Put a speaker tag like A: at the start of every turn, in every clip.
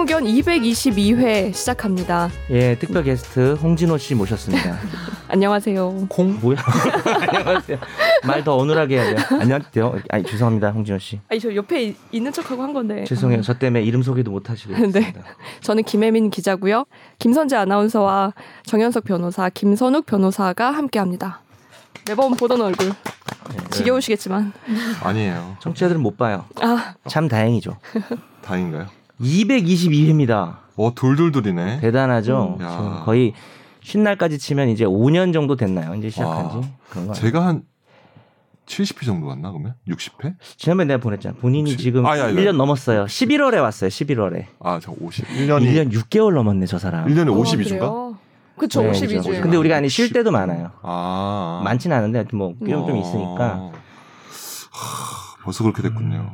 A: 의견 222회 시작합니다.
B: 예, 특별 게스트 홍진호 씨 모셨습니다.
A: 안녕하세요.
C: 콩?
B: 뭐야? 안녕하세요. 말 더 어눌하게 해야 돼요. 안녕하세요. 아니 죄송합니다, 홍진호 씨.
A: 아니 저 옆에 이- 있는 척하고 한 건데.
B: 죄송해요. 저 때문에 이름 소개도 못 하시고.
A: 네.
B: 있습니다.
A: 저는 김혜민 기자고요. 김선재 아나운서와 정현석 변호사, 김선욱 변호사가 함께합니다. 매번 보던 얼굴 지겨우시겠지만
C: 아니에요.
B: 청취자들은 못 봐요.
A: 아
B: 참 다행이죠.
C: 다인가요?
B: 222회입니다.
C: 어 돌돌돌이네.
B: 대단하죠.
C: 음, 야.
B: 지금 거의 쉰날까지 치면 이제 5년 정도 됐나요? 이제 시작한 지. 그런 거. 아니에요?
C: 제가 한 70회 정도 왔나 그러면? 60회?
B: 지난번에 내가 보냈잖아. 본인이
C: 혹시-
B: 지금
C: 아, 야, 야.
B: 1년 넘었어요. 11월에 왔어요. 11월에.
C: 아 저 50.
B: 1년 6개월 넘었네, 저 사람.
C: 1년에
A: 어,
C: 52주인가?
A: 그래요? 그쵸
B: 네,
A: 52주.
B: 그죠.
C: 주예요.
B: 근데 우리가 아니 쉴 때도 많아요.
C: 아.
B: 많진 않은데 하여튼 뭐 끼움 좀
C: 어.
B: 있으니까
C: 하, 벌써 그렇게 됐군요.
B: 음,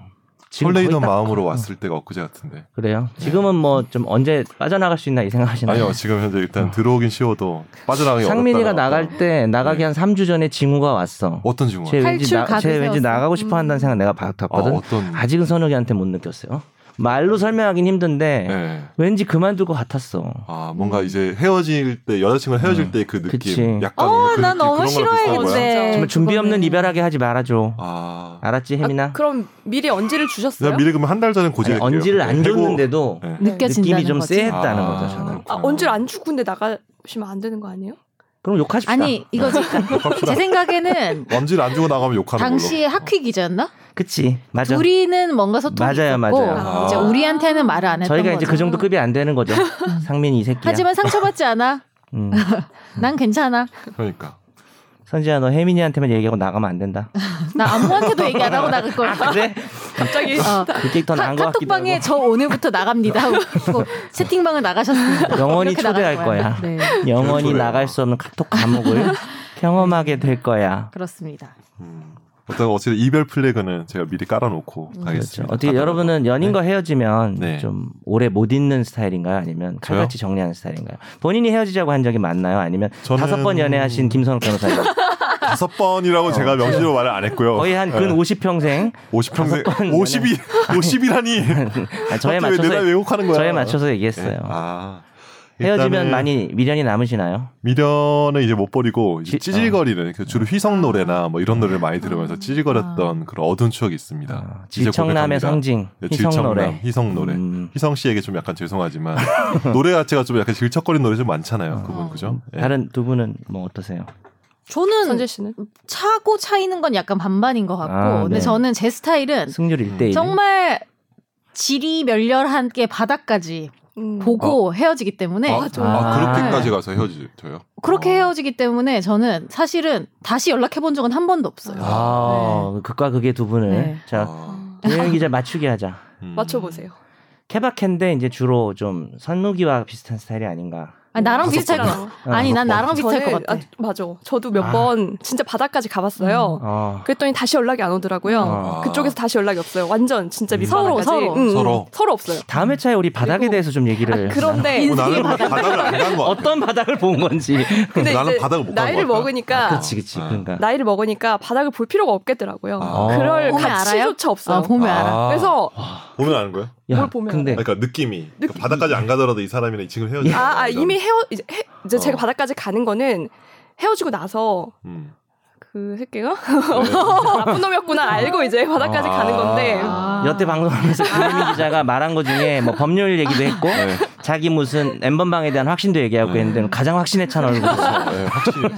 B: 지금 거의
C: 설레이던
B: 딱- 어.
C: 마음으로 왔을 때가 엊그제 같은데.
B: 그래요. 지금은 뭐 좀 언제 빠져나갈 수 있나 이 생각하시나요?
C: 아니요 지금 현재 일단 들어오긴 쉬워도 빠져나가기
B: 네. 상민이가
C: 어렵다,
B: 나갈 때 나가기
C: 네.
B: 한 3주 전에 징우가 왔어.
C: 어떤 친구?
B: 쟤 왠지,
A: 탈출
B: 나,
A: 각을
B: 쟤 왠지
A: 세웠어.
B: 나가고 싶어 한다는
D: 음.
B: 생각 내가
C: 아,
B: 받았거든.
C: 어떤?
B: 아직은 선욱이한테 못 느꼈어요. 말로 설명하긴 힘든데
C: 네.
B: 왠지 그만둘 것 같았어.
D: 네,
C: 아 뭔가 이제 헤어질 때 여자친구랑 헤어질
B: 음,
C: 때 그 느낌.
B: 그치.
C: 약간
D: 어,
C: 오늘 그
D: 나
C: 느낌
D: 너무
C: 그런 거랑 비슷한
D: 싫어해
C: 거야?
D: 그때.
B: 정말 준비 없는
D: 그거는.
B: 이별하게 하지 말아줘.
C: 아.
B: 알았지
A: 아,
B: 혜민아?
A: 그럼 미리 언지를
C: 나
A: 주셨어요?
C: 네, 미리 그러면 한 달 전에
B: 아니,
C: 고지할게요.
B: 언지를 안 줬는데도
C: 네.
B: 느낌이
D: 느껴진다는
B: 좀
D: 거지.
B: 쎄했다는
C: 아.
B: 거죠 저는.
A: 아, 언지를 안 주고 근데 나가시면 안 되는 거 아니에요?
B: 그럼 욕하십시다.
D: 아니 이거 지금 제 생각에는
C: 언지를 안 주고 나가면 욕하는
D: 당시에
C: 걸로.
D: 학회 기자였나?
B: 그치 맞아.
D: 우리는 뭔가 소통이
B: 맞아요,
D: 있었고
B: 맞아요.
D: 이제
C: 아.
D: 우리한테는 말을 안 했던
B: 저희가
D: 거죠.
B: 이제 그 정도 급이 안 되는 거죠. 상민이 이 새끼야.
D: 하지만 상처받지 않아.
B: 음.
D: 난 괜찮아.
C: 그러니까.
B: 선지야 너 혜민이한테만 얘기하고 나가면 안 된다.
D: 나 아무한테도 얘기 안 하고 나갈 거야.
B: 그래?
A: 갑자기
D: 어.
B: 그게 더
D: 카,
B: 나은 것 같기도 하고.
D: 카톡방에 저 오늘부터 나갑니다 하고 있고 채팅방을 나가셨습니다.
B: 영원히
D: 이렇게 나갈
B: 초대할 거야.
D: 네,
B: 영원히
C: 그래요.
B: 나갈 수 없는 카톡 감옥을 경험하게 될 거야.
D: 그렇습니다.
C: 음. 어떤 어쨌든 이별 플래그는 제가 미리 깔아놓고
B: 그렇죠.
C: 가겠습니다.
B: 어떻게
C: 깔아놓고.
B: 여러분은 연인과 헤어지면
C: 네.
B: 좀 오래 못 있는 스타일인가요? 아니면 칼같이 정리하는 스타일인가요? 본인이 헤어지자고 한 적이 많나요? 아니면
C: 저는-
B: 다섯 번 연애하신 김선욱 변호사님
C: 다섯 번이라고 제가 명시로 말을 안 했고요.
B: 어, 그렇죠. 거의 한 근 50평생
C: 50평생
B: 다섯 번
C: 50이 50이라니.
B: 아, 저에
C: 갑자기 왜
B: 맞춰서
C: 내가 왜곡하는 거야?
B: 저에 맞춰서 얘기했어요.
C: 아.
B: 헤어지면
C: 일단은
B: 많이 미련이 남으시나요?
C: 미련을 이제 못 버리고 이제
B: 지- 아.
C: 찌질거리는 그 주로 휘성 노래나 뭐 이런 노래를 많이
D: 아.
C: 들으면서 찌질거렸던 그런 어두운 추억이 있습니다.
B: 아,
C: 이제
B: 질청남의
C: 고백합니다.
B: 상징
C: 네,
B: 희성
C: 질청남,
B: 노래.
C: 희성 노래.
B: 음.
C: 희성 씨에게 좀 약간 죄송하지만 노래 자체가 좀 약간 질척거리는 노래 좀 많잖아요. 그분 그죠? 예.
B: 다른 두 분은 뭐 어떠세요?
D: 저는
A: 선재 씨는
D: 차고 차이는 건 약간 반반인 것 같고,
B: 아,
D: 근데
B: 네.
D: 저는 제 스타일은
B: 승률
C: 음.
B: 1대1.
D: 정말 질이 멸렬한 게 바닥까지
A: 음.
D: 보고 헤어지기
A: 네.
D: 때문에
C: 아, 아,
B: 아.
C: 그렇게까지 가서 헤어지죠요?
D: 그렇게 헤어지기 때문에 저는 사실은 다시 연락해 본 적은 한 번도 없어요.
B: 아,
A: 네.
B: 극과 극의 두 분을.
D: 네.
B: 자, 김현 기자 맞추기 하자.
C: 음.
A: 아, 음. 맞춰보세요.
B: 케바케인데 이제 주로 좀 선욱이와 비슷한 스타일이 아닌가.
D: 아니, 나랑 비슷할 것 같아.
A: 요
D: 아니 난 나랑 비슷할 것 같아.
A: 아, 맞아. 저도 몇
B: 아.
A: 번 진짜 바닥까지 가봤어요.
C: 아.
B: 어.
A: 그랬더니 다시 연락이 안 오더라고요.
B: 어.
A: 그쪽에서 다시 연락이 없어요. 완전 진짜
B: 음.
A: 밑바닥까지.
D: 서로, 서로.
A: 응, 응.
C: 서로.
A: 서로 없어요.
B: 다음 회차에 우리 바닥에
A: 그리고-
B: 대해서 좀 얘기를.
A: 아,
B: 해보자.
A: 그런데
C: 어, 나는 바닥을 안간거
B: 어떤 바닥을 본 건지.
A: 근데
C: 나는
A: 이제
C: 바닥을 못
A: 나이를
C: 가는 것 같다.
A: 먹으니까
B: 그치, 그치.
C: 아.
B: 그러니까.
A: 나이를 먹으니까 바닥을 볼 필요가 없겠더라고요.
C: 아.
A: 그럴
D: 보면
A: 가치조차 없어요.
D: 아, 보면 알아.
A: 그래서
C: 보면 아는 거예요?
B: 야,
A: 뭘 보면
B: 근데
C: 그러니까 느낌이 그러니까
A: 느낌.
C: 바닥까지 안 가더라도 이 사람이랑 이 친구 헤어지.
A: 아, 아, 이미 헤어 이제, 헤- 이제
C: 어.
A: 제가 바닥까지 가는 거는 헤어지고 나서
C: 음.
A: 그 새끼가
C: 네.
A: 나쁜 놈이었구나 알고 이제 바닥까지
C: 아.
A: 가는 건데
D: 아.
B: 여태 방송하면서 김혜민 기자가 말한 것 중에 뭐 법률 얘기도 했고
C: 네.
B: 자기 무슨 엠번방에 대한 확신도 얘기하고
C: 네.
B: 했는데 가장 확신에 찬 얼굴이었어요.
C: 네, 확실히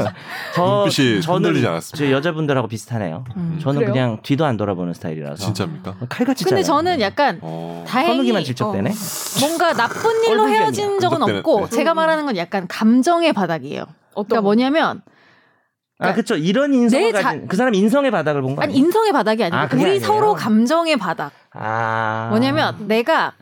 B: 저
C: 눈빛이
B: 저는
C: 흔들리지 않았습니다.
B: 저 여자분들하고 비슷하네요.
D: 음.
B: 저는
A: 그래요?
B: 그냥 뒤도 안 돌아보는 스타일이라서
C: 진짜입니까?
B: 칼같이
D: 근데
B: 짜요.
D: 저는 약간
C: 어.
D: 다행히
B: 선욱이만 질척대네. 아,
D: 어, 뭔가 나쁜 일로
B: 꼴불견이야.
D: 헤어진 적은
C: 끈적대는-
D: 없고
C: 네.
D: 제가 말하는 건 약간 감정의 바닥이에요.
A: 어떤
D: 그러니까 뭐냐면
B: 아 그쵸 이런 인성을
D: 내 자-
B: 가진 그 사람 인성의 바닥을 본 거
D: 아니
B: 아니에요?
D: 인성의 바닥이 아니고
B: 아, 그게
D: 우리
B: 아니에요?
D: 서로 감정의 바닥.
B: 아
D: 뭐냐면 내가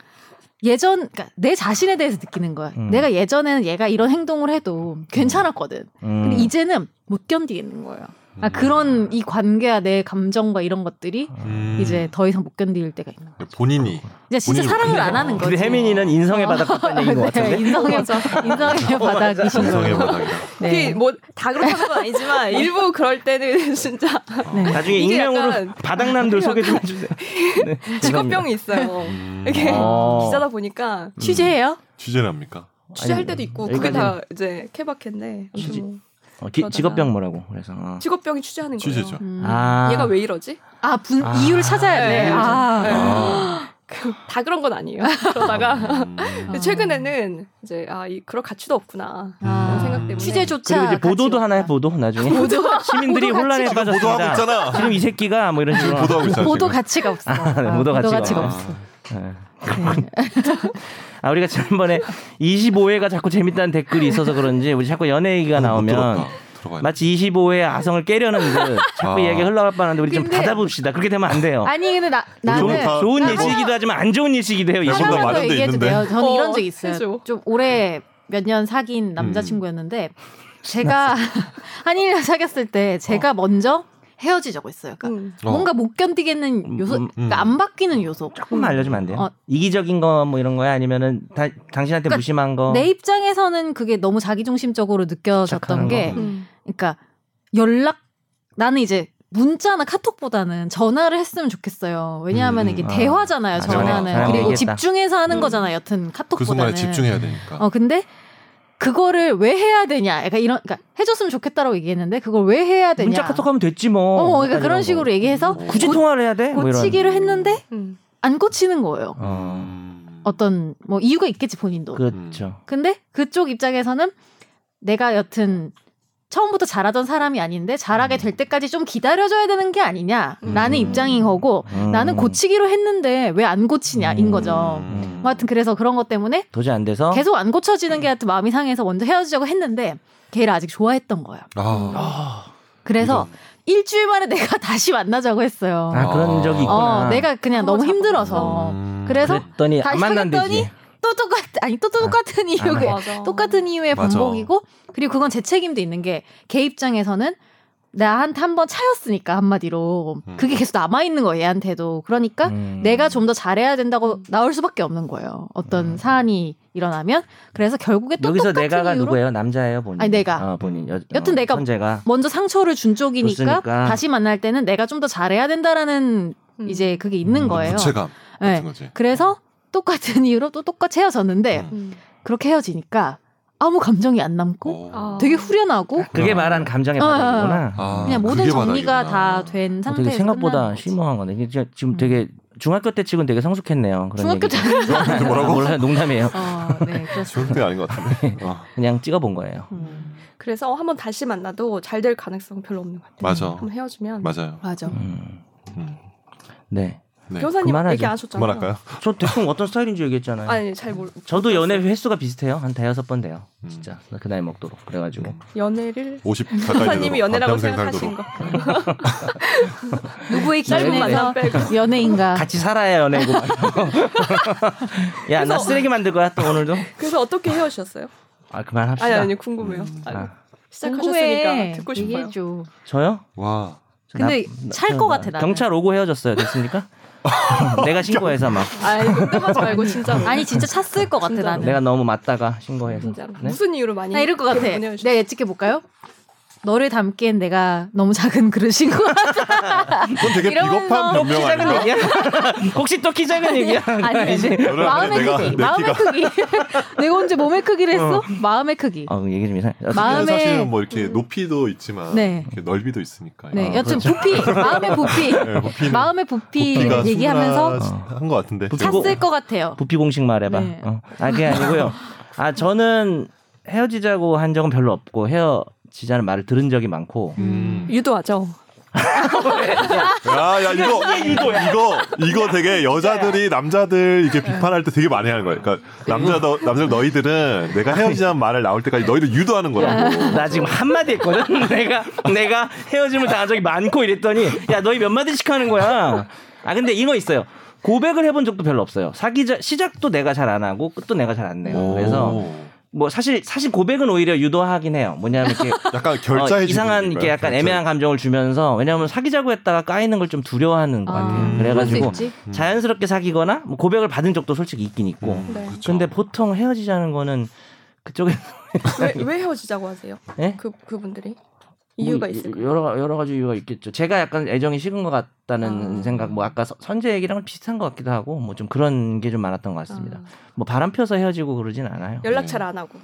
D: 예전 그러니까 내 자신에 대해서 느끼는 거야.
B: 음.
D: 내가 예전에는 얘가 이런 행동을 해도 괜찮았거든.
B: 음.
D: 근데 이제는 못 견디겠는 거예요. 아, 그런 이 관계와 내 감정과 이런 것들이
C: 음. 네,
D: 이제 더 이상 못 견딜 때가 있는 거예요.
C: 본인이
A: 아,
D: 이제 진짜
C: 본인이
D: 사랑을
C: 그래요.
D: 안 하는 거지. 아, 네,
B: 근데 혜민이는 인성의 바닥었다는 얘기인 것 같은데. 어,
D: 인성의 인성의 바닥이신
C: 인성의
D: 거예요.
C: 바닥이다.
A: 네.
D: 네.
A: 뭐다 그렇다는 건 아니지만 일부 그럴 때는 진짜
D: 네.
B: 나중에
A: 이게
B: 익명으로
A: 약간-
B: 바닥남들 소개 좀 해주세요. 네, 죄송합니다.
A: 직업병이 있어요.
C: 음.
A: 네. 이렇게
B: 어.
A: 기자다 보니까
D: 취재해요?
C: 취재를 합니까?
A: 취재할
B: 아니,
A: 때도 있고 그게
B: 여기까지-
A: 다 이제 케바케인데 아무튼
B: 취재-
A: 뭐
B: 어, 기-
A: 그러다가-
B: 직업병 뭐라고 그래서. 어.
A: 직업병이 취재하는 거예요.
C: 취재죠.
D: 음.
B: 아.
A: 얘가 왜 이러지?
D: 아, 분,
B: 아.
D: 이유를 찾아야 돼.
A: 네.
D: 아.
A: 네.
C: 아.
A: 다 그런 건 아니에요. 그러다가
C: 음.
A: 근데 최근에는 이제 아 이 그럴 가치도 없구나.
D: 아.
A: 생각 때문에.
D: 취재조차
B: 그리고 이제 보도도
D: 가치
B: 하나 해
D: 없다.
B: 보도 나중에 시민들이
D: 보도
B: 혼란에
D: 가치가-
C: 보도하고
B: 빠졌습니다.
C: 있잖아.
B: 지금 이 새끼가 뭐 이런 식으로
C: 보도하고 있잖아.
D: 보도
C: 지금.
D: 가치가 없어.
B: 아, 네,
D: 아,
B: 보도 가치가 없어.
D: 없어.
B: 예.
D: 네.
B: 아 우리가 지난번에 25회가 자꾸 재밌다는 댓글이 있어서 그런지 우리 자꾸 연애 얘기가
D: 아,
B: 나오면
C: 어, 아, 들어가.
B: 마치 25회 아성을 깨려는 듯 자꾸
C: 아.
B: 이야기가 흘러갈 뻔한데 우리 좀
D: 근데-
B: 닫아봅시다. 그렇게 되면 안 돼요.
D: 아니, 근데 나, 나는.
C: 좋은 어. 그 다-
B: 좋은
D: 나는-
B: 예시이기도 하지만 안 좋은 예시이기도 해요.
C: 나는-
B: 예시가.
C: 나는-
D: 하나만 더
C: 마련돼
D: 얘기해도
C: 있는데.
D: 돼요. 저는
A: 어,
D: 이런 적 있어요.
A: 해줘.
D: 좀 오래 몇 년 사귄 남자친구였는데
C: 음.
D: 제가 한일년 사귀었을 때 제가 먼저 헤어지자고 했어요. 그러니까
A: 음.
C: 어.
D: 뭔가 못 견디겠는 요소,
B: 음, 음.
D: 그러니까 안 바뀌는 요소.
B: 조금만 알려주면 안 돼요.
D: 어.
B: 이기적인 거 뭐 이런 거야 아니면은 다- 당신한테
D: 그러니까
B: 무심한
C: 어.
B: 거.
D: 내 입장에서는 그게 너무 자기중심적으로
B: 착한
D: 느껴졌던 게,
B: 거.
A: 음.
D: 그러니까 연락 나는 이제 문자나 카톡보다는 전화를 했으면 좋겠어요. 왜냐하면
C: 음,
D: 이게
B: 아.
D: 대화잖아요.
B: 맞아.
D: 전화는
C: 사람이
D: 그리고
B: 얘기했다.
D: 집중해서 하는
A: 음.
D: 거잖아. 여튼
C: 그
D: 카톡보다는.
C: 순간에 집중해야 되니까.
D: 어 근데 그거를 왜 해야 되냐? 약간 이런 그러니까 해줬으면 좋겠다라고 얘기했는데 그걸 왜 해야 되냐?
B: 문자 카톡하면 됐지 뭐.
D: 어, 그러니까
B: 약간
D: 그런
B: 이런
D: 식으로
B: 거. 음.
D: 얘기해서
B: 굳이
D: 고-
B: 통화를 해야 돼? 뭐 이런.
D: 고치기로 했는데
A: 음.
D: 안 고치는 거예요.
B: 어,
D: 어떤 뭐 이유가 있겠지 본인도.
B: 그렇죠.
D: 근데 그쪽 입장에서는 내가 여튼 처음부터 잘하던 사람이 아닌데 잘하게 될 때까지 좀 기다려줘야 되는 게 아니냐라는
B: 음.
D: 입장인 거고
B: 음.
D: 나는 고치기로 했는데 왜 안 고치냐인 거죠.
B: 음.
D: 뭐 하여튼 그래서 그런 것 때문에
B: 도저히 안 돼서.
D: 계속 안 고쳐지는 게 하여튼 마음이 상해서 먼저 헤어지자고 했는데 걔를 아직 좋아했던 거예요.
C: 아.
D: 그래서 일주일 만에 내가 다시 만나자고 했어요.
B: 아 그런 적이 있구나.
D: 어, 내가 그냥 너무
A: 한번
D: 힘들어서
C: 음.
D: 그래서
B: 그랬더니 안
D: 다시
B: 만난대지.
D: 또 똑같 아니 또 똑같은 이유가
A: 맞아.
D: 똑같은 이유의
C: 맞아.
D: 반복이고 그리고 그건 제 책임도 있는 게 걔 입장에서는 나한테 한 번 차였으니까 한마디로
C: 음.
D: 그게 계속 남아 있는 거예요 얘한테도 그러니까
B: 음.
D: 내가 좀 더 잘해야 된다고 나올 수밖에 없는 거예요 어떤 사안이 일어나면 그래서 결국에 또
B: 음. 여기서
D: 똑같은
B: 내가가
D: 이유로
B: 누구예요? 남자예요, 본인?
D: 아니, 내가.
B: 어, 본인. 여,
D: 여튼
B: 어,
D: 내가- 뭐-
B: 현재가
D: 먼저 상처를 준 쪽이니까
B: 줬으니까.
D: 다시 만날 때는 내가 좀 더 잘해야 된다라는
A: 음.
D: 이제 그게 있는
B: 음,
D: 거예요
C: 부채감
D: 네.
C: 뭐 같은 거지.
D: 그래서 똑같은 이유로 또 똑같이 헤어졌는데
C: 음.
A: 음.
D: 그렇게 헤어지니까 아무 감정이 안 남고
C: 어.
A: 아.
D: 되게 후련하고
B: 그게 말한 감정의
D: 어,
B: 반응이구나.
C: 아,
D: 그냥 모든
C: 그게
D: 정리가
C: 바닥이구나.
A: 아,
D: 다 된
B: 어,
D: 상태에서
B: 되게 생각보다
D: 끝나는 거지.
B: 심오한 거네. 이게 진짜 지금
D: 음.
B: 되게 중학교 때 치고는 되게 성숙했네요. 그런
D: 중학교
B: 얘기.
D: 때
C: 중학교 뭐라고?
B: 몰라요. 농담이에요.
D: 어, 네, 그렇습니다.
C: 중학교 때 아닌 것 같은데. 어.
B: 그냥 찍어본 거예요.
D: 음,
A: 그래서 한번 다시 만나도 잘 될 가능성은 별로 없는 것 같아요.
C: 맞아.
D: 네.
A: 한번 헤어지면
C: 맞아요.
D: 맞아.
B: 음.
C: 음.
B: 네.
C: 네.
A: 변호사님
B: 그만하죠.
A: 얘기 안 하셨잖아요.
C: 그만할까요?
B: 저 대충 어떤 스타일인지 얘기했잖아요.
A: 아니 잘 모르.
B: 저도 연애 횟수가 비슷해요. 한 대여섯 번 돼요.
C: 음.
B: 진짜. 그 나이 먹도록. 그래가지고.
A: 연애를
C: 50 뭐 가까이 되도록
A: 변호사님이 연애라고
C: 밤샘
A: 생각하신
C: 살도록.
A: 거.
D: 누구의
A: 짧은
D: 기준에서
A: 만남 빼고.
D: 연예인가?
B: 같이 살아야 연애고. 야, 나 쓰레기 만들 거야, 또 오늘도?
A: 그래서 어떻게 헤어지셨어요?
B: 아, 그만합시다.
A: 아니 아니 궁금해요.
C: 음.
A: 아니,
B: 아,
A: 시작하셨으니까 듣고 싶어요.
D: 얘기해줘.
B: 저요?
C: 와.
D: 근데 찰것
B: 나-
D: 같아, 나는.
B: 경찰 오고 헤어졌어요. 됐습니까? 내가 신고해서 막
A: 아니 농담하지 말고 진짜로.
D: 아니 진짜 찼을 것 같아 네.
A: 진짜로.
D: 나는.
B: 내가 너무 맞다가 신고해서.
A: 진짜로.
B: 네?
A: 무슨 이유로 많이?
D: 나 이럴 것 같아.
A: 보내주셨어요?
D: 내가 네, 예측해 볼까요? 너를 담기엔 내가 너무 작은 그릇인 것 같아.
C: 그건 되게
D: 이러면서
C: 비겁한
D: 또
B: 또 키
C: 변명
B: 작은
C: 아닌가?
B: 얘기야? 혹시 또 키 작은 얘기야?
D: 아니, 아니.
C: 너를
D: 마음의
C: 내가- 내
D: 크기, 마음의
C: 키가-
D: 크기. 내가 언제 몸의 크기를 했어? 마음의 크기.
B: 어, 얘기 좀 이상해. 어,
D: 마음에-
C: 사실은 뭐 이렇게 높이도 있지만
D: 네.
C: 이렇게 넓이도 있으니까.
D: 네,
B: 아,
D: 여튼 부피, 마음의 부피,
C: 네, 부피는-
D: 마음의 부피
C: 부피가
D: 얘기하면서
C: 그러니까
D: 어. 뭐
C: 한것 같은데.
B: 부피고-
D: 찼을 것 같아요.
B: 부피 공식 말해봐.
D: 네.
B: 어. 아, 그게 아니고요. 아, 저는 헤어지자고 한 적은 별로 없고 헤어지자는 말을 들은 적이 많고.
C: 음.
A: 유도하죠.
C: 야, 야, 이거, 이거, 이거, 이거 되게 여자들이 남자들 이렇게 비판할 때 되게 많이 하는 거예요. 그러니까 남자, 너, 남자 너희들은 내가 헤어지자는 말을 나올 때까지 너희를 유도하는 거라고.
B: 나 지금 한마디 했거든. 내가 내가 헤어짐을 당한 적이 많고 이랬더니 야 너희 몇 마디씩 하는 거야. 아 근데 이거 있어요. 고백을 해본 적도 별로 없어요. 사귀자 시작도 내가 잘 안 하고 끝도 내가 잘 안 내요. 그래서
C: 오.
B: 뭐 사실 사실 고백은 오히려 유도하긴 해요. 뭐냐면 이렇게
C: 약간
B: 어,
C: 결자해
B: 이상한 이게 약간 애매한 감정을 주면서 왜냐하면 사귀자고 했다가 까이는 걸 좀 두려워하는 것 같아요.
D: 아,
B: 그래가지고
D: 그럴 수 있지.
C: 음.
B: 자연스럽게 사귀거나 뭐 고백을 받은 적도 솔직히 있긴 있고.
C: 음,
A: 네.
B: 근데 보통 헤어지자는 거는 그쪽에
A: 왜, 왜 헤어지자고 하세요?
B: 예?
A: 그 그분들이 이유가
B: 뭐
A: 있을까요?
B: 여러 여러 가지 이유가 있겠죠. 제가 약간 애정이 식은 것 같다는
A: 아.
B: 생각, 뭐 아까 서- 선재 얘기랑 비슷한 것 같기도 하고, 뭐 좀 그런 게 좀 많았던 것 같습니다.
A: 아.
B: 뭐 바람 펴서 헤어지고 그러진 않아요.
A: 연락 잘 안 하고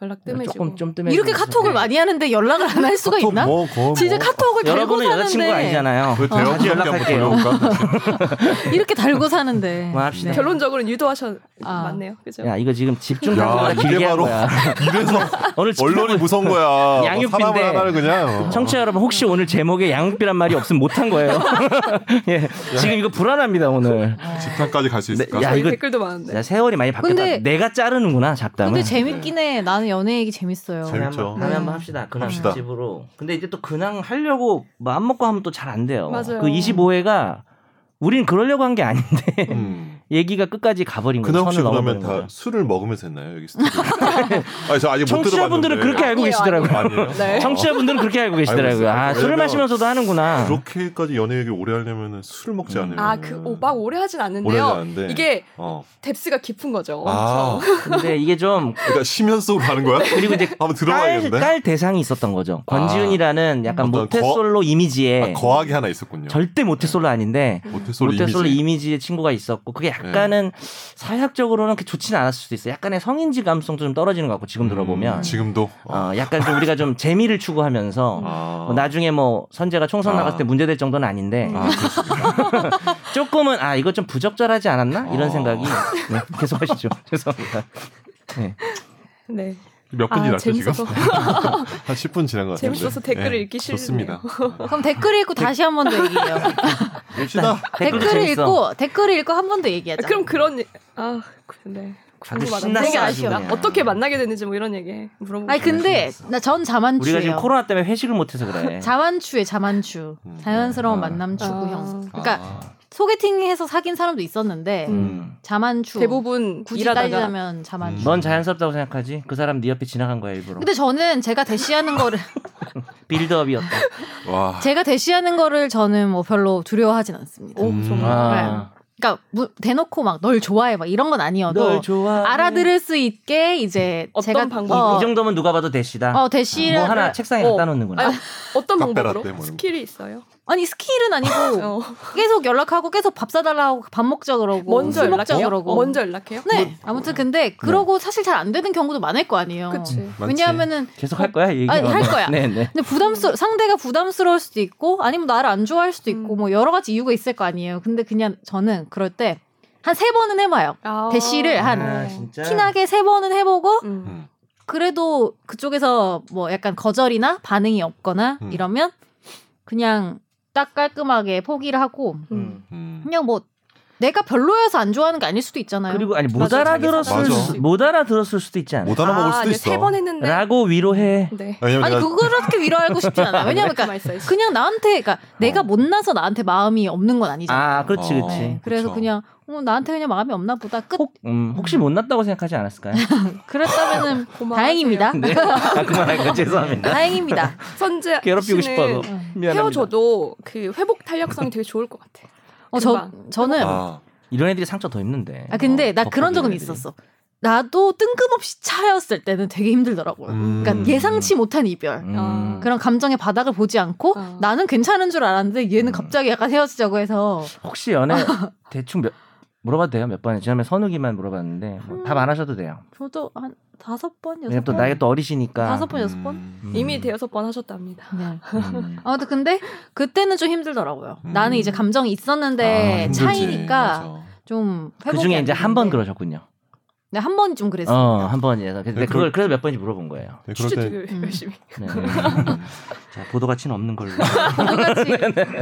A: 연락
B: 네.
A: 뜸해지고
B: 조금 좀 뜸해.
D: 이렇게 카톡을 많이 하는데 연락을 안 할 수가 있나?
C: 뭐, 거,
D: 진짜
C: 뭐.
D: 카톡을 달고
B: 여러분은 여자친구 가
D: 사는데
B: 아니잖아요.
C: 그
B: 어, 다시
C: 대화기한테 한번 돌려볼까?
D: 이렇게 달고 사는데 네.
B: 그만합시다.
A: 결론적으로 유도하셔
D: 아.
A: 맞네요. 그죠?
B: 네. 야 이거 지금 집중
C: 야,
B: 다
C: 이게
B: 길게 한
C: 바로
B: 거야.
C: 이래서
B: 오늘 집-
C: 언론이 무서운 거야. 뭐
B: 양육비인데.
C: 사람을 하나를 그냥. 어.
B: 청취자 여러분 혹시 오늘 제목에 양육비란 말이 없으면 못한 거예요. 예, 지금 이거 불안합니다 오늘.
A: 아,
C: 어, 집단까지 갈 수 있을까?
B: 네, 야,
A: 저희
B: 이거-
A: 댓글도 많은데
B: 야, 세월이 많이 바뀌었다.
D: 근데-
B: 내가 자르는구나 잡담을.
D: 근데 재밌긴 해. 나는 연애 얘기 재밌어요.
C: 재밌- 재밌죠.
B: 다음에
D: 네.
B: 한번 합시다. 근황
C: 합시다.
B: 집으로. 근데 이제 또 근황 하려고 마음 먹고 하면 또 잘 안 돼요.
A: 맞아요.
B: 그 25회가 우린 그러려고 한 게 아닌데
C: 음.
B: 얘기가 끝까지 가버린 거예요.
C: 그날 혹시
B: 음, 선을
C: 그러면
B: 넘어버린
C: 다
B: 거죠.
C: 술을 먹으면서 했나요? 여기 스튜디오. 아니, 저 아직 못 들어봤는데.
B: 청취자분들은 그렇게 알고
A: 아니에요,
B: 계시더라고요.
C: 아니에요?
A: 네.
C: 아.
B: 청취자분들은 그렇게 알고 계시더라고요.
C: 있어요.
B: 아, 술을
C: 왜냐면
B: 마시면서도 하는구나.
C: 그렇게까지 연애 얘기 오래 하려면 술을 먹지
B: 음.
C: 않으면
A: 아그오막 오래 하진
C: 오래 하지
A: 않는데요.
C: 않는데
A: 이게
C: 어.
A: 뎁스가 깊은 거죠.
C: 아
B: 근데 이게 좀
C: 그러니까 심연 속으로 가는 거야?
B: 그리고 이제
C: 한번
B: 딸,
C: 들어봐야겠는데
B: 딸 대상이 있었던 거죠. 권지훈이라는 약간
C: 아. 어떤
B: 모태솔로 이미지에
C: 아, 거학이 하나 있었군요
B: 절대 모태솔로 아닌데
C: 모태솔 이미지 네.
B: 모태솔로 이미지. 의 친구가 있었고 그게 약간은 사회학적으로는 그렇게 좋지는 않았을 수도 있어요. 약간의 성인지 감성도 좀 떨어지는 것 같고 지금 들어보면
C: 음, 지금도 어.
B: 어, 약간 좀 우리가 좀 재미를 추구하면서
C: 아.
B: 뭐 나중에 뭐 선재가 총선
C: 아.
B: 나갔을 때 문제될 정도는 아닌데
C: 아, 그렇습니다.
B: 조금은 아 이거 좀 부적절하지 않았나 이런
C: 어.
B: 생각이 네, 계속하시죠. 죄송합니다. 네.
A: 네.
C: 몇 분이
A: 아,
C: 났죠 지금?
A: 재밌어서
C: 한 10분 지난 것 같은데 예,
A: 재밌어서 댓글을 읽기 싫네요.
C: 좋습니다
D: 그럼 댓글 읽고 다시 한 번 더 얘기해요.
C: 시다
B: 댓글도
D: 댓글
B: 아, 재밌어.
D: 읽고 댓글 읽고 한 번 더 얘기하자.
A: 그럼 그런 아 네.
B: 다들
A: 궁금하다.
B: 신났어,
A: 되게
B: 아주
A: 아쉬워.
B: 그냥.
A: 어떻게 만나게 됐는지 뭐 이런 얘기 물어보고.
D: 아니 근데 나 전 자만추예요.
B: 우리가 지금 코로나 때문에 회식을 못해서 그래.
D: 자만추에 자만추.
C: 음.
D: 자연스러운
B: 아.
D: 만남 추구
A: 아.
D: 형. 그러니까 소개팅해서 사귄 사람도 있었는데
A: 음.
D: 자만추. 음.
A: 대부분
D: 굳이
A: 일하다가
D: 따지자면 자만추.
B: 음. 넌 자연스럽다고 생각하지? 그 사람 네 옆에 지나간 거야 일부러.
D: 근데 저는 제가 대시하는 거를
B: 빌드업이었다.
C: 와
D: 제가 대시하는 거를 저는 뭐 별로 두려워하진 않습니다.
A: 오
C: 음.
A: 어, 정말
B: 아.
D: 그러니까 무- 대놓고 막 널 좋아해 막 이런 건 아니어도
B: 널 좋아.
D: 알아들을 수 있게 이제
A: 어떤
D: 제가
A: 방법으로?
B: 이
D: 어,
B: 정도면 누가 봐도 대시다.
D: 어, 대시를
B: 뭐 하나 책상에
A: 어.
B: 갖다 놓는구나.
A: 아니, 어떤
C: 카페라떼
A: 방법으로
C: 뭐 이런 거.
A: 스킬이 있어요?
D: 아니 스킬은 아니고
A: 어.
D: 계속 연락하고 계속 밥 사달라고 밥 먹자 그러고
A: 먼저
D: 술 먹자
A: 연락해요?
D: 그러고
A: 먼저 연락해요?
D: 뭐 네 아무튼 근데 그러고 사실 잘 안 되는 경우도 많을 거 아니에요.
A: 어.
B: 음.
A: 그치.
C: 네. 많지.
D: 왜냐하면은
B: 계속 할 거야 얘기.
D: 아니, 할 거야.
B: 네네.
D: 근데 부담스 상대가 부담스러울 수도 있고 아니면 나를 안 좋아할 수도 있고
A: 음.
D: 뭐 여러 가지 이유가 있을 거 아니에요. 근데 그냥 저는 그럴 때 한 세 번은 해봐요.
A: 아.
D: 대시를 네, 한
B: 아, 진짜.
D: 티나게 세 번은 해보고
A: 음.
C: 음.
D: 그래도 그쪽에서 뭐 약간 거절이나 반응이 없거나
C: 음.
D: 이러면 그냥 딱 깔끔하게 포기를 하고
A: 음.
C: 음.
D: 그냥 뭐 내가 별로여서 안 좋아하는 게 아닐 수도 있잖아요.
B: 그리고 아니 못
A: 맞아, 자기
B: 알아들었을
C: 맞아.
B: 수, 못 알아들었을 수도 있지 않아?
C: 못 알아먹을 수도
A: 이제
C: 있어
A: 네, 세번 했는데.
B: 라고 위로해.
A: 네.
C: 왜냐면
D: 아니
C: 내가
D: 그렇게 위로하고 싶진 않아. 요 왜냐면 그러니까
A: 가만히 있어야지.
D: 그냥 나한테 그러니까 내가 못나서 나한테 마음이 없는 건 아니잖아.
B: 아 그렇지
C: 어.
B: 그렇지.
D: 네, 그래서
C: 그쵸.
D: 그냥 어, 나한테 그냥 마음이 없나 보다. 끝.
B: 혹 음, 혹시 못났다고 생각하지 않았을까요?
D: 그랬다면은
A: 고마워하세요.
D: 다행입니다.
B: 네.
D: 네.
B: 아, 그만할까 죄송합니다.
D: 다행입니다.
A: 선재 씨는
B: 괴롭히고 싶어서 미안합니다.
A: 헤어져도 그 회복 탄력성이 되게 좋을 것 같아.
D: 어, 저
A: 금방.
D: 저는 아,
C: 아,
B: 이런 애들이 상처 더 입는데.
D: 근데
B: 어,
D: 나
B: 더
D: 그런 적은
B: 애들이.
D: 있었어. 나도 뜬금없이 차였을 때는 되게 힘들더라고요.
C: 음.
D: 그러니까 예상치 못한 이별.
B: 음.
D: 어, 그런 감정의 바닥을 보지 않고
A: 어.
D: 나는 괜찮은 줄 알았는데 얘는
B: 음.
D: 갑자기 약간 헤어지자고 해서
B: 혹시 연애
D: 어.
B: 대충 몇 물어봐도 돼요? 몇 번에 지난번에 선우기만 물어봤는데 뭐 답 안 하셔도 돼요.
D: 저도 한 음. 다섯 번 여섯
B: 왜냐면 또
D: 번
B: 나이가 또 어리시니까.
D: 다섯 번 여섯 번
C: 음. 네,
A: 이미 대여섯 번 하셨답니다.
D: 그냥.
B: 음.
D: 아무튼 근데 그때는 좀 힘들더라고요.
C: 음.
D: 나는 이제 감정이 있었는데
C: 아, 힘들지.
D: 네, 차이니까
C: 맞아.
D: 좀 회복이
B: 그 중에 이제 한 번
D: 러
B: 그러셨군요.
D: 네, 한번 좀 그랬어요.
B: 어 한 번이라서 근데
C: 네,
B: 그걸 그래서 몇 번인지 물어본 거예요.
C: 네,
A: 취재
C: 그럴 때
A: 되게
D: 음.
A: 열심히.
B: 네. 자 보도 가치는 없는 걸로.
D: 똑같이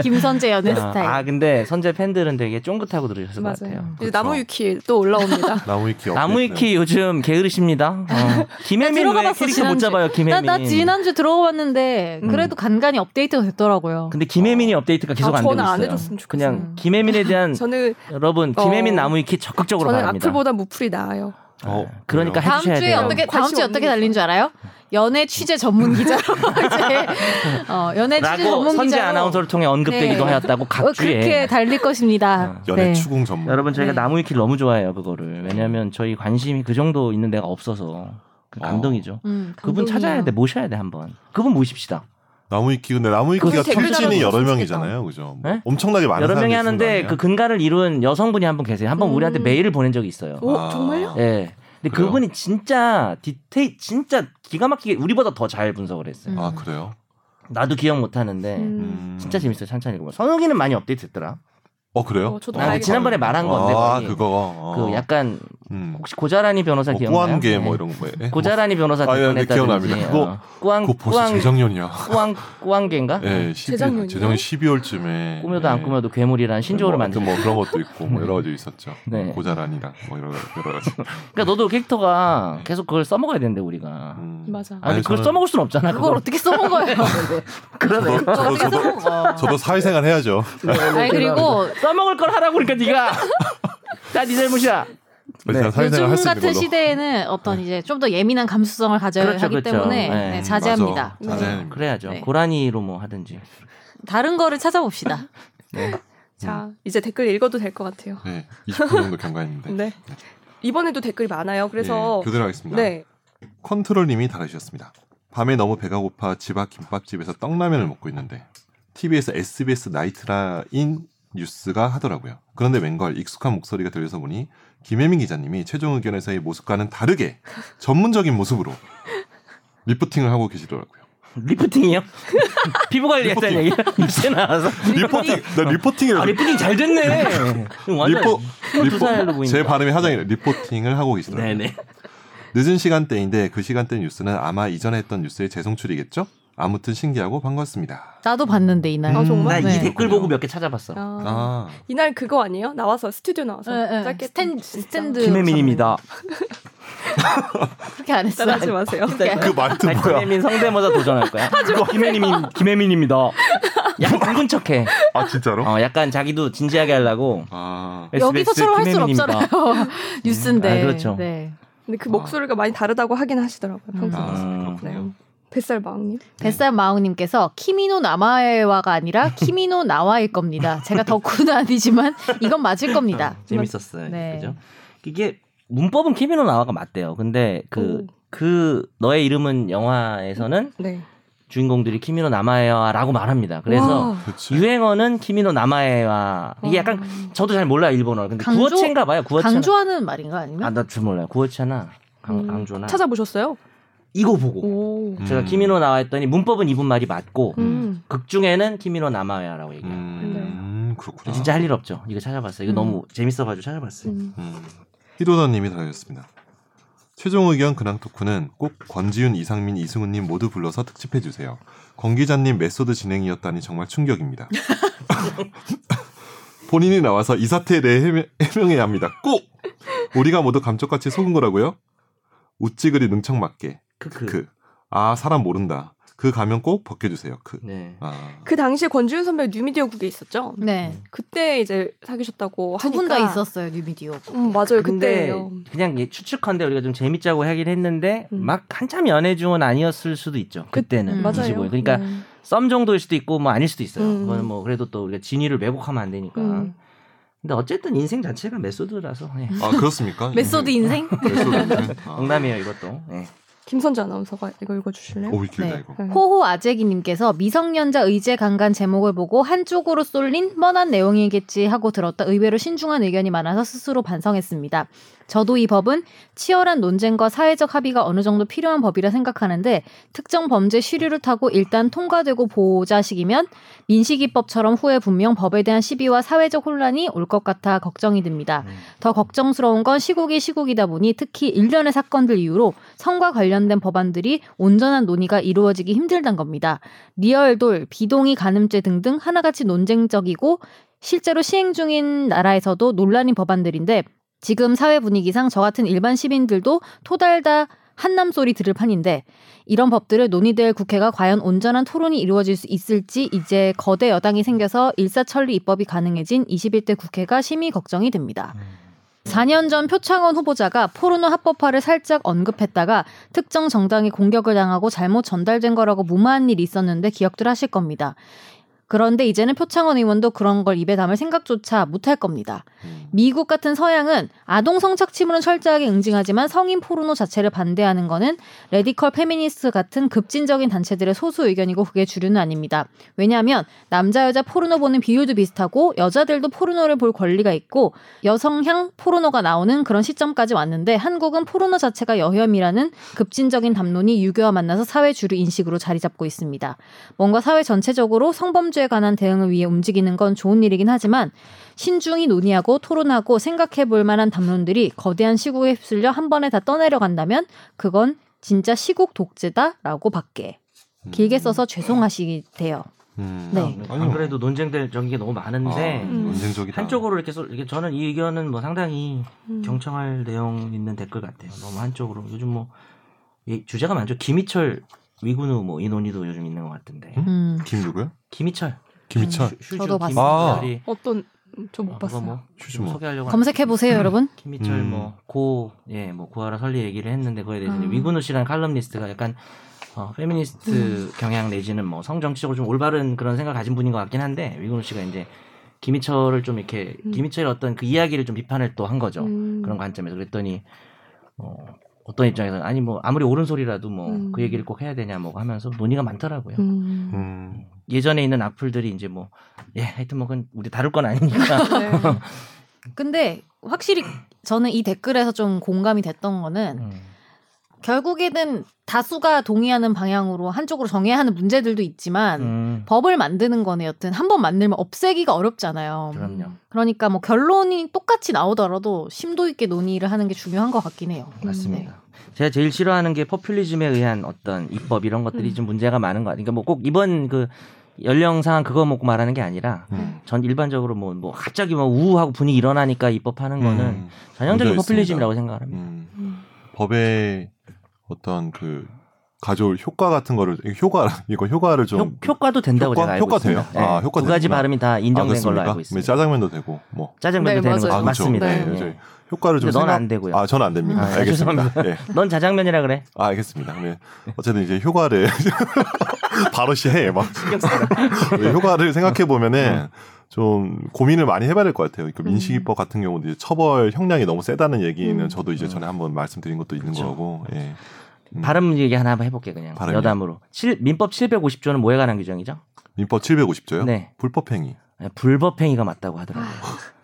D: 김선재 연애
B: 네, 아,
D: 네, 스타일.
B: 아 근데 선재 팬들은 되게 쫑긋하고 들으셨을 것 같아요.
A: 이제 나무위키 또 올라옵니다.
C: 나무위키
B: 나무위키 요즘 게으르십니다. 어. 김혜민
D: 들어가
B: 왜
D: 봤어,
B: 캐릭터 못
D: 지난주.
B: 잡아요?
D: 나,
B: 김혜민.
D: 나 지난주 들어봤는데
B: 음.
D: 그래도 간간히 업데이트가 됐더라고요.
B: 근데 김혜민이 업데이트가 계속
A: 아,
B: 안 되고
A: 저는
B: 있어요.
A: 안 해줬으면 좋겠어요.
B: 그냥 김혜민에 대한
A: 저는
B: 여러분
A: 어.
B: 김혜민 나무위키 적극적으로
A: 저는
B: 바랍니다.
A: 악플보다 무플이 나아요.
C: 어,
B: 그러니까
D: 다음
B: 해주셔야
D: 주에
B: 돼요.
D: 어떻게 다음
A: 관심
D: 주에
A: 없는 게
D: 어떻게 달린 줄 알아요? 연애 취재 전문 기자로 이제 어, 연애 취재
B: 라고
D: 전문
B: 선재
D: 기자로
B: 아나운서를 통해 언급되기도
D: 네.
B: 하였다고
D: 어,
B: 각 주에 어,
D: 그렇게 달릴 것입니다.
C: 연애
D: 네.
C: 추궁 전문.
B: 여러분 저희가
D: 네.
B: 나무위키를 너무 좋아해요 그거를 왜냐하면 저희 관심이 그 정도 있는 데가 없어서 그 감동이죠.
D: 음,
B: 그분
D: 감동이에요.
B: 찾아야 돼 뭐. 모셔야 돼 한번 그분 모십시다.
C: 나무위키 근데 나무위키가
A: 댓글
C: 탑진이
A: 달아주면
C: 여러
A: 좋겠다.
C: 명이잖아요, 그죠? 뭐
B: 네?
C: 엄청나게 많은
B: 여러 명이
C: 사람들이 쓰는 거
B: 하는데
C: 아니야?
B: 그 근간을 이룬 여성분이 한 분 계세요. 한 번
A: 음.
B: 우리한테 메일을 보낸 적이 있어요.
A: 오
C: 아.
A: 정말요?
B: 예. 근데
C: 그래요?
B: 그분이 진짜 디테일 진짜 기가 막히게 우리보다 더 잘 분석을 했어요.
D: 음.
C: 아 그래요?
B: 나도 기억 못 하는데
A: 음.
C: 음.
B: 진짜 재밌어요. 천천히 읽으면 선욱이는 많이 업데이트했더라.
C: 어 그래요?
A: 어, 저도
B: 아,
A: 알겠어요.
B: 지난번에 말한 건데
C: 아
B: 거기.
C: 그거. 어.
B: 그 약간
C: 음.
B: 혹시 고자라니 변호사
C: 뭐
B: 기억나요?
C: 꾸안개
B: 네.
C: 뭐 이런 거. 예?
B: 고자라니 변호사
C: 아, 예, 네,
B: 대권했다든지
C: 기억납니다. 그거-
B: 어. 꾸안
C: 그거 벌써
B: 꾸안
C: 재작년이야.
B: 꾸안 꾸안개인가?
C: 예, 12,
A: 재작년이요?
C: 재작년 12월쯤에 예.
B: 꾸며도
D: 예.
B: 안 꾸며도 괴물이란 신조어를
C: 뭐,
B: 만든.
C: 하여튼 뭐 그런 것도 있고 뭐 여러 가지 있었죠.
B: 네.
C: 고자란이랑 뭐 여러 여러 가지.
B: 그러니까 너도 캐릭터가 계속 그걸 써먹어야 되는데 우리가.
C: 음.
A: 맞아.
B: 아니,
C: 아니,
B: 그걸
C: 저는-
B: 써먹을 순 없잖아.
D: 그걸
B: 그걸
D: 어떻게 써본 거예요?
B: 그러네.
C: 저도 저도
D: 어떻게
C: 저도,
D: 써본 거?
C: 저도 사회생활 해야죠.
D: 아니 그리고
B: 써먹을 걸 하라고 그러니까 네가 다네 잘못이야. 네.
C: 그냥 사회생활
D: 요즘
C: 할수 있는
D: 같은
C: 걸로.
D: 시대에는 어떤 이제 좀 더 예민한 감수성을 가져야
B: 그렇죠,
D: 하기
B: 그렇죠.
D: 때문에
B: 네.
D: 네, 자제합니다.
C: 맞아. 자제합니다.
B: 그래야죠.
D: 네.
B: 고라니로 뭐 하든지.
D: 다른 거를 찾아봅시다.
A: 자
B: 음.
A: 이제 댓글 읽어도 될 것 같아요.
C: 네, 20분 정도 경과했는데.
A: 네. 이번에도 댓글이 많아요. 그래서
C: 예, 교대하겠습니다.
A: 네.
C: 컨트롤님이 달아주셨습니다. 밤에 너무 배가 고파 집 앞 김밥집에서 떡라면을 먹고 있는데 TV에서 SBS 나이트라인 뉴스가 하더라고요. 그런데 웬걸 익숙한 목소리가 들려서 보니 김혜민 기자님이 최종 의견에서의 모습과는 다르게 전문적인 모습으로 리프팅을 하고 계시더라고요.
B: 리프팅이요? 피부 관리했다는 얘기. 이제 나와서.
C: 리포팅, 나 리포팅이라고.
B: 아 리프팅 잘 됐네. 완전
C: 리포,
B: 두 살로
C: 리포,
B: 보인다.
C: 제 발음이 하장이래. 리포팅을 하고 계시더라고요.
B: 네. 네네.
C: 늦은 시간대인데 그 시간대 뉴스는 아마 이전에 했던 뉴스의 재송출이겠죠? 아무튼 신기하고 반갑습니다.
D: 나도 봤는데 이날.
A: 아, 정말?
B: 나 이
D: 네.
B: 댓글 보고 몇 개 찾아봤어.
A: 아,
C: 아,
A: 이날 그거 아니에요? 나와서 스튜디오 나와서
D: 네, 네.
A: 짧게
D: 스탠-
A: 진짜.
D: 스탠드.
B: 김혜민입니다.
D: 그렇게 안 했어요.
A: 따라하지 마세요.
D: 네.
C: 그 말투
B: 아니,
C: 뭐야?
B: 김혜민 성대모사 도전할 거야. 김혜민 김혜민입니다. 약간 붉은 척해.
C: 아 진짜로?
B: 어, 약간 자기도 진지하게 하려고.
C: 아,
D: 여기서처럼 할 수는
B: 김혜민입니다. 어,
D: 없잖아요. 뉴스인데.
B: 아, 그렇죠.
D: 네.
A: 근데 그 목소리가 많이 다르다고 하긴 하시더라고요.
D: 음.
A: 평소에.
B: 아,
A: 네. 뱃살 마왕님.
D: 뱃살 마왕님께서 키미노 나마에와가 아니라 키미노 나와일 겁니다. 제가 덕후는 아니지만 이건 맞을 겁니다.
B: 아, 재밌었어요.
D: 네.
B: 그죠? 이게 문법은 키미노 나와가 맞대요. 근데 그 그
A: 오.
B: 너의 이름은 영화에서는
A: 네.
B: 주인공들이 키미노 나마에와라고 말합니다. 그래서
A: 와.
C: 그렇지.
B: 유행어는 키미노 나마에와 이게 약간 저도 잘 몰라요 일본어를. 근데
D: 강조-
B: 구어체인가 봐요. 구어체.
D: 강조하는 말인가 아니면?
B: 네. 아나 줄 몰라요. 구어체나 강,
A: 음,
B: 강조나
A: 찾아보셨어요?
B: 이거 보고
A: 오.
C: 음.
B: 제가 키미노 나와 했더니 문법은 이분 말이 맞고
A: 음.
B: 극 중에는 키미노 나마에와라고
C: 음,
B: 얘기해요.
C: 음, 그렇구나.
B: 진짜 할 일 없죠. 이거 찾아봤어요. 이거
D: 음.
B: 너무 재밌어가지고 찾아봤어요.
A: 음.
C: 음. 히로다님이 달아주셨습니다. 최종 의견 근황 토크는 꼭 권지윤, 이상민, 이승훈님 모두 불러서 특집해 주세요. 권 기자님 메소드 진행이었다니 정말 충격입니다. 본인이 나와서 이 사태에 대해 해명, 해명해야 합니다. 꼭 우리가 모두 감쪽같이 속은 거라고요? 우찌그리 능청 맞게.
B: 크크.
C: 그. 아 사람 모른다. 그 가면 꼭 벗겨주세요. 그.
B: 네.
C: 아.
A: 그 당시에 권지윤 선배 뉴미디어국에 있었죠.
D: 네.
A: 그때 이제 사귀셨다고 하니까.
D: 두 분 다 있었어요 뉴미디어.
A: 음, 맞아요.
B: 근데
A: 그때예요.
B: 그냥 예, 추측한데 우리가 좀 재밌자고 하긴 했는데
A: 음.
B: 막 한참 연애 중은 아니었을 수도 있죠.
A: 그-
B: 그때는
D: 음.
A: 맞아요.
B: 25. 그러니까
A: 네.
B: 썸 정도일 수도 있고 뭐 아닐 수도 있어요.
A: 음.
B: 그거는 뭐 그래도 또 우리가 진위를 왜곡하면 안 되니까.
A: 음.
B: 근데 어쨌든 인생 자체가 메소드라서 예.
C: 아, 그렇습니까?
D: 메소드 인생?
C: 메소드. 아.
B: 농담이에요 이것도. 예.
A: 김선재 아나운서가 이거 읽어주실래요?
C: 오, 길다
D: 네.
C: 이거.
A: 네.
D: 호호 아재기님께서 미성년자 의제 강간 제목을 보고 한쪽으로 쏠린 뻔한 내용이겠지 하고 들었다 의외로 신중한 의견이 많아서 스스로 반성했습니다. 저도 이 법은 치열한 논쟁과 사회적 합의가 어느 정도 필요한 법이라 생각하는데 특정 범죄 시류를 타고 일단 통과되고 보호자식이면 민식이법처럼 후에 분명 법에 대한 시비와 사회적 혼란이 올 것 같아 걱정이 듭니다.
B: 음.
D: 더 걱정스러운 건 시국이 시국이다 보니 특히 일련의 사건들 이후로 성과 관련된 법안들이 온전한 논의가 이루어지기 힘들단 겁니다. 리얼돌, 비동의 간음죄 등등 하나같이 논쟁적이고 실제로 시행 중인 나라에서도 논란인 법안들인데 지금 사회 분위기상 저 같은 일반 시민들도 토달다 한남 소리 들을 판인데 이런 법들을 논의될 국회가 과연 온전한 토론이 이루어질 수 있을지 이제 거대 여당이 생겨서 일사천리 입법이 가능해진 21대 국회가 심히 걱정이 됩니다. 4년 전 표창원 후보자가 포르노 합법화를 살짝 언급했다가 특정 정당이 공격을 당하고 잘못 전달된 거라고 무마한 일이 있었는데 기억들 하실 겁니다. 그런데 이제는 표창원 의원도 그런 걸 입에 담을 생각조차 못할 겁니다.
C: 음.
D: 미국 같은 서양은 아동 성착취물은 철저하게 응징하지만 성인 포르노 자체를 반대하는 거는 레디컬 페미니스트 같은 급진적인 단체들의 소수 의견이고 그게 주류는 아닙니다. 왜냐하면 남자 여자 포르노 보는 비율도 비슷하고 여자들도 포르노를 볼 권리가 있고 여성향 포르노가 나오는 그런 시점까지 왔는데 한국은 포르노 자체가 여혐이라는 급진적인 담론이 유교와 만나서 사회 주류 인식으로 자리 잡고 있습니다. 뭔가 사회 전체적으로 성범죄에 관한 대응을 위해 움직이는 건 좋은 일이긴 하지만 신중히 논의하고 토론하고 생각해 볼 만한 담론들이 거대한 시국에 휩쓸려 한 번에 다 떠내려 간다면 그건 진짜 시국 독재다라고 밖에
B: 음.
D: 길게 써서 죄송하시게 돼요.
C: 음.
D: 네.
B: 안 그래도 논쟁될 적인 게 너무 많은데
C: 아,
A: 음.
C: 논쟁적이다.
B: 한쪽으로 이렇게, 쏠- 이렇게 저는 이 의견은 뭐 상당히
A: 음.
B: 경청할 내용 있는 댓글 같아요. 너무 한쪽으로 요즘 뭐이 주제가 많죠. 김희철 위군우 뭐 이 논의도 요즘 있는 것 같은데.
C: 음?
D: 음.
C: 김 누구요?
B: 김희철
C: 김희철.
B: 휴- 휴-
D: 저도
B: 김-
C: 봤어요.
B: 김희철이
A: 어떤 저 아. 못
B: 아, 그거
A: 봤어요.
B: 뭐
C: 휴지 뭐.
B: 소개하려고
D: 검색해 보세요, 여러분.
B: 김희철
C: 음.
B: 뭐고 예 뭐 고아라 설리 얘기를 했는데 그에 대해서 이제
A: 음.
B: 위군우 씨라는 칼럼니스트가 약간 어, 페미니스트
A: 음.
B: 경향 내지는 뭐 성정치적으로 좀 올바른 그런 생각 을 가진 분인 것 같긴 한데 위군우 씨가 이제 김희철을 좀 이렇게
A: 음.
B: 김희철의 어떤 그 이야기를 좀 비판을 또 한 거죠
A: 음.
B: 그런 관점에서 그랬더니 어, 어떤 입장에서 아니 뭐 아무리 옳은 소리라도 뭐 그
A: 음.
B: 얘기를 꼭 해야 되냐 뭐 하면서 논의가 많더라고요
A: 음.
C: 음.
B: 예전에 있는 악플들이 이제 뭐 예 하여튼 뭐 그건 우리 다룰 건 아니니까
A: 네.
D: 근데 확실히 저는 이 댓글에서 좀 공감이 됐던 거는
B: 음.
D: 결국에는 다수가 동의하는 방향으로 한쪽으로 정해야 하는 문제들도 있지만
B: 음.
D: 법을 만드는 거는 여튼 한 번 만들면 없애기가 어렵잖아요.
B: 그럼요
D: 그러니까 뭐 결론이 똑같이 나오더라도 심도 있게 논의를 하는 게 중요한 것 같긴 해요.
A: 음,
B: 음,
D: 네.
B: 맞습니다. 네,
A: 네.
B: 제가 제일 싫어하는 게 포퓰리즘에 의한 어떤 입법 이런 것들이
A: 음.
B: 좀 문제가 많은 거 아니니까 뭐 꼭 이번 그 연령 상한 그거 먹고 말하는 게 아니라
C: 음.
B: 전 일반적으로 뭐 뭐 갑자기 뭐 우하고 분위기 일어나니까 입법하는 거는
C: 음.
B: 전형적인
C: 문제가
B: 포퓰리즘이라고 생각합니다.
C: 음.
A: 음.
C: 법의 어떤 그 가져올 효과 같은 거를 효과 이거 효과를 좀
B: 효, 효과도 된다고
C: 효과?
B: 제가 알고
C: 효과
B: 있습니다.
C: 돼요? 아,
B: 네.
C: 효과
B: 두 가지
C: 되는구나.
B: 발음이 다
C: 아,
B: 인정된 걸로
C: 그렇습니까?
B: 알고
C: 네,
B: 있습니다.
C: 짜장면도 되고 뭐
A: 네,
B: 짜장면도 되는 거죠.
A: 맞아요.
C: 아, 그렇죠.
B: 맞습니다.
A: 네.
B: 예.
C: 저희 효과를 좀
B: 근데 넌
C: 생각-
B: 안 되고요.
C: 아, 저는 안 됩니다.
D: 아,
C: 알겠습니다. 예.
B: 넌 자장면이라 그래.
C: 아, 알겠습니다. 네. 어쨌든 이제 효과를 바로 시해 막 네, 효과를 생각해
B: 네.
C: 보면은 좀 고민을 많이 해봐야 될 것 같아요. 그 민식이법 같은 경우도 이제 처벌 형량이 너무 세다는 얘기는
A: 음. 음.
C: 저도 이제 전에 한번 말씀드린 것도 있는
B: 그렇죠.
C: 거고. 예. 음.
B: 발음 얘기 하나 한번 해볼게 그냥
C: 발음이요?
B: 여담으로. 실- 민법 750조는 뭐에 관한 규정이죠?
C: 민법 750조요?
B: 네.
C: 불법행위.
B: 불법행위가 맞다고
A: 아.
B: 하더라고요.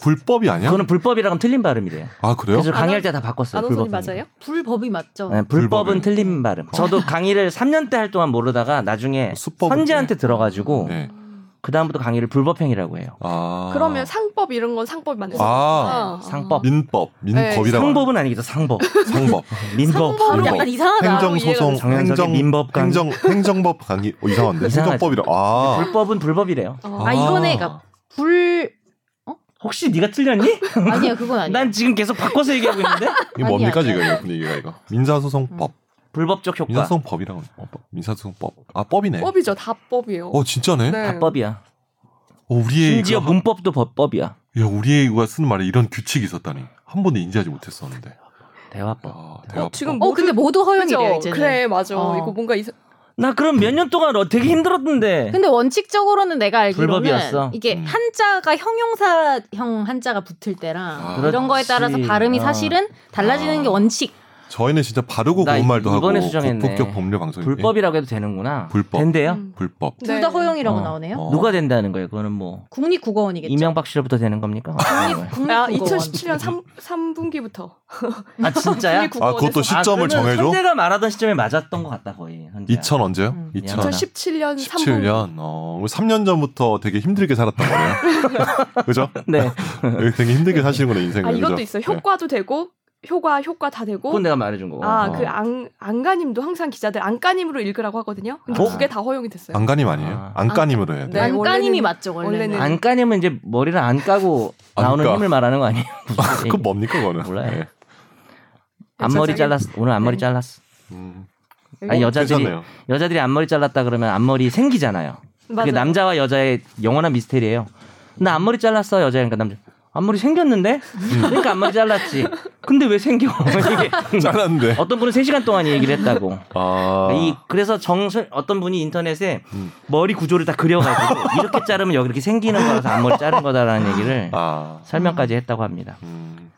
C: 불법이 아니야?
B: 그거는 불법이라 하면 틀린 발음이 돼요.
C: 아 그래요?
B: 그래서 강의할 때 다 바꿨어요.
A: 안호선이
B: 불법은.
A: 맞아요?
D: 불법이 맞죠. 아,
B: 네, 불법은
C: 불법은.
B: 틀린 발음. 저도 강의를 3년 때 할 동안 모르다가 나중에
C: 어, 수법은
B: 선재한테 들어가지고
C: 네.
B: 그 다음부터 강의를 불법행위라고 해요.
C: 아.
A: 그러면 어. 상법 이런 건 상법이 맞는 거죠.
C: 아.
B: 상법.
C: 민법,
A: 네,
C: 민법이라고.
B: 상법은 아니죠. 상법.
C: 하는- 상법.
B: 민법. 음,
D: 상법이
C: 불법.
D: 약간 이상하다.
C: 행정 소송,
B: 정연석의
C: 행정
B: 민법 강의.
C: 행정 행정법 강의 어, 이상한데
B: 이상하죠.
C: 행정법이라. 아.
B: 불법은 불법이래요.
A: 어.
D: 아 이거네. 그러니까 불
B: 혹시 네가 틀렸니?
D: 아니야 그건 아니야.
B: 난 지금 계속 바꿔서 얘기하고 있는데
C: 이게 뭡니까
D: 아니야,
C: 지금 이 분위기가 이거? 민사소송법,
B: 불법적 효과.
C: 민사소송법이라고. 어, 법. 민사소송법. 아 법이네.
A: 법이죠. 다 법이에요.
C: 어 진짜네.
A: 네.
B: 다 법이야.
C: 어, 우리의
B: 심지어
C: 그-
B: 문법도 법- 법이야.
C: 야 우리의 이가 쓰는 말에 이런 규칙이 있었다니 한 번도 인지하지 못했었는데.
B: 대화법.
C: 아, 대박.
A: 지금
D: 어 근데 모두 허용이래요
A: 그죠?
D: 이제는.
A: 그래 맞아.
D: 어.
A: 이거 뭔가 이상.
B: 나 그럼 몇 년 동안 어- 되게 힘들었는데.
D: 근데 원칙적으로는 내가 알기로는
B: 불법이었어.
D: 이게
C: 음.
D: 한자가 형용사형 한자가 붙을 때랑
C: 아,
D: 이런 거에 따라서
B: 그렇지.
D: 발음이
B: 아.
D: 사실은 달라지는
C: 아.
D: 게 원칙.
C: 저희는 진짜 바르고
B: 나
C: 고운 말도 하고
B: 이번에 수정했네.
C: 고폭격 법률 방송이
B: 불법이라고 해도 되는구나.
C: 불법.
B: 된대요.
A: 음.
C: 불법.
D: 둘 다
A: 네.
D: 허용이라고
B: 어.
D: 나오네요.
C: 어.
B: 누가 된다는 거예요? 그거는 뭐
D: 국립국어원이겠죠.
B: 이명박 네. 씨로부터 되는 겁니까? 뭐.
A: 아,
D: 국립국어원.
A: 2017년 3, 3분기부터.
B: 아 진짜야?
C: 아 그것도 시점을
B: 아, 그러면
C: 정해줘.
B: 선재가 말하던 시점에 맞았던 것 같다 거의. 선재야.
C: 2000 언제요?
D: 음.
C: 2000.
A: 2017년 3분기.
C: 17년. 어, 우리 3년 전부터 되게 힘들게 살았단 말이에요. 그죠?
B: 네.
C: 되게 힘들게 사시는구나 인생을.
A: 아 이것도
C: 그죠?
A: 있어요.
C: 네.
A: 효과도 되고 효과 효과 다 되고.
B: 그건 내가 말해준 거고.
A: 아
C: 어.
A: 그 안, 안가님도 항상 기자들 안가님으로 읽으라고 하거든요. 근데
B: 어?
A: 두 개 다 허용이 됐어요.
C: 안간힘 아니에요?
B: 아.
C: 안간힘으로 해야 돼.
A: 네,
D: 안까님이
A: 원래는-
D: 맞죠 원래는.
A: 원래는-
B: 안 까내면 이제 머리를 안 까고
C: 안
B: 나오는
C: 까.
B: 힘을 말하는 거 아니에요? 무슨
C: 그건 뭡니까 그거는?
B: 예.
C: 뭐-
B: 몰라요.
C: 네.
B: 앞머리
A: 괜찮아요.
B: 잘랐어. 오늘 앞머리
A: 네.
B: 잘랐어.
C: 음,
B: 아니 여자들이
C: 괜찮네요.
B: 여자들이 앞머리 잘랐다 그러면 앞머리 생기잖아요. 그게
A: 맞아요.
B: 그러니까 남자와 여자의 영원한 미스테리예요. 나 앞머리 잘랐어 여자니까 남자. 앞머리 생겼는데?
C: 음.
B: 그러니까 앞머리 잘랐지. 근데 왜 생겨? 이게
C: 짠한데.
B: 어떤 분은 3시간 동안 이 얘기를 했다고.
E: 아.
B: 이 그래서 정설 어떤 분이 인터넷에
C: 음.
B: 머리 구조를 다 그려가지고 이렇게 자르면 여기 이렇게 생기는 거라서 앞머리 자른 거다라는 얘기를
C: 아.
B: 설명까지 했다고 합니다.
C: 음.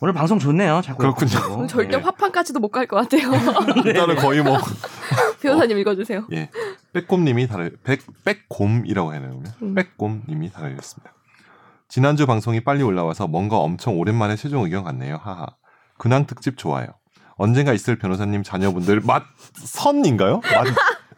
B: 오늘 방송 좋네요. 자꾸
C: 그렇군요.
B: 이렇게 하고.
A: 음, 절대
C: 예.
A: 화판까지도 못 갈 것 같아요.
C: 일단은 거의 뭐
A: 변호사님 읽어주세요.
C: 예. 빼꼼님이 달아 백 백곰이라고 해야 되나요?
A: 음.
C: 빼꼼님이 달아주셨습니다. 지난주 방송이 빨리 올라와서 뭔가 엄청 오랜만에 최종 의견 같네요. 하하. 근황 특집 좋아요. 언젠가 있을 변호사님 자녀분들 맞 선인가요?
B: 맞죠?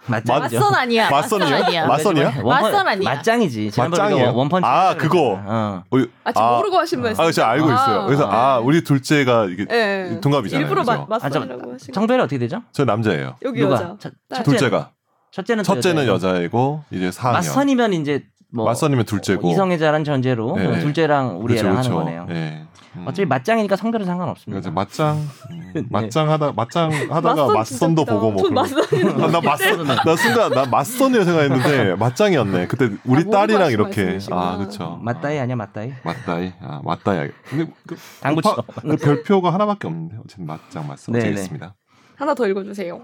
C: 맞-
D: 맞선 아니야.
C: 맞선이요? 맞선이야?
D: 맞선 아니야?
B: 맞짱이지. 지난번에
C: 맞짱이에요?
B: 원- 원펀치.
C: 아, 그거.
B: 어.
A: 아, 지금 모르고 하신 분.
C: 아, 제가 알고 있어요. 그래서 아, 우리 둘째가 이게
A: 예.
C: 동갑이잖아요.
A: 일부러
C: 그죠?
A: 맞- 맞선이라고 하신 거.
B: 성별이 어떻게 되죠?
C: 저 남자예요.
A: 여기
B: 누가?
A: 여자.
B: 첫,
A: 딸.
C: 둘째가
B: 첫째는 또
C: 첫째는
B: 여자예요.
C: 여자이고 이제 4학년.
B: 맞선이면 이제 뭐
C: 맞선이면 둘째고.
B: 이성애자란 전제로
C: 네.
B: 둘째랑 우리
C: 그렇죠,
B: 애랑
C: 그렇죠.
B: 하는 거네요.
C: 예. 음.
B: 어차피 맞짱이니까 성별은
C: 그러니까 이제
B: 상관없습니다.
C: 맞짱
B: 네.
C: 음, 맞짱 하다 맞짱 하다가
A: 진짜
C: 맞선도
A: 웃기다.
C: 보고 뭐
A: 전
C: 그런
A: 맞선.
C: 아, 나 맞선 나 순간 나 맞선이라 생각했는데 맞짱이었네. 그때 우리
B: 아,
A: 모르고
C: 딸이랑
A: 하신
C: 이렇게
A: 말씀이시구나.
C: 아 그렇죠.
B: 맞다이 아니야 맞다이.
C: 맞다이 아 맞다이 근데 그
B: 당구치죠.
C: 파- 그 별표가 하나밖에 없는데 어쨌든 맞짱 맞선
B: 네네.
C: 되겠습니다.
A: 하나 더 읽어주세요.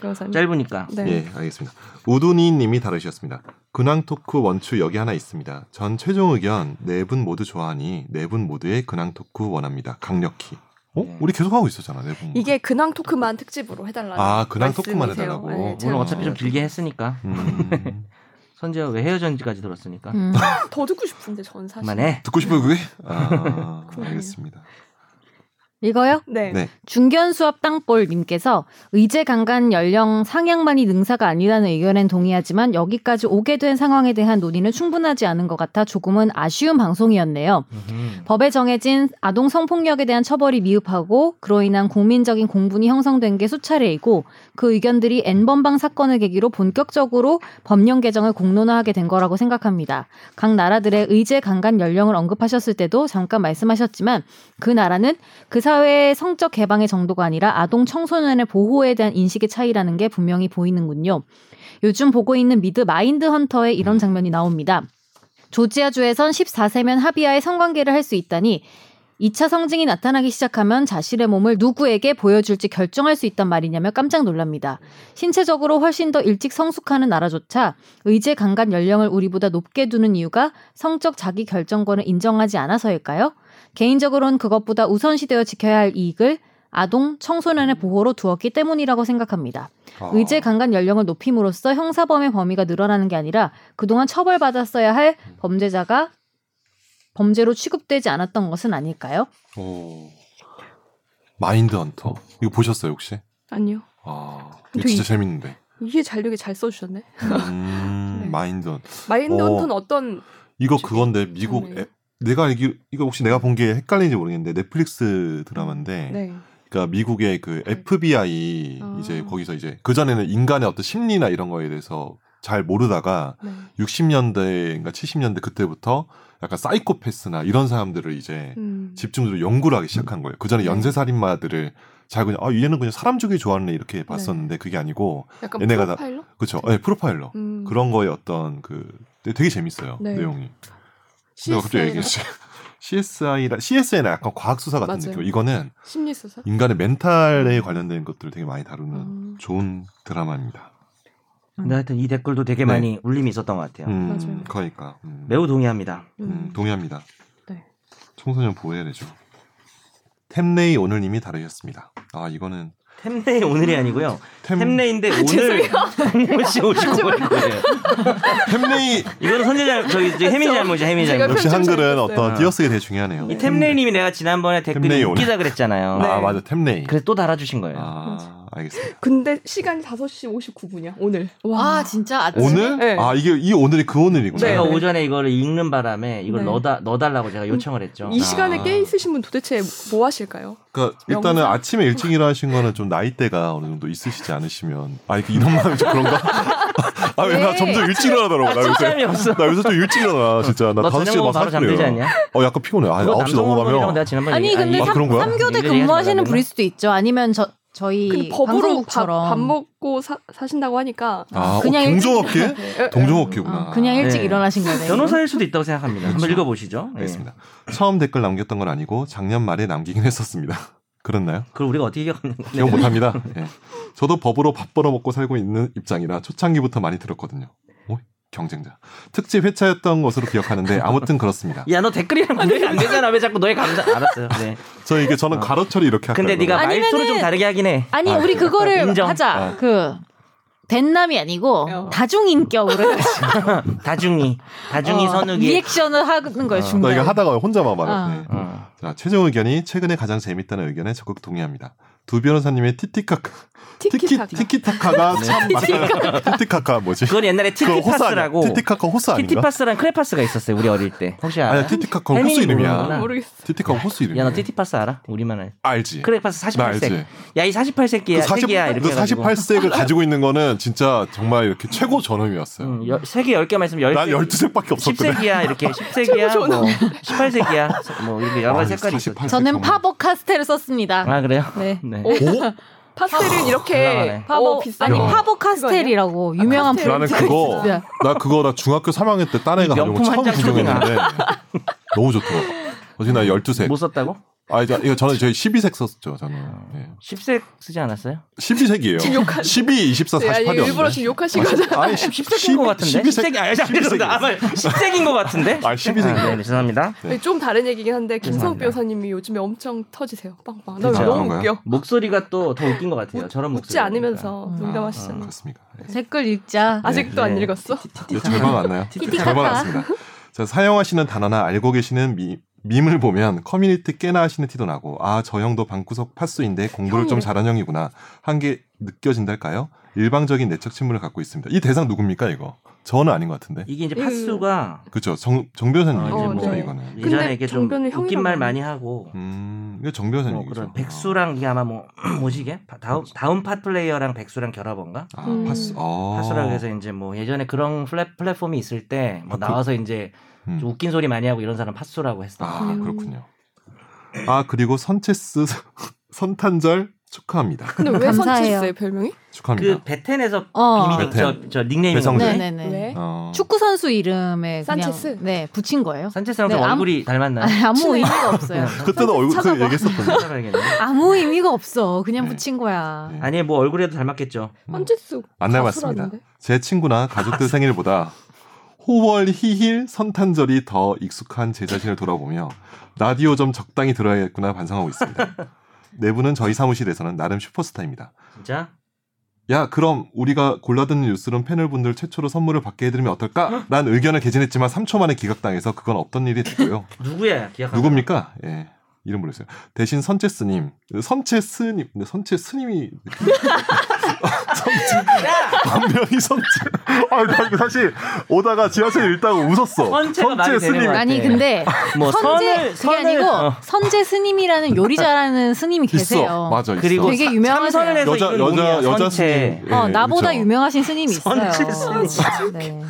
A: 변호사님.
B: 짧으니까.
A: 네.
C: 예 알겠습니다. 우두니님이 다루셨습니다. 근황 토크 원추 여기 하나 있습니다. 전 최종 의견 네 분 모두 좋아하니 네 분 모두의 근황 토크 원합니다. 강력히. 어?
B: 네.
C: 우리 계속 하고 있었잖아 네 분.
A: 이게 근황 토크만 특집으로 해달라는
C: 아 근황 토크만
A: 말씀이세요.
C: 해달라고.
A: 네,
B: 오늘
A: 제가
B: 어차피 좀 길게 했으니까
C: 음.
B: 선재가 왜 헤어졌는지까지 들었으니까
D: 음.
A: 더 듣고 싶은데 전 사실.
B: 그만해.
C: 듣고 싶어요 그게? 아,
A: 그러네요.
C: 알겠습니다.
D: 이거요?
A: 네.
C: 네.
D: 중견 수업 땅볼님께서 의제 강간 연령 상향만이 능사가 아니라는 의견엔 동의하지만 여기까지 오게 된 상황에 대한 논의는 충분하지 않은 것 같아 조금은 아쉬운 방송이었네요.
C: 음.
D: 법에 정해진 아동 성폭력에 대한 처벌이 미흡하고 그로 인한 국민적인 공분이 형성된 게 수차례이고 그 의견들이 N번방 사건을 계기로 본격적으로 법령 개정을 공론화하게 된 거라고 생각합니다. 각 나라들의 의제 강간 연령을 언급하셨을 때도 잠깐 말씀하셨지만 그 나라는 그 사회의 성적 개방의 정도가 아니라 아동 청소년의 보호에 대한 인식의 차이라는 게 분명히 보이는군요. 요즘 보고 있는 미드 마인드 헌터에 이런 장면이 나옵니다. 조지아주에선 14세면 합의하에 성관계를 할 수 있다니 2차 성징이 나타나기 시작하면 자신의 몸을 누구에게 보여줄지 결정할 수 있단 말이냐며 깜짝 놀랍니다. 신체적으로 훨씬 더 일찍 성숙하는 나라조차 의제 강간 연령을 우리보다 높게 두는 이유가 성적 자기 결정권을 인정하지 않아서일까요? 개인적으로는 그것보다 우선시되어 지켜야 할 이익을 아동, 청소년의 보호로 두었기 때문이라고 생각합니다.
C: 아,
D: 의제 강간 연령을 높임으로써 형사범의 범위가 늘어나는 게 아니라 그동안 처벌받았어야 할 범죄자가 범죄로 취급되지 않았던 것은 아닐까요?
C: 오. 마인드 헌터 이거 보셨어요 혹시?
A: 아니요.
C: 아 이거
A: 되게-
C: 진짜 재밌는데.
A: 이해 잘 되게 잘 써주셨네.
C: 음,
A: 네.
C: 마인드 헌터
A: 마인드
C: 오.
A: 헌터는 어떤
C: 이거 그건데 미국
A: 장르예요?
C: 앱- 내가 알기 이거 혹시 내가 본 게 헷갈리는지 모르겠는데 넷플릭스 드라마인데
A: 네.
C: 그러니까 미국의 그 FBI
A: 아.
C: 이제 거기서 이제 그 전에는 인간의 어떤 심리나 이런 거에 대해서 잘 모르다가
A: 네.
C: 60년대인가 70년대 그때부터 약간 사이코패스나 이런 사람들을 이제
A: 음.
C: 집중적으로 연구를 하기 시작한 거예요. 그 전에
A: 네.
C: 연쇄 살인마들을 잘 그냥 아 얘는 그냥 사람 죽이 좋아하는 애 이렇게
A: 네.
C: 봤었는데 그게 아니고
A: 약간
C: 얘네가 다-
A: 프로파일러?
C: 그렇죠. 예, 프로파일러
A: 음.
C: 그런 거에 어떤 그 근데 되게 재밌어요
A: 네.
C: 내용이.
A: CSI
C: 내가
A: 나
C: 갑자기 얘기했지. CSI라 CSI는 약간 과학 수사 같은
A: 맞아요. 음.
C: 느낌. 이거는
A: 심리 수사.
C: 인간의 멘탈에 관련된 것들을 되게 많이 다루는
A: 음.
C: 좋은 드라마입니다.
B: 근데 하여튼 이 댓글도 되게
C: 네.
B: 많이 울림이 있었던 것 같아요.
C: 음,
A: 맞아요.
C: 그러니까 음,
B: 매우 동의합니다.
C: 음,
A: 음.
C: 동의합니다.
A: 네.
C: 청소년 보호해야 되죠. 템레이 오늘님이 다루셨습니다. 아 이거는
B: 템레이 오늘이 아니고요.
C: 템,
B: 템레이인데 오늘 홍모씨 오시고 버린 거예요.
C: 템레이
B: 이거는 선재 잘 저기 저기 혜민이 잘못이 야 혜민이
A: 아, 제가
B: 잘못.
C: 역시
A: 편집
C: 한글은
A: 잘했어요.
C: 어떤 띄어쓰기 되게 중요하네요.
B: 이 템레이님이 내가 지난번에 댓글이
C: 음. 템레이 오늘.
B: 웃기다 그랬잖아요.
C: 아
A: 네.
C: 맞아 템레이.
B: 그래서 또 달아주신 거예요.
C: 아 알겠습니다.
A: 근데 시간이 5시 59분이야. 오늘. 아, 와.
D: 진짜
C: 오늘
A: 네.
C: 아 이게 이 오늘이 그 오늘이구나.
A: 네.
B: 제가 오전에 이거를 읽는 바람에 이걸
A: 네.
B: 넣어다, 넣어달라고 제가 요청을 했죠.
A: 이 시간에
C: 아.
A: 깨 있으신 분 도대체 뭐 하실까요?
C: 그러니까 일단은
A: 명상?
C: 아침에 일찍 일어나신 거는 좀 나이대가 어느 정도 있으시지 않으시면 아 이렇게 이런 말이 좀 그런가? 아 왜 나
D: 네.
C: 점점 일찍 일어나더라고 나 요새
B: 짬이 없어.
C: 나 요새 좀 일찍 일어나 진짜 나
B: 너
C: 다섯 시에
B: 저녁
C: 막
B: 먹으면 바로 잠들지
C: 사실래요.
B: 않냐?
C: 어 약간 피곤해. 아
B: 그거
C: 9시
B: 남성 호르몬이라고
C: 넘어가면
B: 내가 지난번에
D: 아니
B: 얘기-
D: 근데
C: 아,
B: 이-
C: 그런 거야?
D: 삼, 교대
B: 얘기하지 말라는
D: 근무하시는
B: 거야?
D: 분일 수도 있죠. 아니면 저 저희
A: 근데 법으로 밥,
D: 방송국처럼
A: 밥 먹고 사, 사신다고 하니까
C: 아,
D: 그냥
C: 어,
D: 일찍-
C: 동종업계?
A: 에,
C: 동종업계구나.
D: 어, 그냥 일찍
B: 네.
D: 일어나신 거예요. 이거?
B: 변호사일 수도 있다고 생각합니다. 한번
C: 그렇죠.
B: 읽어보시죠. 예.
C: 알겠습니다. 처음 댓글 남겼던 건 아니고 작년 말에 남기긴 했었습니다. 그렇나요?
B: 그걸 우리가 어떻게 기억하는
C: 기억 못합니다. 예. 저도 법으로 밥 벌어먹고 살고 있는 입장이라 초창기부터 많이 들었거든요. 어? 경쟁자. 특집 회차였던 것으로 기억하는데 아무튼 그렇습니다.
B: 야너 댓글이랑 구별이 안 되잖아. 왜 자꾸 너의 감사 알았어요. 네.
C: 저 이게 저는
B: 어.
C: 가로 처리 이렇게 할까요?
B: 근데 네가
D: 아니면은-
B: 말투를 좀 다르게 하긴 해.
D: 아니
C: 아,
D: 우리 그거를
B: 인정.
D: 하자.
C: 아.
D: 그 된남이 아니고
A: 어.
D: 다중인격으로 해가지고
B: 다중이 다중이
D: 어,
B: 선욱이.
D: 리액션을
B: 어.
D: 하는 거예요
C: 나 아. 이거
D: 중간.
C: 하다가 혼자 막 말해.
D: 아.
C: 네.
B: 어.
C: 자, 최종 의견이 최근에 가장 재밌다는 의견에 적극 동의합니다. 두 변호사님의 티티카카, 티키,
A: 티키타카.
C: 티키타카가 참 맞다. 티티카카 뭐지?
B: 그건 옛날에
C: 그거 호사 아니야?
B: 티티파스라고
C: 티티카카 호스 아닌가?
B: 티티파스랑 크레파스가 있었어요. 우리 어릴 때. 혹시 알아?
C: 아니야,
B: 야
C: 티티카카 호스
B: 혜민이
C: 이름이야.
A: 모르겠어.
C: 티티카카 호스 이름이야.
B: 너 티티파스 알아? 우리만 알.
C: 알지.
B: 크레파스
C: 나 알지.
B: 48색. 야 이 48세끼야.
C: 그 48,
B: 세기야 이렇게
C: 그
B: 해가지고.
C: 48색을 가지고 있는 거는 진짜 정말 이렇게 최고 전음이었어요.
B: 응, 여- 세계 10개만 있으면 10개.
C: 난 12색밖에 없었거든.
B: 10세기야 이렇게 10세기야 뭐 18세기야 뭐 이렇게 여러 가지
C: 아,
B: 색깔이 있어.
C: 48색
D: 저는
C: 정말.
D: 파버 카스텔을 썼습니다.
B: 아 그래요?
D: 네.
B: 네.
A: 어? 파스텔은 이렇게
B: 올라가네.
D: 파버
A: 어, 비싸. 아,
D: 아니
C: 아. 야.
D: 파버 카스텔이라고 유명한
A: 카스텔.
C: 나는 그거
D: 진짜.
C: 나 그거 나 중학교 3학년 때 딴애가 가져온 거
B: 명품
C: 처음
B: 한장
C: 구경했는데 너무 좋더라고. 어제 나 12색.
B: 못뭐 썼다고?
C: 아 이제 이거 저는 저희 12색 썼죠 저는. 예.
B: 10색 쓰지 않았어요?
C: 12색이에요. 12, 24,
A: 네, 아니
C: 48이었는데.
A: 일부러 지금 욕하신 거잖아.
C: 아니
B: 10색인 것 같은데.
C: 12색.
B: 10색이 아니 아니, 아니, 아마 10색인 것 같은데.
C: 아, 12색 이요.
B: 아, 네, 죄송합니다.
A: 근데 좀 다른 얘기긴 한데 김성욱
B: 죄송합니다.
A: 변호사님이 요즘에 엄청 터지세요. 빵빵. 나
B: 진짜요?
A: 너무
C: 그런가요?
A: 웃겨.
B: 목소리가 또 더 웃긴 것 같아요. 저런 목소리.
A: 웃지 않으면서
D: 음.
C: 아,
A: 농담하시잖아요.
C: 그렇습니까? 예.
D: 댓글 읽자.
A: 아직도 안
B: 네.
A: 읽었어?
C: 이제 절반 왔나요?
D: 티티카카.
C: 절반 왔습니다. 자, 사용하시는 단어나 알고 계시는 미, 밈을 보면 커뮤니티 꽤나 하시는 티도 나고 아 저 형도 방구석 파수인데 공부를 좀
A: 형이래.
C: 잘한 형이구나 한 게 느껴진달까요? 일방적인 내적 친분을 갖고 있습니다. 이 대상 누굽니까 이거? 저는 아닌 것 같은데.
B: 이게 이제
A: 음.
B: 파수가
C: 그렇죠. 정, 정 변호사님
B: 아,
C: 얘기죠.
A: 어, 네.
C: 이거는.
B: 예전에
A: 근데
B: 이게 좀
A: 정변은 형이라고
B: 웃긴 말
A: 하네.
B: 많이 하고
C: 음, 이거 정 변호사님
B: 뭐
C: 얘기죠.
B: 그런 백수랑 이게 아마 뭐 뭐지게 다음 다음 팟 플레이어랑 백수랑 결합인가?
C: 아,
A: 음.
C: 파수. 어.
B: 파수라고 해서 이제 뭐 예전에 그런 플랫, 플랫폼이 있을 때 뭐
C: 아, 그-
B: 나와서 이제
C: 음.
B: 좀 웃긴 소리 많이 하고 이런 사람 파수라고 했어.
C: 아
A: 음.
C: 그렇군요. 아 그리고 선체스 선탄절 축하합니다.
A: 근데 왜
D: 감사해요.
A: 선치스예요 별명이?
C: 축하합니다.
B: 그 베텐에서
D: 어.
B: 비밀 저,
C: 베텐.
B: 저 닉네임
C: 배성재.
B: 데
D: 네네네.
A: 왜?
C: 어.
D: 축구 선수 이름에
A: 산체스?
D: 그냥 네 붙인 거예요.
B: 산체스랑
D: 네,
B: 좀
D: 아무-
B: 얼굴이 닮았나요?
D: 아니, 아무
A: 친해요.
D: 의미가 없어요.
C: 그때도 얼굴 그
A: 찾아봐.
C: 얘기했었던 거.
B: 찾아봐야겠네.
D: 아무 의미가 없어. 그냥
C: 네.
D: 붙인 거야.
C: 네.
B: 아니 뭐 얼굴에도 닮았겠죠.
A: 음. 선치스
C: 안 닮았습니다.
A: 가수라는데?
C: 제 친구나 가족들 생일보다 호월 희힐 선탄절이 더 익숙한 제 자신을 돌아보며 라디오 좀 적당히 들어야겠구나 반성하고 있습니다. 내부는 저희 사무실에서는 나름 슈퍼스타입니다.
B: 진짜?
C: 야 그럼 우리가 골라듣는 뉴스룸 패널분들 최초로 선물을 받게 해드리면 어떨까? 라는 의견을 개진했지만 3초 만에 기각당해서 그건 없던 일이 됐고요.
B: 누구야? 기억하
C: 누굽니까? 예. 이름 모르겠어요. 대신 선체스님. 선체스님. 근데 선체스님이. 선체. 반면이 선체. 아, 나 이거 사실 오다가 지하철 읽다가 웃었어.
B: 선체가 말이 되는 거야.
D: 아니
B: 네.
D: 근데
B: 뭐 선을 어.
D: 선제 그게 아니고 선제 스님이라는 요리 잘하는 스님이 계세요.
C: 있어. 맞아. 있어.
B: 그리고
D: 되게 유명하세요.
B: 참선을 해서
C: 여자,
B: 입은
C: 여자,
B: 몸이야,
C: 여자
B: 선체.
C: 스님. 예,
D: 어 나보다
C: 그렇죠.
D: 유명하신 스님이 있어요.
B: 선제 스님.
D: 네.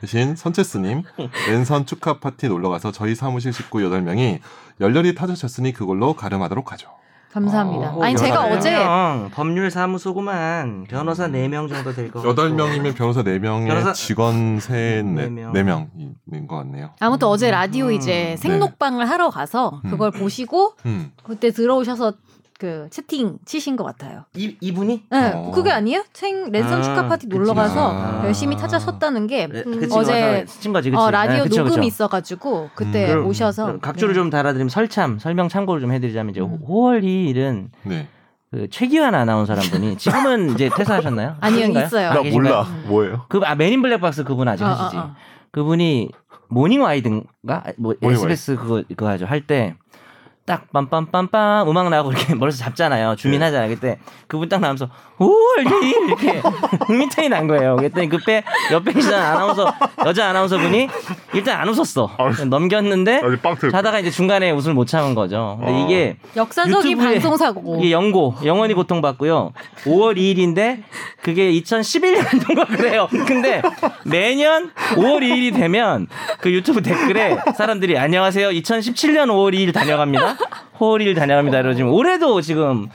C: 대신 선체스님. 랜선 축하 파티 놀러가서 저희 사무실 식구 8명이 열렬히 타주셨으니 그걸로 가름하도록 하죠.
D: 감사합니다.
C: 어,
D: 아니 제가
C: 여자네요.
D: 어제
B: 어제 법률사무소구만 변호사 4명 정도 될 거.
C: 음. 여덟 명이면 변호사 4명에
B: 변호사-
C: 직원 3,
B: 네
C: 4,
B: 명.
C: 네명인것 같네요.
D: 아무튼 어제 라디오
B: 음.
D: 이제 생록방을 하러 가서 그걸 보시고
C: 음.
D: 그때 들어오셔서 그 채팅 치신 것 같아요.
B: 이 이분이?
D: 네,
C: 어.
D: 그게 아니에요? 생 랜선
B: 아,
D: 축하 파티
B: 그치.
D: 놀러 가서
C: 아.
D: 열심히 찾아셨다는 게
B: 네,
A: 음.
B: 그치,
D: 어제
B: 맞아. 친거지 그치.
D: 어, 라디오
B: 네, 그쵸,
D: 녹음이
B: 그쵸.
D: 있어가지고 그때
C: 음.
D: 오셔서 네.
B: 각주를 좀 달아드리면 설참 설명 참고를 좀 해드리자면 이제
D: 음.
B: 5월 2일은
C: 네.
B: 그 최기환 아나운서란 분이 지금은 이제 퇴사하셨나요?
D: 아니요,
B: 계신가요?
D: 있어요.
B: 아,
C: 나
B: 계신가요?
C: 몰라. 뭐예요?
B: 그 아 맨인 블랙박스 그분 아직
D: 어, 어,
B: 하시지.
D: 어.
B: 그분이 모닝 와이든가 뭐
C: 모닝
B: SBS 그거 그거 하죠 할 때. 딱 빰빰빰빰 음악 나오고 이렇게 멀리서 잡잖아요
C: 네.
B: 주민하잖아요 그때 그분 딱 나오면서 오월 일 이렇게 국민탱이 난 거예요 그랬더니 그때 옆에 있던 아나운서 여자 아나운서 분이 일단 안 웃었어 넘겼는데
C: 아니 빵트.
B: 자다가 이제 중간에 웃음을 못 참은 거죠 근데
C: 어.
B: 이게
D: 역사적인
B: 유튜브에
D: 방송사고
B: 이게 영고 영원히 고통받고요. 5월 2일인데 그게 2011년도인가 그래요. 근데 매년 5월 2일이 되면 그 유튜브 댓글에 사람들이 안녕하세요. 2017년 5월 2일 다녀갑니다. 5월 2일 다녀갑니다. 이러고 지금 올해도 지금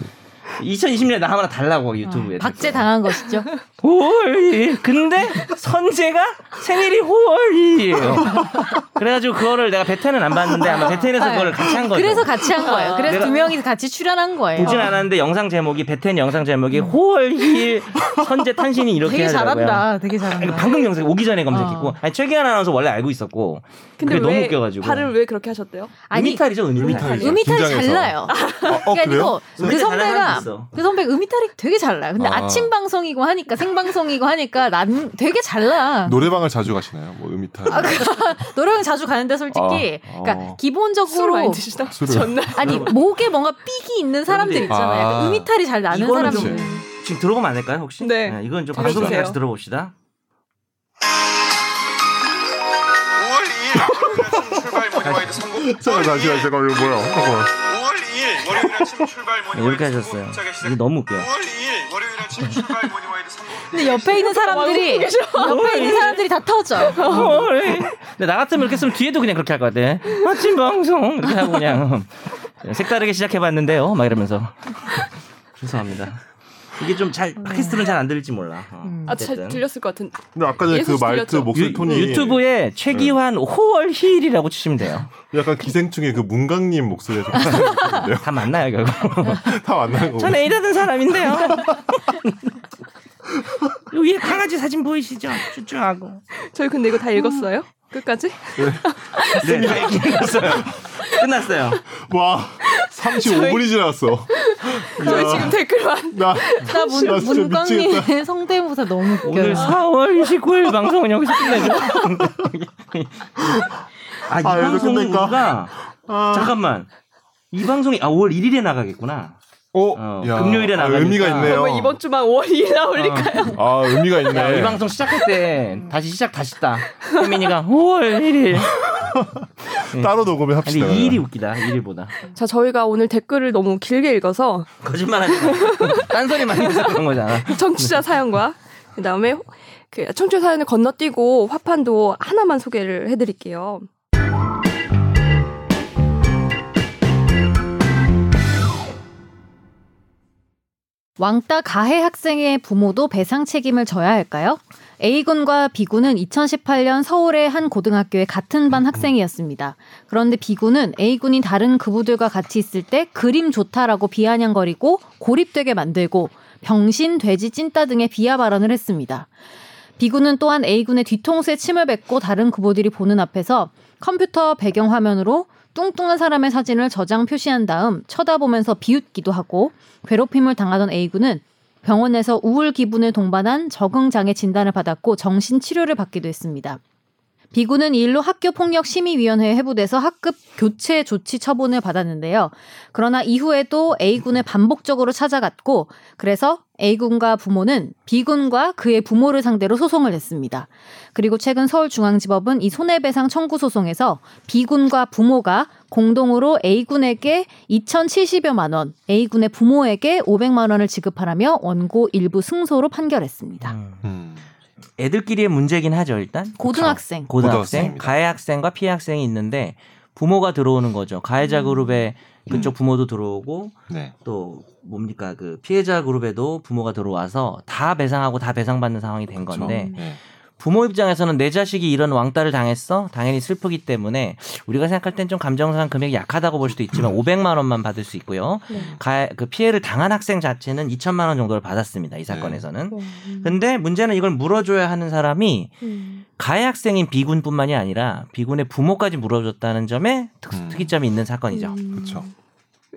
B: 2020년에 나 하나 달라고 유튜브에.
D: 아, 박제 당한 것이죠.
B: 5월 근데 선재가 생일이 5월이에요. 그래가지고 그거를 내가 베텐은 안 봤는데 아마 베텐에서 그거를 같이 한 거죠.
D: 예. 그래서 같이 한 거예요. 그래서
B: 내가-
D: 두 명이 같이 출연한 거예요. 아,
B: 보진 않았는데 영상 제목이 베텐 영상 제목이 5월 2일 선재 탄신이 이렇게
D: 되게
B: 하더라고요.
D: 잘한다. 되게
B: 아, 이거
D: 잘한다.
B: 방금 영상 오기 전에 검색했고
D: 어.
B: 아니, 최기한 아나운서 원래 알고 있었고
A: 근데
B: 그게
A: 왜
B: 너무 웃겨가지고
A: 발을 왜 그렇게 하셨대요?
D: 아니
B: 음이탈이죠 아, 음이탈.
C: 음이탈이죠.
D: 음이탈이
C: 긴장해서.
D: 잘 나요.
C: 어, 어,
D: 그게
C: 그래요?
D: 아니고 그
B: 음이탈 잘하는
D: 선배가
B: 사람도 있어.
D: 그 선배 음이탈이 되게 잘 나요. 근데
C: 아.
D: 아. 침 방송이고 하니까 생방송이고 하니까 난 되게 잘 나.
C: 노래방을 자주 가시나요? 뭐 음이탈
D: 아, 노래방 자주 가는데 솔직히
C: 아. 어.
D: 그러니까
A: 술을 많이
D: 기본적으로
A: 드시나?
C: 술을.
A: 전날
D: 아니 목에 뭔가 삑이 있는 사람들 있잖아요. 약간
C: 아.
D: 음이탈이 잘 나는
B: 이거는
D: 사람들.
B: 좀 지금 들어보면 안 될까요 혹시?
A: 네.
B: 이건 좀
A: 들어주세요.
B: 방송 같이 들어봅시다.
E: 5월 2일 월요일 아침 출발 모닝와이드 성공 5월
C: 잠깐 잠시만
E: 2일
C: 잠깐 이거 뭐야? 어.
E: 5월 2일 월요일 아침 출발
B: 네, 이렇게
E: 모닝와이드 성공
B: 하셨어요.
E: 도착의 시작
B: 이게 너무 웃겨.
E: 5월 2일 월요일 아침 출발 모닝와이드 성공
D: 근데 옆에 있는 사람들이 옆에 있는 사람들이 다 터져.
B: 어,
A: 어.
B: 근데 나 같으면 이렇게 쓰면 뒤에도 그냥 그렇게 할 것 같아. 아침 방송 이렇게 하고 그냥 색다르게 시작해봤는데요. 막 이러면서 죄송합니다. 이게 좀 잘 팟캐스트는 잘 안 들릴지 몰라. 어,
A: 음. 아잘
B: 어쨌든.
A: 들렸을 것 같은.
C: 근데 아까 전에 그
A: 예술
C: 말투
A: 들렸죠?
C: 목소리 톤이
B: 유, 튜브에 최기환 호월 히일이라고 치시면 돼요.
C: 약간 기생충의 그 문강님 목소리에서 비슷한데요.
B: 다 맞나요 결국?
C: 다 만나는 거고.
B: 전 네. A 하던 사람인데요. 요 위에 강아지 사진 보이시죠? 쭈쭈하고.
A: 저희 근데 이거 다 읽었어요? 끝까지?
C: 음.
B: 네, 다 끝났어요. 끝났어요.
C: 와 35분이 지났어.
A: 저희
C: 야,
A: 지금 댓글만
C: 나,
D: 나 문,
C: 나 진짜
D: 문광님의 성대모사 너무
B: 오늘
D: 웃겨요.
B: 4월 19일 방송은 여기서 끝내죠. 아, 이
C: 아, 여기서
B: 방송은
C: 끝낼까?
B: 우리가
C: 아,
B: 잠깐만. 이 방송이 아 5월 1일에 나가겠구나.
C: 어,
B: 어,
C: 야,
B: 금요일에
C: 아,
B: 나가니까.
C: 의미가 있네요.
A: 그러면 이번 주만 5월이 나올릴까요?
C: 아 의미가 있네.
B: 야, 이 방송 시작할 때 다시 시작 다시 따. 혜민이가 5월 1일.
C: 따로 녹음을
B: 근데
C: 합시다.
B: 2일이 웃기다. 1일보다.
C: 음.
A: 자 저희가 오늘 댓글을 너무 길게 읽어서
B: 거짓말하지 마. 딴소리 많이 해서 그런 거잖아.
A: 청취자 사연과 그다음에 그 청취자 사연을 건너뛰고 화판도 하나만 소개를 해드릴게요.
D: 왕따 가해 학생의 부모도 배상 책임을 져야 할까요? A군과 B군은 2018년 서울의 한 고등학교의 같은 반 학생이었습니다. 그런데 B군은 A군이 다른 그부들과 같이 있을 때 그림 좋다라고 비아냥거리고 고립되게 만들고 병신, 돼지, 찐따 등의 비하 발언을 했습니다. B군은 또한 A군의 뒤통수에 침을 뱉고 다른 그보들이 보는 앞에서 컴퓨터 배경 화면으로 뚱뚱한 사람의 사진을 저장 표시한 다음 쳐다보면서 비웃기도 하고 괴롭힘을 당하던 A군은 병원에서 우울 기분을 동반한 적응장애 진단을 받았고 정신 치료를 받기도 했습니다. B군은 이 일로 학교폭력심의위원회에 해부돼서 학급 교체 조치 처분을 받았는데요. 그러나 이후에도 A군을 반복적으로 찾아갔고 그래서 A군과 부모는 B군과 그의 부모를 상대로 소송을 냈습니다. 그리고 최근 서울중앙지법은 이 손해배상 청구 소송에서 B군과 부모가 공동으로 A군에게 2,070여만 원, A군의 부모에게 500만 원을 지급하라며 원고 일부 승소로 판결했습니다.
C: 음.
B: 애들끼리의 문제긴 하죠 일단
D: 고등학생.
B: 고등학생
C: 고등학생입니다.
B: 가해 학생과 피해 학생이 있는데 부모가 들어오는 거죠
D: 음.
B: 가해자 그룹에 그쪽 부모도 들어오고
C: 네.
B: 또 뭡니까 그 피해자 그룹에도 부모가 들어와서 다 배상하고 다 배상받는 상황이 된
C: 그쵸.
B: 건데
C: 네.
B: 부모 입장에서는 내 자식이 이런 왕따를 당했어 당연히 슬프기 때문에 우리가 생각할 땐 좀 감정상 금액이 약하다고 볼 수도 있지만 500만 원만 받을 수 있고요
A: 네.
B: 가해 그 피해를 당한 학생 자체는 2천만 원 정도를 받았습니다 이
A: 네.
B: 사건에서는 근데 문제는 이걸 물어줘야 하는 사람이 가해 학생인 비군뿐만이 아니라 비군의 부모까지 물어줬다는 점에 특,
C: 음.
B: 특이점이 있는 사건이죠. 그렇죠.
C: 그쵸.
A: 음.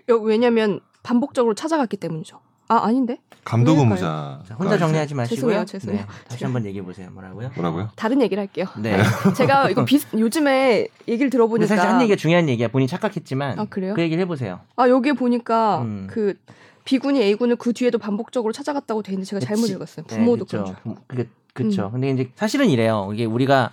A: 여- 왜냐면 반복적으로 찾아갔기 때문이죠. 아 아닌데
C: 감독
A: 왜일까요?
C: 의무자.
B: 자, 혼자 정리하지 마시고요.
A: 아, 죄송해요, 죄송해요.
B: 네, 다시 한번 얘기해 보세요. 뭐라고요?
C: 뭐라고요?
A: 다른 얘기를 할게요.
B: 네.
A: 제가 이거 비, 요즘에 얘기를
B: 근데
A: 아, 들어보니까
B: 사실 한 얘기가 중요한 얘기야. 본인이 착각했지만
A: 아, 그래요?
B: 그 얘기를 해보세요.
A: 아 여기에 보니까
B: 음.
A: 그 B군이 A군을 그 뒤에도 반복적으로 찾아갔다고 돼 있는데 제가 잘못
B: 그치.
A: 읽었어요. 부모도
B: 네,
A: 그런
B: 그렇죠.
A: 줄. 음.
B: 부- 그게 그렇죠. 근데 이제 사실은 이래요. 이게 우리가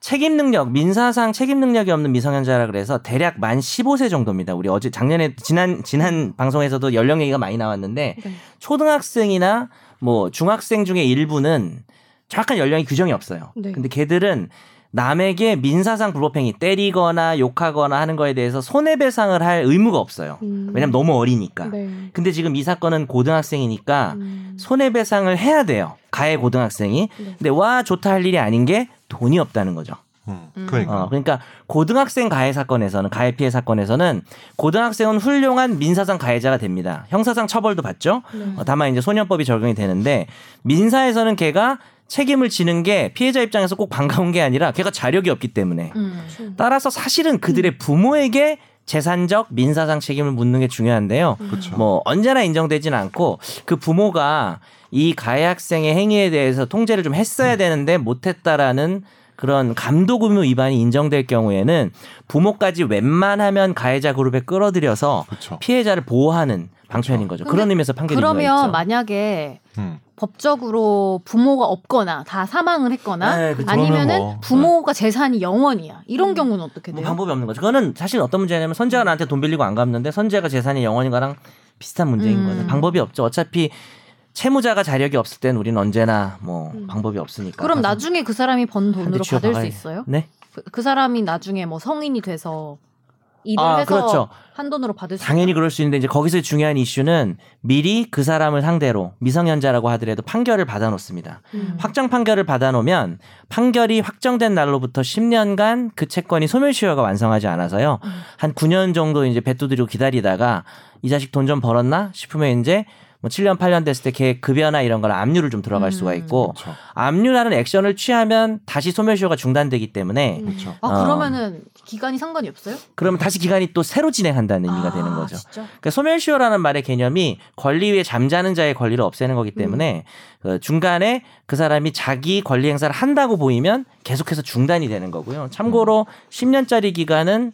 B: 책임 능력, 민사상 책임 능력이 없는 미성년자라 그래서 대략 만 15세 정도입니다. 우리 어제 작년에 지난 지난 방송에서도 연령 얘기가 많이 나왔는데
A: 네.
B: 초등학생이나 뭐 중학생 중에 일부는 정확한 연령이 규정이 없어요.
A: 네.
B: 근데 걔들은 남에게 민사상 불법행위 때리거나 욕하거나 하는 거에 대해서 손해배상을 할 의무가 없어요.
A: 음.
B: 왜냐면 너무 어리니까.
A: 네.
B: 근데 지금 이 사건은 고등학생이니까
A: 음.
B: 손해배상을 해야 돼요. 가해 고등학생이.
A: 네.
B: 근데 와 좋다 할 일이 아닌 게 돈이 없다는 거죠.
C: 음,
D: 음.
C: 그러니까
B: 어, 그러니까 고등학생 가해 사건에서는 가해 피해 사건에서는 고등학생은 훌륭한 민사상 가해자가 됩니다. 형사상 처벌도 받죠.
A: 네.
B: 어, 다만 이제 소년법이 적용이 되는데 민사에서는 걔가 책임을 지는 게 피해자 입장에서 꼭 반가운 게 아니라 걔가 자력이 없기 때문에
D: 음.
B: 따라서 사실은
A: 음.
B: 그들의 부모에게 재산적 민사상 책임을 묻는 게 중요한데요.
C: 그렇죠.
B: 뭐 언제나 인정되진 않고 그 부모가 이 가해 학생의 행위에 대해서 통제를 좀
D: 음.
B: 했어야 되는데 못했다라는 그런 감독 의무 위반이 인정될 경우에는 부모까지 웬만하면 가해자 그룹에 끌어들여서
C: 그렇죠.
B: 피해자를 보호하는 방편인 그렇죠? 거죠. 그런
D: 근데
B: 의미에서 판결이
D: 그러면
B: 있죠.
D: 만약에
C: 음.
D: 법적으로 부모가 없거나 다 사망을 했거나
B: 네, 그쵸.
D: 아니면은
C: 그거는 뭐,
D: 부모가 재산이 영원이야. 이런 경우는 어떻게
B: 뭐
D: 돼요?
B: 방법이 없는 거죠. 그거는 사실 어떤 문제냐면 선재가 나한테 돈 빌리고 안 갚는데 선재가 재산이 영원인가랑 비슷한 문제인
D: 음.
B: 거죠. 방법이 없죠. 어차피 채무자가 자력이 없을 땐 우리는 언제나 뭐
A: 음.
B: 방법이 없으니까.
D: 그럼
B: 가서
D: 나중에 그 사람이 번
B: 한대
D: 돈으로
B: 쥐어
D: 받을 수
B: 박아야-
D: 있어요?
B: 네.
D: 그, 그 사람이 나중에 뭐 성인이 돼서 일을
B: 아,
D: 해서
B: 그렇죠.
D: 한 돈으로 받을 수
B: 당연히
D: 있어요?
B: 그럴 수 있는데 이제 거기서 중요한 이슈는 미리 그 사람을 상대로 미성년자라고 하더라도 판결을 받아놓습니다.
A: 음.
B: 확정 판결을 받아놓으면 판결이 확정된 날로부터 10년간 그 채권이 소멸시효가 완성하지 않아서요. 한 9년 정도 이제 배두드리고 기다리다가 이 자식 돈 좀 벌었나 싶으면 이제 뭐 7년 8년 됐을 때 걔 급여나 이런 걸 압류를 좀 들어갈 수가 있고
C: 그렇죠.
B: 압류라는 액션을 취하면 다시 소멸시효가 중단되기 때문에
A: 음.
C: 그렇죠.
D: 아
B: 어. 네,
D: 그러면은 기간이 상관이 없어요?
B: 그러면 다시 기간이 또 새로 진행한다는 의미가
D: 아,
B: 되는 거죠.
D: 진짜?
B: 그러니까 소멸시효라는 말의 개념이 권리 위에 잠자는 자의 권리를 없애는 거기 때문에
C: 음.
B: 그 중간에 그 사람이 자기 권리 행사를 한다고 보이면 계속해서 중단이 되는 거고요. 참고로
C: 음.
B: 10년짜리 기간은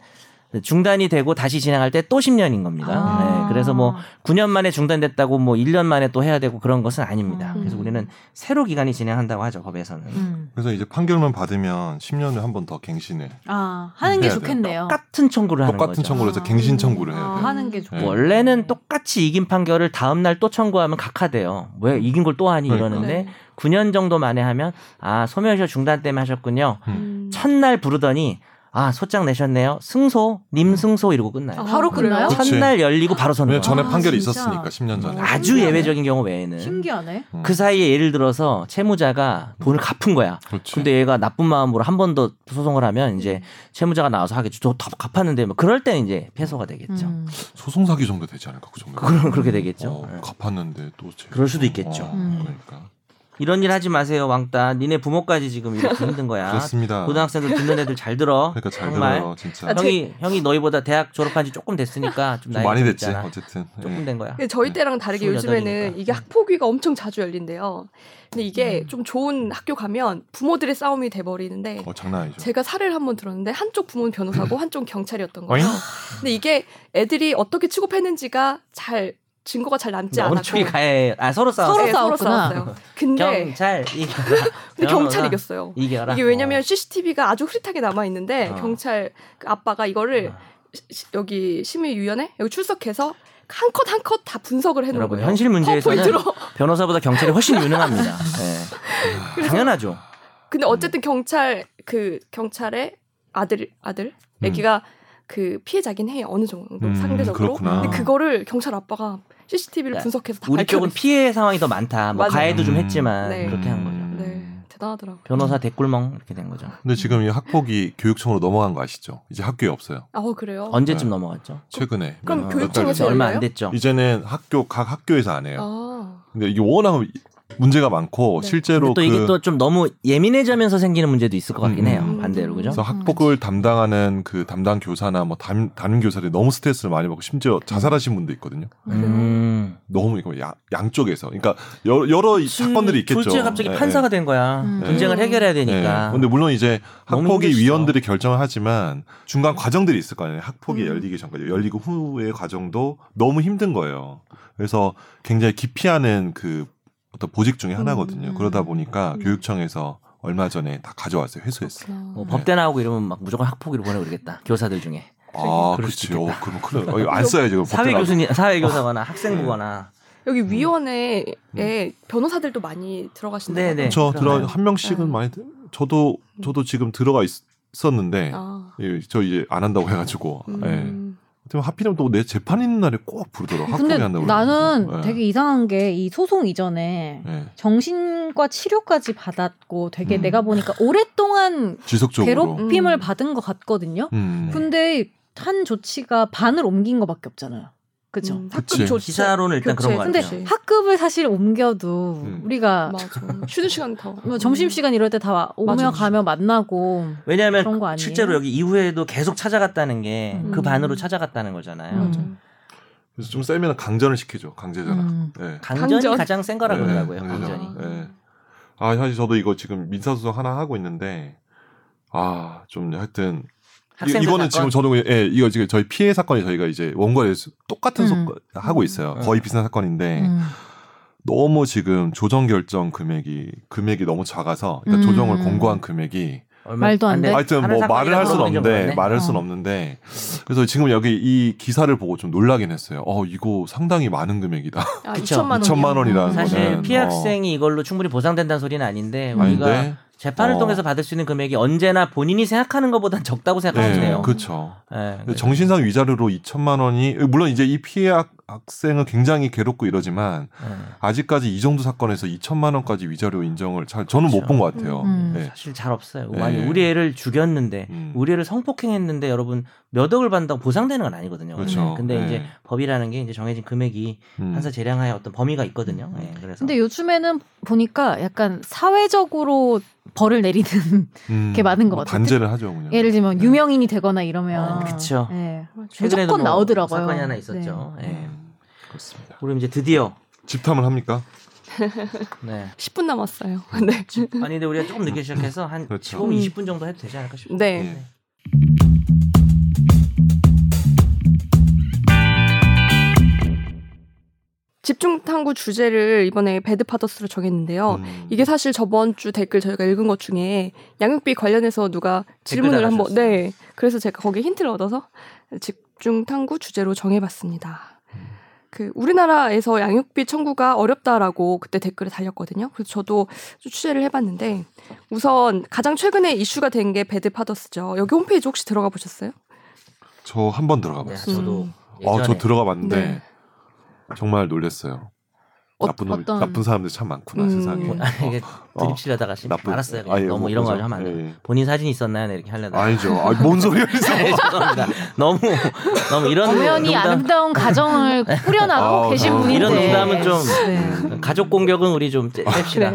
B: 중단이 되고 다시 진행할 때 또 10년인 겁니다.
D: 아.
B: 네, 그래서 뭐 9년 만에 중단됐다고 뭐 1년 만에 또 해야 되고 그런 것은 아닙니다.
D: 음.
B: 그래서 우리는 새로 기간이 진행한다고 하죠 법에서는.
D: 음.
C: 그래서 이제 판결만 받으면 10년을 한 번 더 갱신을
D: 아 하는 게
C: 해야 돼요.
D: 좋겠네요.
B: 똑같은 청구를 하는
C: 똑같은
B: 거죠.
C: 청구를 해서
A: 아.
C: 갱신 청구를
D: 아,
C: 해야 돼요.
D: 하는 게 좋고
C: 네.
B: 원래는 똑같이 이긴 판결을 다음 날 또 청구하면 각하돼요. 왜 이긴 걸 또 하니
A: 네.
C: 그러니까.
B: 이러는데 9년 정도 만에 하면 아 소멸시효 중단 때문에 하셨군요.
A: 음.
B: 첫날 부르더니 아 소장 내셨네요. 승소 님 승소 이러고 끝나요.
D: 아, 바로
A: 그래요?
D: 끝나요?
C: 음. 어. 그치.
B: 첫날 열리고 바로 선고.
C: 왜냐면 전에
D: 아,
C: 판결이
D: 진짜?
C: 있었으니까 10년 전에.
D: 아.
B: 아주 예외적인 경우 외에는
D: 신기하네.
C: 음.
B: 그 사이에 예를 들어서 채무자가 돈을 갚은 거야.
C: 그렇지.
B: 근데 얘가 나쁜 마음으로 한 번 더 소송을 하면 이제 채무자가 나와서 하겠죠. 저다 갚았는데 뭐 그럴 때는 이제 패소가 되겠죠.
D: 음.
C: 소송 사기 정도 되지 않을까 그 정도.
B: 그럼 그렇게 되겠죠.
C: 어,
B: 네.
C: 갚았는데 또 제...
B: 그럴 수도 있겠죠.
C: 어,
D: 음.
C: 그러니까
B: 이런 일 하지 마세요, 왕따. 니네 부모까지 지금 이렇게 힘든 거야.
C: 그렇습니다.
B: 아, 고등학생들 듣는 애들 잘 들어.
C: 그러니까 잘
B: 정말.
C: 들어요 진짜.
A: 아, 제-
B: 형이 형이 너희보다 대학 졸업한 지 조금 됐으니까 좀
C: 좀
B: 나이
C: 많이 됐지
B: 있잖아.
C: 어쨌든. 예.
B: 조금 된 거야.
A: 근데 그 저희 때랑 다르게 요즘에는
B: 28이니까. 네.
A: 이게 학폭위가 엄청 자주 열린대요. 근데
B: 음.
A: 이게 좀 좋은 학교 가면 부모들의 싸움이 돼버리는데
C: 어 장난 아니죠.
A: 제가 사례를 한 번 들었는데 한쪽 부모는 변호사고
B: 음.
A: 한쪽 은 경찰이었던
C: 어잉?
A: 거예요. 근데 이게 애들이 어떻게 취급했는지가 잘 증거가 잘 남지 않았고
B: 너무 쪽이 가해. 아 서로 싸워.
D: 서로
A: 네,
D: 싸웠구나.
A: 싸웠어요. 근데
B: 경찰 이겨라.
A: 근데 경찰
B: 변호사
A: 이겼어요.
B: 이겨라.
A: 이게 왜냐면 CCTV가 아주 흐릿하게 남아 있는데
B: 어.
A: 경찰 그 아빠가 이거를
B: 어.
A: 시- 시- 여기 심의위원회 여기 출석해서 한 컷 한 컷 다 분석을 해놓은
B: 여러분
A: 거예요.
B: 현실 문제에서는
A: 파워포인트로.
B: 어, 변호사보다 경찰이 훨씬 유능합니다. 예. 당연하죠.
A: 근데 어쨌든 경찰 그 경찰의 아들 아들 애기가 그 피해자긴 해 어느 정도
C: 음,
A: 상대적으로
C: 그렇구나.
A: 근데 그거를 경찰 아빠가 CCTV를
B: 네.
A: 분석해서 다
B: 우리 쪽은
A: 밝혀냈어요.
B: 피해 상황이 더 많다. 뭐
A: 맞아요.
B: 가해도 좀
C: 음.
B: 했지만
A: 네.
B: 그렇게 한 거죠.
A: 네 대단하더라고.
B: 변호사 대꿀멍 이렇게 된 거죠.
A: 어.
C: 근데
A: 음.
C: 지금 이 학폭이 교육청으로 넘어간 거 아시죠? 이제 학교에 없어요.
A: 아 그래요?
B: 언제쯤
C: 네.
B: 넘어갔죠?
C: 최근에.
A: 그럼
C: 몇달
A: 교육청에서
B: 그래서
C: 전에.
B: 얼마
A: 열려요?
B: 안 됐죠.
C: 이제는 학교 각 학교에서 안 해요.
A: 아
C: 근데 이게 워낙 문제가 많고
A: 네.
C: 실제로
B: 근데 또 이게
C: 그
B: 또 좀 너무 예민해지면서 생기는 문제도 있을 것 같긴
C: 음.
B: 해요.
A: 음.
B: 반대로 그죠?
C: 그래서 학폭을 담당하는 그 담당 교사나 뭐 담, 임 교사들이 너무 스트레스를 많이 받고
A: 음.
C: 심지어 자살하신 분도 있거든요.
B: 음.
C: 너무 이거 야- 양쪽에서 그러니까 여러, 여러 이 사건들이 있겠죠.
B: 둘째 갑자기
C: 예,
B: 판사가 된 거야.
D: 음.
B: 분쟁을
A: 네.
B: 해결해야
C: 예.
B: 되니까.
C: 예. 근데 물론 이제
B: 너무
C: 학폭위
B: 힘드시죠.
C: 위원들이 결정을 하지만 중간 과정들이 있을 거 아니에요. 학폭이
A: 음.
C: 열리기 전까지 열리고 후의 과정도 너무 힘든 거예요. 그래서 굉장히 기피하는 그 어떤 보직 중에 하나거든요.
D: 음.
C: 그러다 보니까
A: 음.
C: 교육청에서 얼마 전에 다 가져왔어요. 회수했어요.
A: 그렇구나.
B: 뭐 법대 나오고 이러면 막 무조건 학폭위로 보내고 그러겠다. 교사들 중에.
C: 아,
B: 그럴 수도
C: 그렇죠.
B: 있겠다.
C: 그럼 큰일 나. 이거 안 써야죠.
B: 사회
C: 뭐 법대라고. 어. 예.
B: 교수님, 사회 교사거나 학생부거나.
A: 여기 위원회에 변호사들도 많이 들어가신다.
B: 네네.
C: 그렇죠.
B: 그러면.
C: 들어 한 명씩은
A: 네.
C: 많이 들- 저도 저도 지금 들어가 있, 었는데 예,
A: 아.
C: 저 이제 안 한다고 해가지고 예.
A: 음.
C: 하여튼 하필이면 또 내 재판 있는 날에 꼭 부르더라 고
D: 근데
C: 학교에 한다고
D: 나는
C: 그래가지고. 예.
D: 되게 이상한 게 이 소송 이전에
C: 예.
D: 정신과 치료까지 받았고 되게
C: 음.
D: 내가 보니까 오랫동안
C: 지속적으로
A: 음.
D: 괴롭힘을 받은 것 같거든요.
B: 네.
C: 음.
D: 근데 한 조치가 반을 옮긴 것밖에 없잖아요. 그죠?
A: 음,
C: 그치.
A: 학급 조치.
B: 기사로는 일단
A: 교체.
B: 그런 거
D: 근데
B: 같아요.
A: 그치.
D: 학급을 사실 옮겨도
C: 음.
D: 우리가
A: 맞아. 쉬는 시간 더. 음.
D: 뭐 점심시간 이럴 때 다 오며
A: 맞아.
D: 가며 만나고 그런 거
B: 왜냐하면
D: 아니에요?
B: 네, 실제로 여기 이후에도 계속 찾아갔다는 게 그
A: 음.
B: 반으로 찾아갔다는 거잖아요.
D: 음.
C: 그래서 좀 세면 강전을 시켜줘 강제잖아.
D: 음.
C: 예.
B: 강전이
A: 강전?
B: 가장 센 거라
C: 네,
B: 그러더라고요.
C: 네,
B: 강전이.
C: 네. 아 사실 저도 이거 지금 민사소송 하나 하고 있는데 아 좀 하여튼 이,
B: 학생들 사건?
C: 이거는 지금 저도 그냥- 예 이거 지금 저희 피해 사건이 저희가 이제 원고에 똑같은
D: 음.
C: 소- 하고 있어요.
B: 음.
C: 거의 비슷한 사건인데
D: 음.
C: 너무 지금 조정 결정 금액이 금액이 너무 작아서 그러니까
D: 음.
C: 조정을 공고한 금액이
B: 얼마-
D: 말도 안 돼. 네.
C: 하여튼 뭐 말을 할 수는 없는데 말을 할 수는
D: 어.
C: 없는데 그래서 지금 여기 이 기사를 보고 좀 놀라긴 했어요. 어 이거 상당히 많은 금액이다.
A: 아,
B: 그쵸.
A: 2천만 원.
C: 2천만 원이라는
B: 사실
C: 거는
B: 피해
C: 어,
B: 학생이 이걸로 충분히 보상된다는 소리는 아닌데
D: 음.
B: 우리가
C: 아닌데
B: 재판을
C: 어.
B: 통해서 받을 수 있는 금액이 언제나 본인이 생각하는 것보단 적다고 생각하면
C: 네,
B: 돼요.
C: 그렇죠.
B: 예,
C: 근데 정신상 위자료로 2천만 원이 물론 이제 이 피해 학- 학생은 굉장히 괴롭고 이러지만
B: 예.
C: 아직까지 이 정도 사건에서 2천만 원까지 위자료 인정을 잘 저는 못
B: 그렇죠.
C: 본 것 같아요.
D: 음.
C: 네.
B: 사실 잘 없어요.
C: 네.
B: 아니 우리 애를 죽였는데
C: 음.
B: 우리 애를 성폭행했는데 여러분 몇 억을 받는다고 보상되는 건 아니거든요. 예.
C: 그렇죠.
B: 근데
C: 네.
B: 이제 법이라는 게 이제 정해진 금액이
C: 음.
B: 판사 재량하에 어떤 범위가 있거든요. 예, 그래서
D: 근데 요즘에는 보니까 약간 사회적으로 벌을 내리는
C: 음.
D: 게 많은 것
C: 뭐
D: 같아요.
C: 단죄를 하죠 그냥.
D: 예를 들면
C: 네.
D: 유명인이 되거나 이러면
A: 아.
B: 어, 음. 그쵸.
D: 예.
B: 최근에도 뭐
D: 무조건 나오더라고요. 네.
B: 사건이 하나 있었죠. 예.
C: 음. 그렇습니다.
B: 우리 이제 드디어
C: 집탐을 합니까?
B: 네.
A: 10분 남았어요. 네.
B: 아니 근데 우리가 조금 늦게 시작해서 한
C: 그렇죠.
D: 음.
B: 15, 20분 정도 해도 되지 않을까 싶어요.
A: 네.
C: 예.
A: 집중 탐구 주제를 이번에 배드 파더스로 정했는데요.
C: 음.
A: 어, 이게 사실 저번 주 댓글 저희가 읽은 것 중에 양육비 관련해서 누가 질문을
B: 댓글
A: 한번
B: 달아주셨어요.
A: 네 그래서 제가 거기에 힌트를 얻어서 집중 탐구 주제로 정해봤습니다.
B: 음.
A: 그 우리나라에서 양육비 청구가 어렵다라고 그때 댓글에 달렸거든요. 그래서 저도 좀 취재를 해봤는데 우선 가장 최근에 이슈가 된 게 배드 파더스죠. 여기 홈페이지 혹시 들어가 보셨어요?
C: 저 한 번 들어가
B: 네,
C: 봤어요.
B: 저도
A: 음.
C: 어, 저
B: 예전에
C: 들어가 봤는데
A: 네.
C: 정말 놀랬어요.
A: 어-
C: 나쁜 놈,
D: 어떤-
C: 나쁜 사람들 참 많구나
A: 음.
C: 세상에.
A: 뭐,
B: 아, 이게
C: 어,
B: 드립칠하다가 심
C: 나쁜-
B: 알았어요.
C: 아, 예,
B: 너무
C: 뭐,
B: 이런 거
C: 그죠.
B: 하면 안 돼요.
C: 예, 예.
B: 본인 사진 있었나요? 네, 이렇게 하려다.
C: 아니죠. 아니, 뭔 소리야?
B: 네, 죄송합니다. 너무 너무 이런
D: 엄연히
B: 농담- 네.
D: 아름다운 가정을 꾸려나가고
C: 아,
D: 계신
C: 어,
D: 분인데
B: 이런 농담은 좀
D: 네.
C: 음.
B: 가족 공격은 우리 좀 떼- 뗍시다.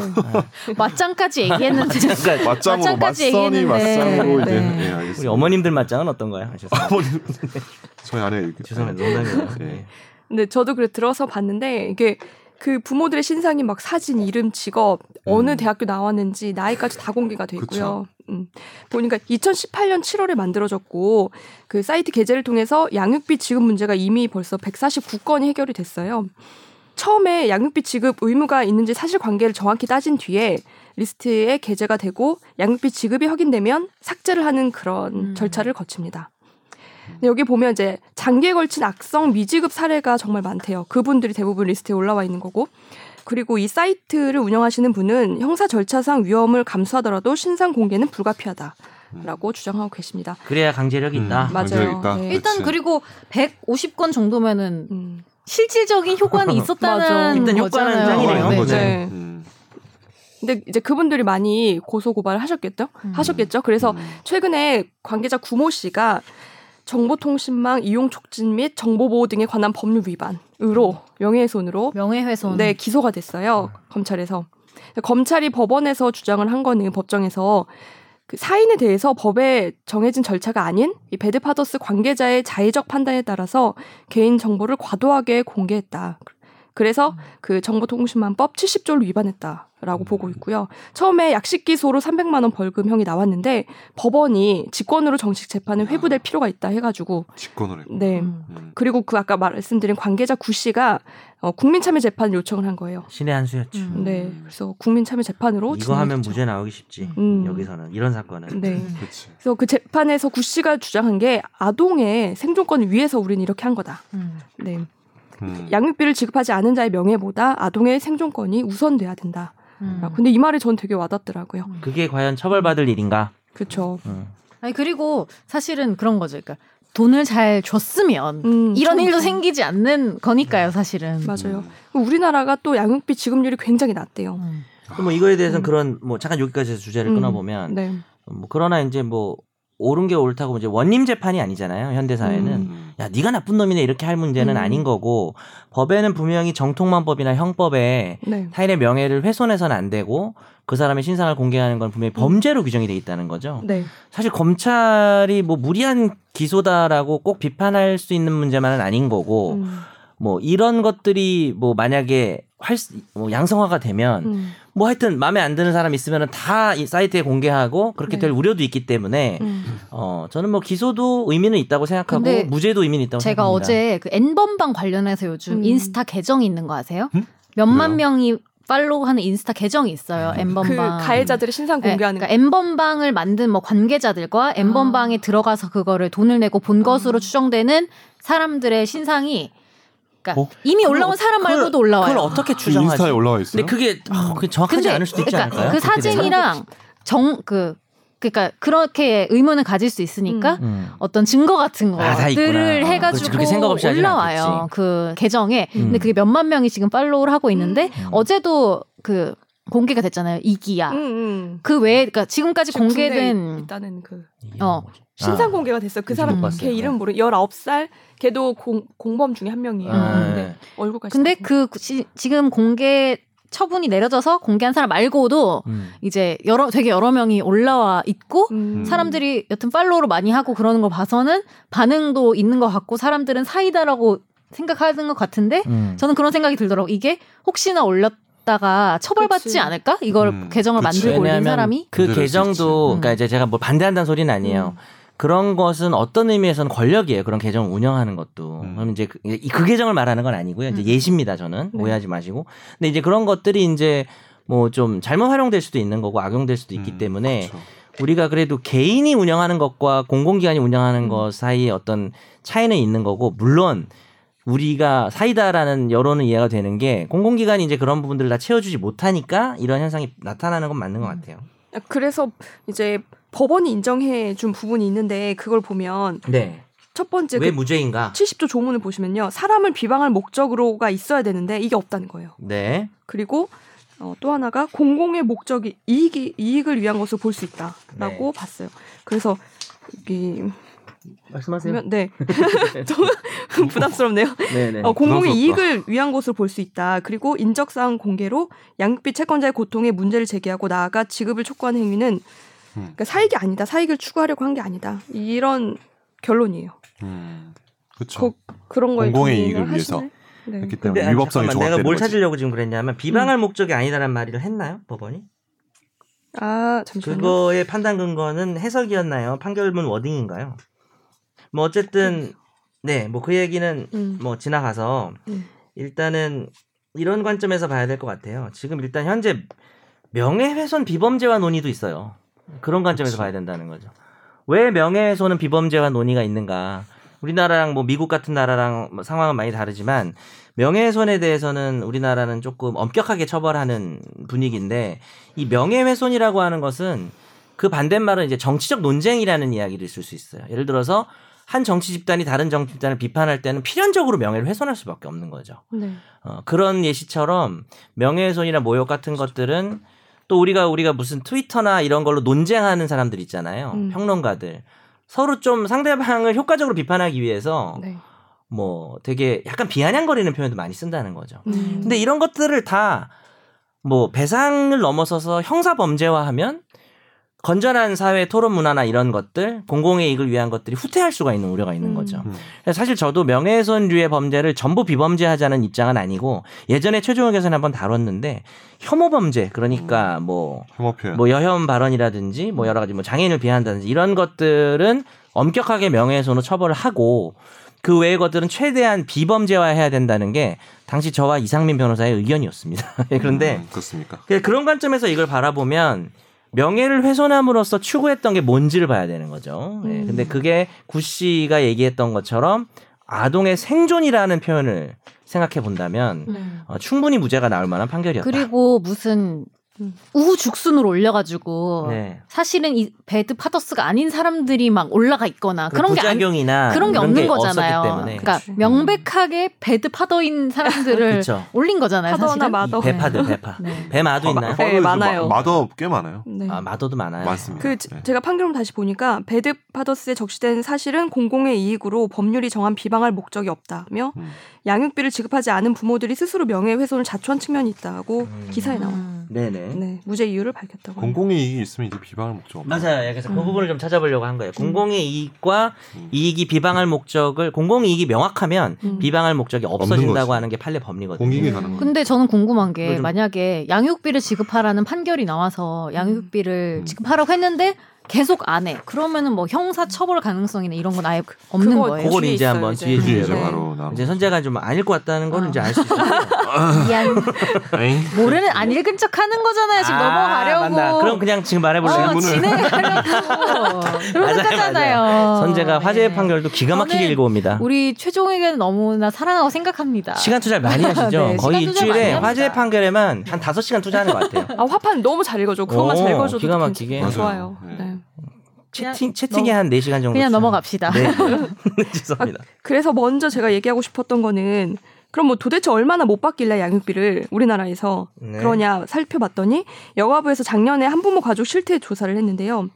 D: 맞짱까지
B: 아,
D: 얘기했는데
B: 그러니까
C: 맞짱으로
D: 맞짱까지
C: 맞선이
D: 얘기했는데.
C: 맞상으로 이제
D: 네.
C: 예, 알겠습니다.
B: 우리 어머님들 맞짱은 어떤가요? 네. 아, 죄송합니다.
C: 어머님. 저희 아내 이렇게
B: 죄송합니다. 농담이에요.
C: 예.
A: 근데 저도 그래 들어서 봤는데 이게 그 부모들의 신상이 막 사진, 이름, 직업, 어느
C: 음.
A: 대학교 나왔는지 나이까지 다 공개가 돼 있고요. 음. 보니까 2018년 7월에 만들어졌고 그 사이트 게재를 통해서 양육비 지급 문제가 이미 벌써 149건이 해결이 됐어요. 처음에 양육비 지급 의무가 있는지 사실관계를 정확히 따진 뒤에 리스트에 게재가 되고 양육비 지급이 확인되면 삭제를 하는 그런
D: 음.
A: 절차를 거칩니다. 근데 여기 보면 이제 장기에 걸친 악성 미지급 사례가 정말 많대요. 그분들이 대부분 리스트에 올라와 있는 거고. 그리고 이 사이트를 운영하시는 분은 형사 절차상 위험을 감수하더라도 신상 공개는 불가피하다라고
B: 음.
A: 주장하고 계십니다.
B: 그래야 강제력이 있다.
C: 음,
A: 맞아요.
C: 강제력이다.
A: 네.
D: 일단
C: 그치.
D: 그리고 150건 정도면은
A: 음.
D: 실질적인 효과는
A: 맞아.
D: 있었다는
B: 일단 효과는
D: 거잖아요.
B: 어, 짱이네요.
D: 네,
C: 거죠.
D: 네.
A: 네.
C: 음.
A: 근데 이제 그분들이 많이 고소 고발을 하셨겠죠?
D: 음.
A: 하셨겠죠? 그래서
C: 음.
A: 최근에 관계자 구모 씨가 정보통신망 이용 촉진 및 정보보호 등에 관한 법률 위반으로 명예훼손으로
D: 명예훼손.
A: 네, 기소가 됐어요. 검찰에서. 검찰이 법원에서 주장을 한 거는 법정에서 그 사인에 대해서 법에 정해진 절차가 아닌 이 배드파더스 관계자의 자의적 판단에 따라서 개인 정보를 과도하게 공개했다. 그래서 그 정보통신망법 70조를 위반했다라고 보고 있고요. 처음에 약식 기소로 300만 원 벌금형이 나왔는데 법원이 직권으로 정식 재판에 회부될 필요가 있다 해가지고
C: 직권을 했고.
A: 네.
D: 음.
C: 음.
A: 그리고 그 아까 말씀드린 관계자 구 씨가 어, 국민참여재판 요청을 한 거예요.
B: 신의 한 수였죠.
D: 음.
A: 네, 그래서 국민참여재판으로
B: 이거 하면
A: 진행됐죠.
B: 무죄 나오기 쉽지.
A: 음.
B: 여기서는 이런 사건은.
A: 네,
D: 음.
C: 그치. 음,
A: 그래서 그 재판에서 구 씨가 주장한 게 아동의 생존권을 위해서 우리는 이렇게 한 거다.
D: 음.
A: 네,
C: 음.
A: 양육비를 지급하지 않은 자의 명예보다 아동의 생존권이 우선돼야 된다.
D: 음.
A: 근데 이 말이 전 되게 와닿더라고요.
B: 그게 과연 처벌받을 일인가?
A: 그렇죠.
B: 음.
D: 아니 그리고 사실은 그런 거죠. 그러니까 돈을 잘 줬으면
A: 음,
D: 이런
A: 좀-
D: 일도 생기지 않는 거니까요, 사실은.
A: 맞아요.
C: 음.
A: 우리나라가 또 양육비 지급률이 굉장히 낮대요.
D: 음.
B: 뭐 이거에 대해서는
A: 음.
B: 그런 뭐 잠깐 여기까지 해서 주제를
A: 음,
B: 끊어보면
A: 네.
B: 뭐 그러나 이제 뭐 옳은 게 옳다고 이제 원님 재판이 아니잖아요 현대사회는
C: 음.
B: 야 네가 나쁜 놈이네 이렇게 할 문제는
A: 음.
B: 아닌 거고 법에는 분명히 정통만법이나 형법에
A: 네.
B: 타인의 명예를 훼손해서는 안 되고 그 사람의 신상을 공개하는 건
D: 음.
B: 분명히 범죄로 규정이 돼 있다는 거죠.
A: 네.
B: 사실 검찰이 뭐 무리한 기소다라고 꼭 비판할 수 있는 문제만은 아닌 거고
A: 음,
B: 뭐 이런 것들이 뭐 만약에 활, 뭐 양성화가 되면
A: 음,
B: 뭐 하여튼 마음에 안 드는 사람 있으면은 다이 사이트에 공개하고 그렇게
A: 네.
B: 될 우려도 있기 때문에
A: 음.
B: 어 저는 뭐 기소도 의미는 있다고
D: 근데
B: 생각하고 무죄도 의미는 있다고
D: 제가
B: 생각합니다.
D: 어제 그 N번방 관련해서 요즘
A: 음.
D: 인스타 계정이 있는 거 아세요?
C: 음?
D: 몇만
B: 왜요? 음.
D: 명이 팔로우하는 인스타 계정이 있어요.
A: 그
D: N번방.
A: 가해자들의 신상
D: 네,
A: 공개하는 아.
D: 그러니까 N번방을 만든 뭐 관계자들과 N번방에 들어가서 그거를 돈을 내고 본 것으로 추정되는 사람들의 신상이 그러니까
C: 어?
D: 이미
B: 그걸
D: 올라온
B: 어-
D: 사람
B: 그걸-
D: 말고도 올라와요.
B: 그걸 어떻게
C: 그
B: 추정하지?
C: 인스타에 올라와
B: 근데
C: 있어요.
B: 그게 어, 그게 정확하지 않을 수도 있지
D: 음. 그러니까
B: 않을까요?
D: 그
B: 그렇게 되면?
D: 사진이랑 정 그 그러니까 그렇게 의문을 가질 수 있으니까
B: 음.
D: 어떤 증거 같은
B: 아, 다
D: 것들을
B: 있구나. 그렇지,
D: 해가지고
B: 그렇게 생각 없이 하진
D: 올라와요.
B: 않겠지.
D: 그 계정에.
B: 음.
D: 근데 그게 몇만 명이 지금 팔로우를 하고 있는데
B: 음.
D: 어제도 그 공개가 됐잖아요. 이기야.
A: 음, 음.
D: 그 외에 그러니까 지금까지
A: 지금
D: 공개된
A: 군대에 있다는 그
B: 이게
D: 어,
B: 뭐지?
A: 신상
B: 아.
A: 공개가 됐어요. 그
B: 요즘
A: 사람
B: 못 봤어요.
A: 걔 이름 모르. 19살. 걔도 공, 공범 중에 한 명이에요.
B: 아,
A: 네. 얼굴까지.
D: 근데
A: 다.
D: 그 지, 지금 공개 처분이 내려져서 공개한 사람 말고도
B: 음.
D: 이제 여러 되게 여러 명이 올라와 있고
A: 음.
D: 그 사람들이 여튼 팔로우를 많이 하고 그러는 걸 봐서는 반응도 있는 것 같고 사람들은 사이다라고 생각하는 것 같은데
B: 음.
D: 저는 그런 생각이 들더라고 이게 혹시나 올렸다가 처벌받지
A: 그치.
D: 않을까 이걸
C: 음,
D: 계정을
C: 그치.
D: 만들고 올린
B: 왜냐하면
D: 사람이
B: 그
C: 그대로 할수 있지.
B: 계정도 그러니까
D: 음.
B: 이제 제가 뭘 반대한다는 소리는 아니에요. 그런 것은 어떤 의미에서는 권력이에요. 그런 계정 을 운영하는 것도.
C: 음.
B: 그럼 이제 그, 이그 계정을 말하는 건 아니고요. 이제
D: 음.
B: 예시입니다. 저는
A: 네.
B: 오해하지 마시고. 근데 이제 그런 것들이 이제 뭐 좀 잘못 활용될 수도 있는 거고 악용될 수도 있기
C: 음,
B: 때문에
C: 그렇죠.
B: 우리가 그래도 개인이 운영하는 것과 공공기관이 운영하는 것 사이에 어떤 차이는 있는 거고 물론 우리가 사이다라는 여론은 이해가 되는 게 공공기관이 이제 그런 부분들을 다 채워주지 못하니까 이런 현상이 나타나는 건 맞는 것 같아요.
A: 음. 그래서 이제 법원이 인정해 준 부분이 있는데 그걸 보면
B: 네.
A: 첫 번째
B: 왜
A: 그
B: 무죄인가?
A: 70조 조문을 보시면요. 사람을 비방할 목적으로가 있어야 되는데 이게 없다는 거예요.
B: 네.
A: 그리고 어, 또 하나가 공공의 목적이 이익이, 이익을 위한 것으로 볼 수 있다라고 봤어요. 그래서 이게
B: 말씀하세요.
A: 보면 네. 좀 부담스럽네요.
B: 네, 네.
A: 어, 공공의
C: 부담스럽다.
A: 이익을 위한 것으로 볼 수 있다. 그리고 인적사항 공개로 양육비 채권자의 고통에 문제를 제기하고 나아가 지급을 촉구하는 행위는
C: 음.
A: 그러니까 사익이 아니다. 사익을 추구하려고 한 게 아니다. 이런 결론이에요.
C: 음. 그렇죠.
A: 거- 그런 거에
C: 공공의
A: 동의를
C: 이익을 위해서.
A: 하시나요? 네.
C: 그렇기
B: 근데
C: 때문에 위법성이
B: 잠깐만, 내가
C: 조각되는
B: 뭘
C: 거지.
B: 찾으려고 지금 그랬냐면 비방할 목적이 아니다라는 말을 했나요 법원이?
A: 아 잠시만요.
B: 그거의 판단 근거는 해석이었나요? 판결문 워딩인가요? 뭐 어쨌든 네, 뭐 그 얘기는
A: 음.
B: 뭐 지나가서
A: 음.
B: 일단은 이런 관점에서 봐야 될 것 같아요. 지금 일단 현재 명예훼손 비범죄와 논의도 있어요. 그런 관점에서
C: 그치.
B: 봐야 된다는 거죠. 왜 명예훼손은 비범죄와 논의가 있는가? 우리나라랑 뭐 미국 같은 나라랑 뭐 상황은 많이 다르지만 명예훼손에 대해서는 우리나라는 조금 엄격하게 처벌하는 분위기인데 이 명예훼손이라고 하는 것은 그 반대말은 이제 정치적 논쟁이라는 이야기를 쓸 수 있어요. 예를 들어서 한 정치 집단이 다른 정치 집단을 비판할 때는 필연적으로 명예를 훼손할 수밖에 없는 거죠.
A: 네.
B: 어, 그런 예시처럼 명예훼손이나 모욕 같은 것들은 또 우리가 우리가 무슨 트위터나 이런 걸로 논쟁하는 사람들 있잖아요.
A: 음.
B: 평론가들 서로 좀 상대방을 효과적으로 비판하기 위해서
A: 네.
B: 뭐 되게 약간 비아냥거리는 표현도 많이 쓴다는 거죠.
A: 음.
B: 근데 이런 것들을 다 뭐 배상을 넘어서서 형사 범죄화하면 건전한 사회 토론 문화나 이런 것들 공공의 이익을 위한 것들이 후퇴할 수가 있는 우려가 있는
A: 음.
B: 거죠.
C: 음.
B: 그래서 사실 저도 명예훼손류의 범죄를 전부 비범죄하자는 입장은 아니고 예전에 최종호 교수는 한번 다뤘는데 혐오 범죄 그러니까 뭐
C: 혐오 표현.
B: 뭐 여혐 발언이라든지 뭐 여러 가지 뭐 장애인을 비한다든지 이런 것들은 엄격하게 명예훼손으로 처벌을 하고 그 외의 것들은 최대한 비범죄화해야 된다는 게 당시 저와 이상민 변호사의 의견이었습니다. 예, 그런데
C: 음, 그렇습니까?
B: 그- 그런 관점에서 이걸 바라보면 명예를 훼손함으로써 추구했던 게 뭔지를 봐야 되는 거죠. 예,
A: 음.
B: 근데 그게 구 씨가 얘기했던 것처럼 아동의 생존이라는 표현을 생각해 본다면
A: 네.
D: 음.
B: 어, 충분히 무죄가 나올 만한 판결이었다.
D: 그리고 무슨
A: 음.
D: 우후죽순으로 올려가지고
B: 네.
D: 사실은 이 배드 파더스가 아닌 사람들이 막 올라가 있거나 그런 게 안,
B: 부작용이나
D: 그런 게 없는 거잖아요.
B: 없었기 때문에.
D: 그러니까
A: 그치.
D: 명백하게 배드 파더인 사람들을
B: 그렇죠.
D: 올린 거잖아요.
A: 파도 하나
D: 사실은.
A: 마도.
B: 배파들 배파.
D: 네.
B: 아,
C: 어,
B: 배마도 있나요?
A: 네, 많아요.
C: 마더 꽤 많아요.
A: 네.
B: 아 마도도 많아요.
C: 많습니다.
A: 그
C: 네.
A: 제가 판결문 다시 보니까 배드 파더스에 적시된 사실은 공공의 이익으로 법률이 정한 비방할 목적이 없다며
C: 음.
A: 양육비를 지급하지 않은 부모들이 스스로 명예훼손을 자초한 측면이 있다고
B: 음.
A: 기사에 나와.
D: 음.
B: 네네.
A: 네, 무죄 이유를 밝혔다고. 합니다.
C: 공공의 이익이 있으면 이제 비방을 먹죠.
B: 맞아요. 그래서 그
D: 음.
B: 부분을 좀 찾아보려고 한 거예요. 공공의 이익과
C: 음.
B: 이익이 비방할 목적을 공공의 이익이 명확하면
A: 음.
B: 비방할 목적이 없어진다고
C: 거지.
B: 하는 게 판례 법리거든요.
C: 공익이
D: 음.
C: 가는 거예요.
D: 근데 저는 궁금한 게
B: 요즘-
D: 만약에 양육비를 지급하라는 판결이 나와서 양육비를
C: 음.
D: 지급하라고 했는데 계속 안 해. 그러면은 뭐 형사 처벌 가능성이나 이런 건 아예 없는
A: 그거-
D: 거예요.
B: 그걸
A: 뒤에
B: 이제
A: 있어요,
B: 한번
A: 이제.
B: 뒤에
C: 이게
B: 주제로.
C: 이제
A: 네.
C: 바로 나온
B: 이제 선재가 좀 아닐 것 같다는 걸
D: 아.
B: 이제 알 수 있어요.
D: 미안.
C: 에잉.
D: 모르는 안 읽은 척 하는 거잖아요. 지금 넘어가려고.
B: 맞다. 그럼 그냥 지금 말해볼래요.
D: 어,
C: 질문을.
D: 진행하려고. 그런
B: 맞아요,
D: 거잖아요.
B: 선재가 화제의
D: 네.
B: 판결도 기가 막히게
D: 저는
B: 읽어옵니다.
D: 우리 최종 의견 너무나 살아나고 생각합니다.
B: 시간 투자를 많이 하시죠? 거의
D: 네, 시간 투자 많이
B: 일주일에
D: 합니다.
B: 화제의 판결에만 한 5시간 투자하는 것 같아요.
A: 아 화판 너무 잘 읽어줘. 그것만 잘
B: 오,
A: 읽어줘도
B: 기가 막히게.
A: 괜찮- 좋아요.
C: 맞아요.
A: 네.
C: 네.
D: 그냥
B: 채팅, 채팅에 한 4시간 정도.
D: 그냥
B: 투자.
D: 넘어갑시다.
B: 네. 네, 죄송합니다.
A: 그래서 먼저 제가 얘기하고 싶었던 거는 그럼 뭐 도대체 얼마나 못 받길래 양육비를 우리나라에서
B: 네.
A: 그러냐 살펴봤더니 여가부에서 작년에 한부모 가족 실태 조사를 했는데요.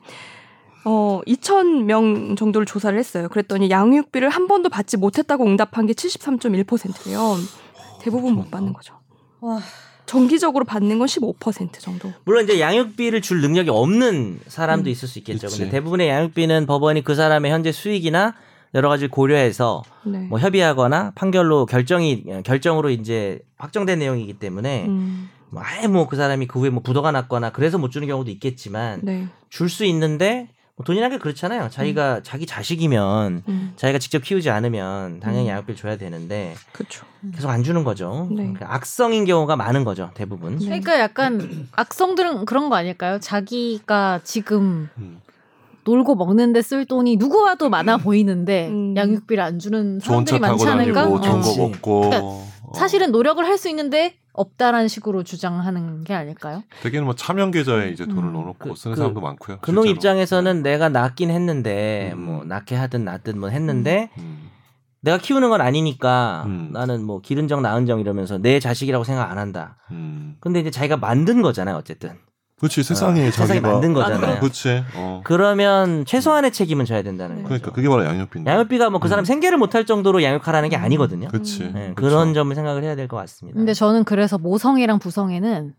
A: 어, 2,000명 정도를 조사를 했어요. 그랬더니 양육비를 한 번도 받지 못했다고 응답한 게 73.1%예요. 대부분 못 받는 거죠.
D: 와.
A: 정기적으로 받는 건 15% 정도.
B: 물론 이제 양육비를 줄 능력이 없는
D: 음.
B: 사람도 있을 수 있겠죠.
C: 그치.
B: 근데 대부분의 양육비는 법원이 그 사람의 현재 수익이나 여러 가지 를 고려해서
A: 네.
B: 뭐 협의하거나 판결로 결정이 결정으로 이제 확정된 내용이기 때문에
A: 음,
B: 뭐 아예 뭐 그 사람이 그 후에 뭐 부도가 났거나 그래서 못 주는 경우도 있겠지만
A: 네.
B: 줄 수 있는데 뭐 돈이라는 게 그렇잖아요.
D: 음.
B: 자기가 자기 자식이면
A: 음,
B: 자기가 직접 키우지 않으면 당연히
A: 음.
B: 양육비를 줘야 되는데
A: 그렇죠.
B: 계속 안 주는 거죠.
A: 네.
B: 그러니까 악성인 경우가 많은 거죠.
C: 예.
B: 대부분.
A: 네.
D: 그러니까 약간 악성들은 그런 거 아닐까요? 자기가 지금
C: 음.
D: 놀고 먹는데 쓸 돈이 누구 와도 많아 보이는데
A: 음.
D: 양육비를 안 주는
C: 좋은 차
D: 사람들이
C: 타고
D: 많지 않을까?
C: 다니고 뭐 좋은
D: 어.
C: 거
B: 그치.
C: 먹고
D: 그러니까
C: 어.
D: 사실은 노력을 할 수 있는데 없다라는 식으로 주장하는 게 아닐까요?
C: 대개는 뭐 차명 계좌에 이제 돈을
D: 음.
C: 넣어놓고
B: 그-
C: 쓰는
B: 그-
C: 사람도 많고요.
B: 그놈
C: 실제로. 네.
B: 입장에서는 내가 낳긴 했는데
C: 음.
B: 뭐 낳게 하든 낳든 뭐 했는데
C: 음.
B: 내가 키우는 건 아니니까
C: 음.
B: 나는 뭐 기른 적 낳은 적 이러면서 내 자식이라고 생각 안 한다.
C: 음.
B: 근데 이제 자기가 만든 거잖아요, 어쨌든.
C: 그렇지 세상에
B: 어, 세상에
C: 자기가
B: 만든 거잖아요.
C: 그렇지. 어.
B: 그러면 최소한의 책임은 져야
D: 네.
B: 된다는 거죠.
C: 그러니까 그게 바로 양육비인데.
B: 양육비가 뭐 그 사람
C: 음.
B: 생계를 못할 정도로 양육하라는 게
D: 음.
B: 아니거든요.
C: 그렇지.
A: 음.
B: 네,
C: 그쵸.
B: 그런 점을 생각을 해야 될 것 같습니다.
D: 근데 저는 그래서 모성애랑 부성애는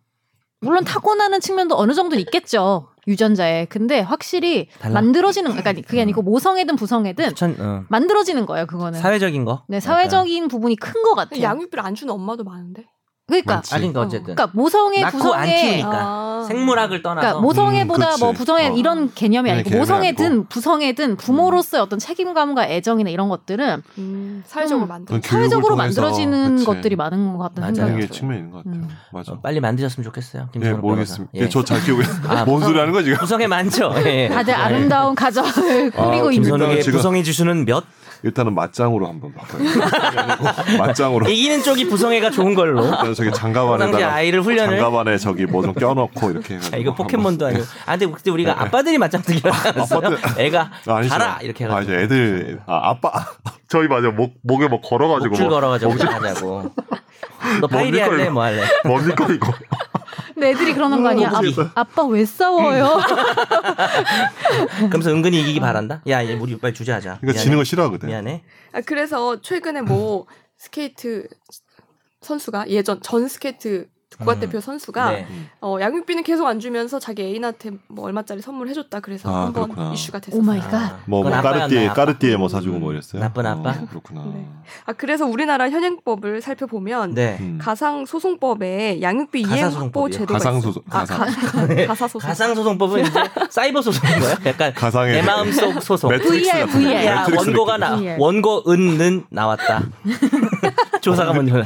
D: 물론 타고나는 측면도 어느 정도 는 있겠죠 유전자에 근데 확실히
B: 달라.
D: 만들어지는 그러니까
C: 음.
D: 그게 아니고 모성애든 부성애든
B: 추천, 어,
D: 만들어지는 거예요 그거는
B: 사회적인 거.
D: 네 사회적인 부분이 큰 것 같아요
A: 양육비를 안 주는 엄마도 많은데.
D: 그러니까
C: 많지.
B: 아닌가
A: 어.
B: 어쨌든.
D: 그러니까 모성애
B: 네. 낳고 안
D: 부성애
B: 키우니까. 그러니까
A: 아.
B: 어. 생물학을
D: 그러니까
B: 떠나서
D: 모성애보다
C: 음,
D: 뭐
C: 그치.
D: 부성애
C: 어.
D: 이런 개념이
C: 네,
D: 아니고
C: 개념이
D: 모성애든
C: 아니고.
D: 부성애든 부모로서의 어떤 책임감과 애정이나 이런 것들은
A: 음, 사회적으로
D: 음.
A: 만든.
C: 교육을
D: 사회적으로
C: 통해서,
D: 만들어지는
C: 그치.
D: 것들이 많은 것 같다는
B: 맞아요.
D: 생각이
C: 그게
D: 들어요.
C: 측면이 있는 것 같아요.
D: 음.
C: 맞아.
B: 어, 빨리 만드셨으면 좋겠어요.
C: 네
B: 김준호
C: 모르겠습니다.
B: 변호사. 예.
C: 저잘 키우고
B: 아,
C: 뭔 소리 하는 거 지금?
B: 구성에 많죠. 예.
D: 다들
B: 예.
D: 아름다운 가정을
C: 아,
D: 꾸리고 있는
B: 김선욱의
C: 지금-
B: 부성의 지수는 몇?
C: 일단은 맞짱으로 한번 바꿔요. 맞짱으로.
B: 이기는 쪽이 부성애가 좋은 걸로.
C: 일단 저기 장갑
B: 평상시
C: 안에다가
B: 아이를 훈련을.
C: 아, 네, 장갑 안에 저기 뭐 좀 껴놓고 이렇게 해가지고
B: 자, 이거
C: 한번. 네,
B: 포켓몬도 아니고. 아, 근데 그때 우리가 아빠들이 맞짱뜨기를 하잖아요. 애가
C: 아, 아니죠.
B: 가라 이렇게
C: 아,
B: 해가지고.
C: 이제 애들 아, 아빠 저희 맞아 목 목에 뭐 걸어가지고
B: 목줄
C: 뭐,
B: 걸어가지고
C: 목줄-
B: 하자고. 너 파이리 할래
C: 이거?
B: 뭐 할래?
C: 뭡니까 이거
D: 근데 애들이 그러는 거 아니야?
C: 모르겠어요.
D: 아, 빠왜 싸워요?
C: 음.
B: 그러면서 은근히 이기기 바란다. 야, 얘 우리 빨리 주제하자.
C: 그러니까 지는 거 싫어하거든.
B: 미안해.
A: 아, 그래서 최근에 뭐 스케이트 선수가 예전 전 스케이트 국가대표
D: 그러니까
A: 선수가
B: 네.
A: 어, 양육비는 계속 안 주면서 자기 애인한테 뭐 얼마짜리 선물해줬다 그래서
C: 아,
A: 한번
C: 그렇구나.
A: 이슈가 됐었어요.
D: 오 마이 갓.
B: 아,
C: 뭐,
B: 그건
C: 뭐
B: 아빠였나,
C: 까르띠에
B: 아빠?
C: 까르띠에 뭐 사주고 뭐 이랬어요.
B: 나쁜 아빠?
C: 어, 그렇구나.
A: 네. 아 그래서 우리나라 현행법을 살펴보면
B: 네.
C: 음.
A: 가상 소송법에 양육비 이행 확보
B: 가사소송법이요?
A: 제도가
C: 가상
A: 있어요.
C: 소송 네.
A: 아,
C: 가상
A: 가, 가사 소송.
B: 가상 소송법은 이제 사이버 소송인가요? 약간
C: 가상의
B: 내 마음 속 소송.
C: 매트릭스
A: 어, 예.
D: VR,
C: 같은 거.
D: VR.
B: 야
C: 매트릭스
B: 아, 원고가
C: 느낌.
B: 나
D: 예.
B: 원고 은는 나왔다. 조사가 먼저.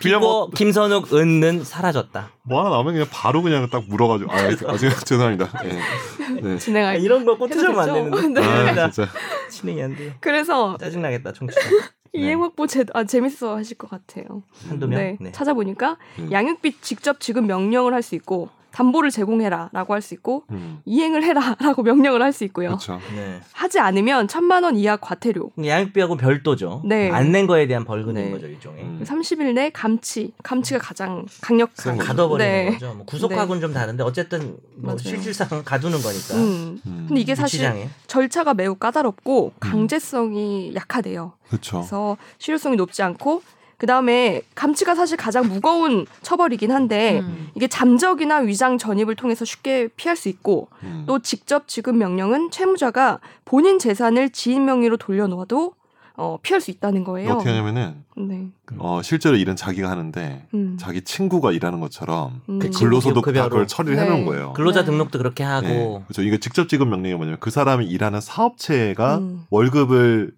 C: 빌려먹-
B: 빌고 김선욱 은는 사라졌다.
C: 뭐 하나 나오면 그냥 바로 그냥 딱 물어가지고 아, 아 죄송합니다. 네. 네.
A: 진행할
B: 이런 거 꼬투정
A: 해도
B: 안
A: 되죠? 네.
B: 되는데.
C: 아,
B: 아,
C: 진짜.
B: 진행이 안 돼요.
A: 그래서
B: 짜증나겠다, 청취자. 네.
A: 이행 확보 제도 아 재밌어 하실 것 같아요.
B: 한두 명.
A: 네,
B: 네.
A: 찾아보니까
C: 음.
A: 양육비 직접 지급 명령을 할 수 있고 담보를 제공해라라고 할 수 있고
C: 음,
A: 이행을 해라라고 명령을 할 수 있고요.
C: 그렇죠.
B: 네.
A: 하지 않으면 천만 원 이하 과태료,
B: 양육비하고 별도죠.
A: 네.
B: 안 낸 거에 대한 벌금인
A: 네.
B: 거죠 일종의.
C: 음.
A: 30일 내 감치, 감치가 가장 강력한
C: 센 거죠.
B: 가둬버리는
A: 네.
B: 거죠. 뭐 구속하고는 좀 다른데 어쨌든 뭐
A: 맞아요.
B: 실질상 가두는 거니까.
A: 음.
C: 음,
A: 근데 이게 사실
B: 유치장에.
A: 절차가 매우 까다롭고 강제성이 약하대요.
C: 그렇죠.
A: 그래서 실효성이 높지 않고 그 다음에 감치가 사실 가장 무거운 처벌이긴 한데
D: 음.
A: 이게 잠적이나 위장 전입을 통해서 쉽게 피할 수 있고
C: 음,
A: 또 직접 지급 명령은 채무자가 본인 재산을 지인 명의로 돌려놓아도 어, 피할 수 있다는 거예요.
C: 어떻게 하냐면은
A: 네.
C: 어, 실제로 일은 자기가 하는데
A: 음.
C: 자기 친구가 일하는 것처럼
A: 음.
B: 그 친구-
C: 근로소득 다
B: 급여로.
C: 그걸 처리를 해놓은
A: 네.
C: 거예요.
B: 근로자
A: 네.
B: 등록도 그렇게 하고.
C: 그렇죠. 이게 직접 지급 명령이 뭐냐면 그 사람이 일하는 사업체가
A: 음.
C: 월급을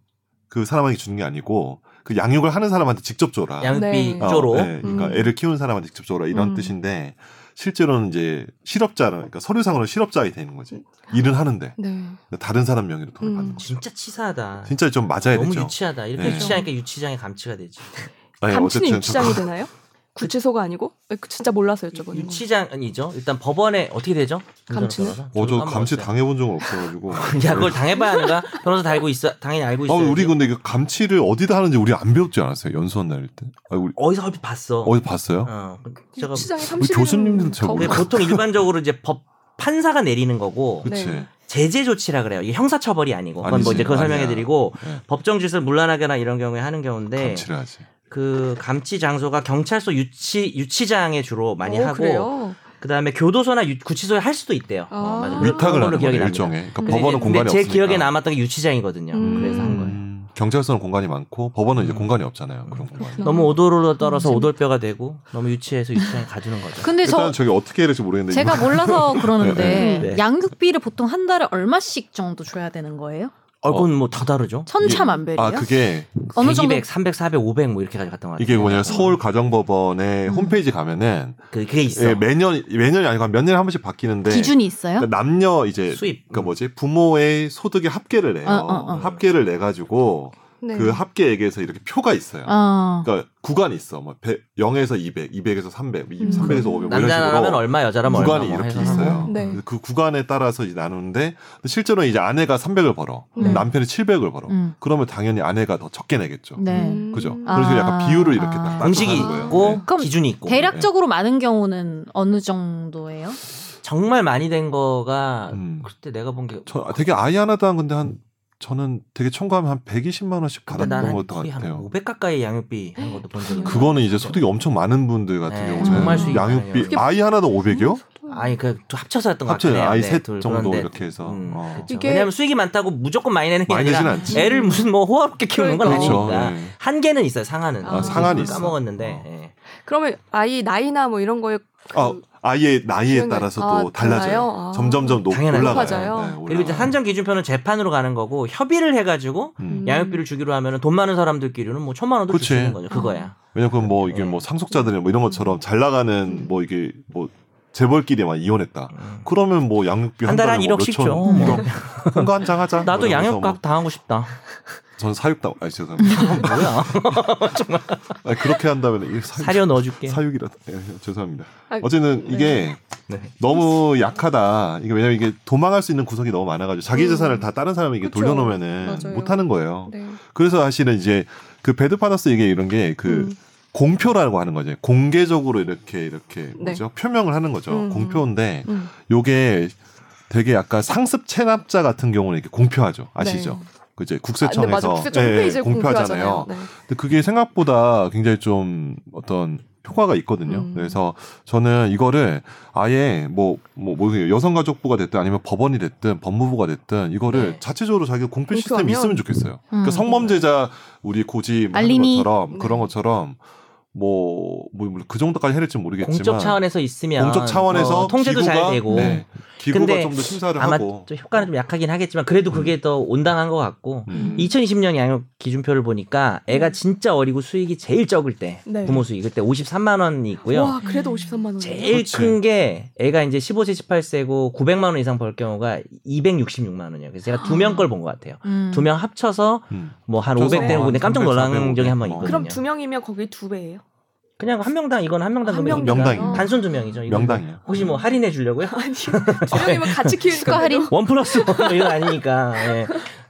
C: 그 사람에게 주는 게 아니고 그 양육을 하는 사람한테 직접 줘라.
B: 양육비
A: 네.
C: 어,
B: 쪼로.
C: 네, 그러니까
A: 음.
C: 애를 키우는 사람한테 직접 줘라 이런
A: 음.
C: 뜻인데 실제로는 이제 실업자 그러니까 서류상으로 실업자이 되는 거지. 일은 하는데
A: 네.
C: 다른 사람 명의로 돈을
A: 음.
C: 받는 거죠.
B: 진짜 치사하다.
C: 진짜 좀 맞아야
B: 너무
C: 되죠.
B: 유치하다. 이렇게
C: 네.
B: 유치하니까 유치장에 감치가 되지.
C: 아니,
A: 감치는
C: 어쨌든
A: 유치장이
C: 좀-
A: 되나요? 구치소가 아니고? 에, 그 진짜 몰라서 여쭤보는 거예요.
B: 유치장이죠. 일단 법원에 어떻게 되죠?
A: 감치는?
C: 어, 저
B: 저도
C: 감치
B: 까먹었어요.
C: 당해본 적은 없어가지고.
B: 야, 그걸 당해봐야 하는가? 변호사 다 알고 있어. 당연히 알고
C: 아,
B: 있어.
C: 우리 근데 그 감치를 어디다 하는지 우리 안 배웠지 않았어요? 연수원 다닐 때. 아, 우리
B: 어디서 얼핏 봤어.
C: 어디 봤어요?
B: 어, 제가
A: 유치장에
C: 우리
A: 30일
C: 교수님들은 잘
B: 근데
C: 몰라.
B: 보통 일반적으로 이제 법 판사가 내리는 거고
C: 그치.
A: 네.
B: 제재 조치라 그래요. 이게 형사 처벌이 아니고. 그건 뭐
C: 아니지,
B: 이제 그거
C: 아니야.
B: 설명해 드리고
C: 네.
B: 법정 짓을 물러나거나 이런 경우에 하는 경우인데
C: 감치를 하지.
B: 그 감치 장소가 경찰서 유치 유치장에 주로 많이
A: 어,
B: 하고
A: 그래요?
B: 그다음에 교도소나 유- 구치소에 할 수도 있대요.
A: 아.
B: 어, 맞아요.
C: 위탁을
B: 그걸로
C: 하는 거예요,
B: 기억이 납니다. 네.
C: 일종의. 그러니까
A: 근데
C: 법원은
B: 근데 이제-
C: 공간이
B: 근데
C: 없으니까.
B: 제 기억에 남았던 게 유치장이거든요.
A: 음.
B: 그래서 한 거예요. 음.
C: 음, 경찰서는 공간이 많고 법원은 이제 공간이 없잖아요. 그런 공간.
A: 그렇구나.
B: 너무 오도로 떨어서
D: 음,
B: 오돌뼈가 되고 너무 유치해서 유치장에 가주는 거죠.
D: 근데 저
C: 일단 저게 어떻게 해야 될지 모르겠는데
D: 제가
C: 이거-
D: 몰라서 그러는데
B: 네.
D: 양육비를 보통 한 달에 얼마씩 정도 줘야 되는 거예요?
B: 어, 그건 뭐 다 다르죠.
D: 천차만별이요?
C: 아 그게
D: 어느
B: 100,
D: 정도
B: 200, 300, 400, 500 뭐 이렇게까지 갔던 것 같아요.
C: 이게 뭐냐 서울 가정법원의
D: 음.
C: 홈페이지 가면은
B: 그, 그게 있어.
C: 예, 매년 매년이 아니고 몇 년에 한 번씩 바뀌는데
D: 기준이 있어요?
C: 그러니까 남녀 이제
B: 수입.
C: 그러니까 뭐지 부모의 소득의 합계를 내요.
D: 어, 어, 어.
C: 합계를 내 가지고
A: 네.
C: 그 합계액에서 이렇게 표가 있어요.
D: 어.
C: 그러니까 구간이 있어. 뭐 100, 0에서 200, 200에서 뭐 300, 300에서 500 이런
B: 남자라면
C: 식으로
B: 얼마, 여자라면 얼마.
C: 구간이
B: 뭐
C: 이렇게
B: 해서.
C: 있어요.
A: 네.
C: 그래서 그 구간에 따라서 이제 나누는데 근데 실제로 이제 아내가 300을 벌어,
A: 네.
C: 남편이 700을 벌어.
D: 음.
C: 그러면 당연히 아내가 더 적게 내겠죠.
D: 네.
A: 음.
C: 그죠? 그런
A: 아,
C: 식으로
D: 아,
C: 약간 비율을 이렇게
D: 아.
C: 딱
B: 음식이
C: 맞춰가는 거예요.
B: 있고
C: 네.
D: 그럼
B: 기준이 있고
D: 대략적으로 많은 경우는 어느 정도예요?
B: 정말 많이 된 거가
C: 음.
B: 그때 내가 본게
C: 저 되게 아이 하나당 근데 한 저는 되게 청구하면 한 120만 원씩 받았던 것
B: 거의 한
C: 같아요.
B: 500 가까이 양육비 한 것도 본 적이
C: 그거는 이제 소득이 엄청 많은 분들 같은
B: 네,
C: 경우는
A: 정말 수익이
C: 양육비
B: 많아요.
C: 아이 하나당 500이요?
B: 아니 그 합쳐서였던 것
C: 합쳐요.
B: 같아요. 네,
C: 아이 셋 정도 이렇게 해서.
B: 음,
C: 어.
A: 이게-
B: 왜냐하면 수익이 많다고 무조건 많이 내는 게
C: 많이 내진
B: 아니라
C: 않지.
B: 애를 무슨 뭐 호화롭게 키우는 건
C: 그렇죠.
B: 아니니까
C: 네.
B: 한계는 있어요. 상한은
A: 아,
C: 상한이 있어.
B: 까먹었는데
C: 어.
B: 예.
A: 그러면 아이 나이나 뭐 이런 거에 그
C: 아, 아이의 나이에
A: 기억이-
C: 따라서도
A: 아, 달라요?
C: 달라져요.
A: 아.
C: 점점점 높
B: 당연하죠.
C: 올라가요.
A: 높아져요.
C: 네,
B: 그리고 이제
C: 올라가요.
B: 산정 기준표는 재판으로 가는 거고 협의를 해가지고
C: 음.
B: 양육비를 주기로 하면은 돈 많은 사람들끼리는 뭐 천만 원도 줄 수
C: 그치.
B: 있는 거죠. 그거야.
C: 왜냐면 그건 뭐 이게
B: 네.
C: 뭐 상속자들이 뭐 이런 것처럼 잘 나가는 뭐 이게 뭐 재벌끼리만 이혼했다.
B: 음.
C: 그러면 뭐 양육비
B: 한 달에 한
C: 뭐
B: 1억씩
C: 몇천
B: 줘.
C: 원,
B: 뭐.
C: 이거 큰거 한 장 하자. 뭐
B: 나도
C: 이러면서
B: 양육각 당하고 싶다. 어,
C: 뭐 저는 사육당. 아 죄송합니다.
B: 뭐야?
C: 아니, 그렇게 한다면 이게 사육,
B: 사려 넣어줄게.
C: 사육이라. 예, 예, 죄송합니다.
A: 아,
C: 어쨌든 이게
B: 네.
C: 너무 약하다. 이게 왜냐면 이게 도망할 수 있는 구석이 너무 많아가지고 자기
A: 음.
C: 재산을 다 다른 사람에게
A: 그쵸.
C: 돌려놓으면은
A: 맞아요.
C: 못하는 거예요.
A: 네.
C: 그래서 사실은 이제 그 배드 파더스 이게 이런 게 그
A: 음.
C: 공표라고 하는 거죠. 공개적으로 이렇게 이렇게 뭐죠? 표명을 하는 거죠.
A: 네. 음.
C: 공표인데
A: 음.
C: 요게 되게 약간 상습 체납자 같은 경우는 이렇게 공표하죠. 아시죠? 그 이제
A: 아, 근데 맞아.
C: 국세청에서
A: 국세청
C: 예,
A: 홈페이지에 공표하잖아요.
C: 공표하잖아요.
A: 네.
C: 근데 그게 생각보다 굉장히 좀 어떤 효과가 있거든요.
A: 음.
C: 그래서 저는 이거를 아예 뭐뭐 여성가족부가 됐든 아니면 법원이 됐든 법무부가 됐든 이거를
B: 네.
C: 자체적으로 자기가 공표 시스템이
A: 공표하면?
C: 있으면 좋겠어요. 그러니까
D: 음.
C: 성범죄자 우리 고지 뭐 하는
D: 알림이?
C: 것처럼
A: 네.
C: 그런 것처럼 뭐뭐 그 정도까지 해야 될지 모르겠지만
B: 공적 차원에서 있으면
C: 공적 차원에서
B: 어, 통제도
C: 기구가,
B: 잘 되고
C: 네, 기구가
B: 근데
C: 좀 더 심사를
B: 아마
C: 하고
B: 좀 효과는 좀 약하긴 하겠지만 그래도 그게 더 온당한 것 같고
C: 음.
B: 2020년 양육 기준표를 보니까 애가 진짜 어리고 수익이 제일 적을 때
A: 음. 네.
B: 부모 수익 그때 53만 원이 있고요.
A: 와, 그래도 53만 원.
B: 제일
C: 그치.
B: 큰 게 애가 이제 15세 18세고 900만 원 이상 벌 경우가 266만 원이에요. 그래서 제가 두 명 걸 본 것 같아요.
D: 음.
B: 두 명 합쳐서
C: 음.
B: 뭐 한
C: 합쳐서 뭐
B: 500 되는
C: 한
B: 분데 깜짝 놀란
C: 300,
B: 적이 한 번
C: 어.
B: 있거든요.
A: 그럼 두 명이면 거기 두 배예요.
B: 그냥 한 명당 이건 한 명당
A: 한
B: 금액.
A: 명당.
C: 명당이에요.
B: 단순 두 명이죠. 이거.
C: 명당이에요.
B: 혹시 뭐 할인해 주려고요?
A: 아니 주영님은 같이 키우니까
D: 할인.
A: 그래도
B: 원 플러스 원 이거 아니니까. 예.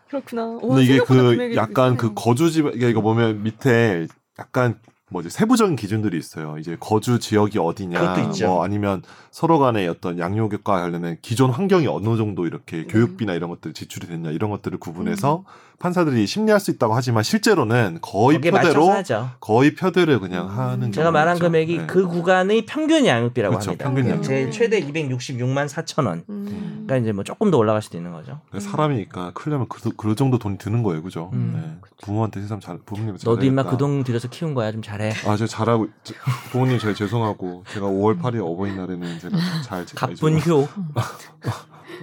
A: 그렇구나. 오,
C: 근데 이게
A: 생각보다
C: 그
A: 금액이 비싸네.
C: 약간 그 거주지 이게 이거 보면 밑에 약간 뭐지 세부적인 기준들이 있어요. 이제 거주 지역이
B: 그것도
C: 어디냐,
B: 있죠.
C: 뭐 아니면 서로 간의 어떤 양육과 관련된 기존 환경이 어느 정도 이렇게
A: 네.
C: 교육비나 이런 것들 지출이 됐냐 이런 것들을 구분해서
A: 음.
C: 판사들이 심리할 수 있다고 하지만 실제로는 거의
B: 거기에 맞춰서
C: 표대로
B: 하죠.
C: 거의 표대를 그냥
A: 음.
C: 하는
B: 제가
C: 경우가
B: 말한
C: 있죠.
B: 금액이
C: 네.
B: 그 구간의 평균 양육비라고
C: 그렇죠,
B: 합니다.
C: 평균
A: 양육비.
B: 제 최대 266만 4천 원.
A: 음.
B: 그러니까 이제 뭐 조금 더 올라갈 수도 있는 거죠.
C: 그러니까 사람이니까 크려면 그, 그 정도 돈이 드는 거예요, 그죠?
B: 음.
C: 네. 부모한테 세상 잘 부모님
B: 너도 임마 그 돈 들여서 키운 거야. 좀 잘해.
C: 아, 제가 잘하고 저- 부모님 제가 죄송하고 제가 5월
B: 음.
C: 8일 어버이날에는 제가 잘 제가
B: 갑분
C: 이제-
B: 효.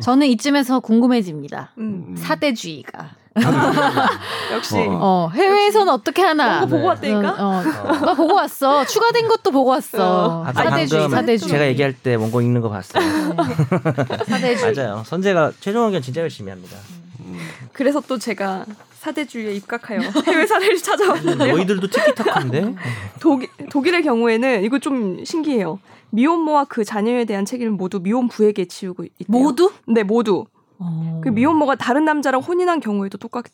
D: 저는 이쯤에서 궁금해집니다.
B: 그
A: 음.
C: 음, 음.
D: 사대주의가.
A: 역시
C: 어, 어.
D: 어, 해외에선 어떻게 하나?
A: 그거 보고
B: 네.
A: 왔다니까.
D: 응, 어. 나 보고 왔어. 추가된 것도 보고 왔어.
A: 어.
B: 아까
D: 사대주의,
B: 방금
D: 사대주의.
B: 제가 얘기할 때 원고 읽는 거 봤어요.
D: 사대주의.
B: 맞아요. 선재가 최종 의견 진짜 열심히 합니다.
C: 음.
A: 그래서 또 제가 사대주의에 입각하여 해외 사례를
D: 네.
A: 찾아왔는데요.
B: 너희들도 티키타카인데?
A: 독일, 독일의 경우에는 이거 좀 신기해요. 미혼모와 그 자녀에 대한 책임을 모두 미혼부에게 지우고 있대요.
D: 모두?
A: 네, 모두.
D: 어.
A: 그 미혼모가 다른 남자랑 혼인한 경우에도 똑같이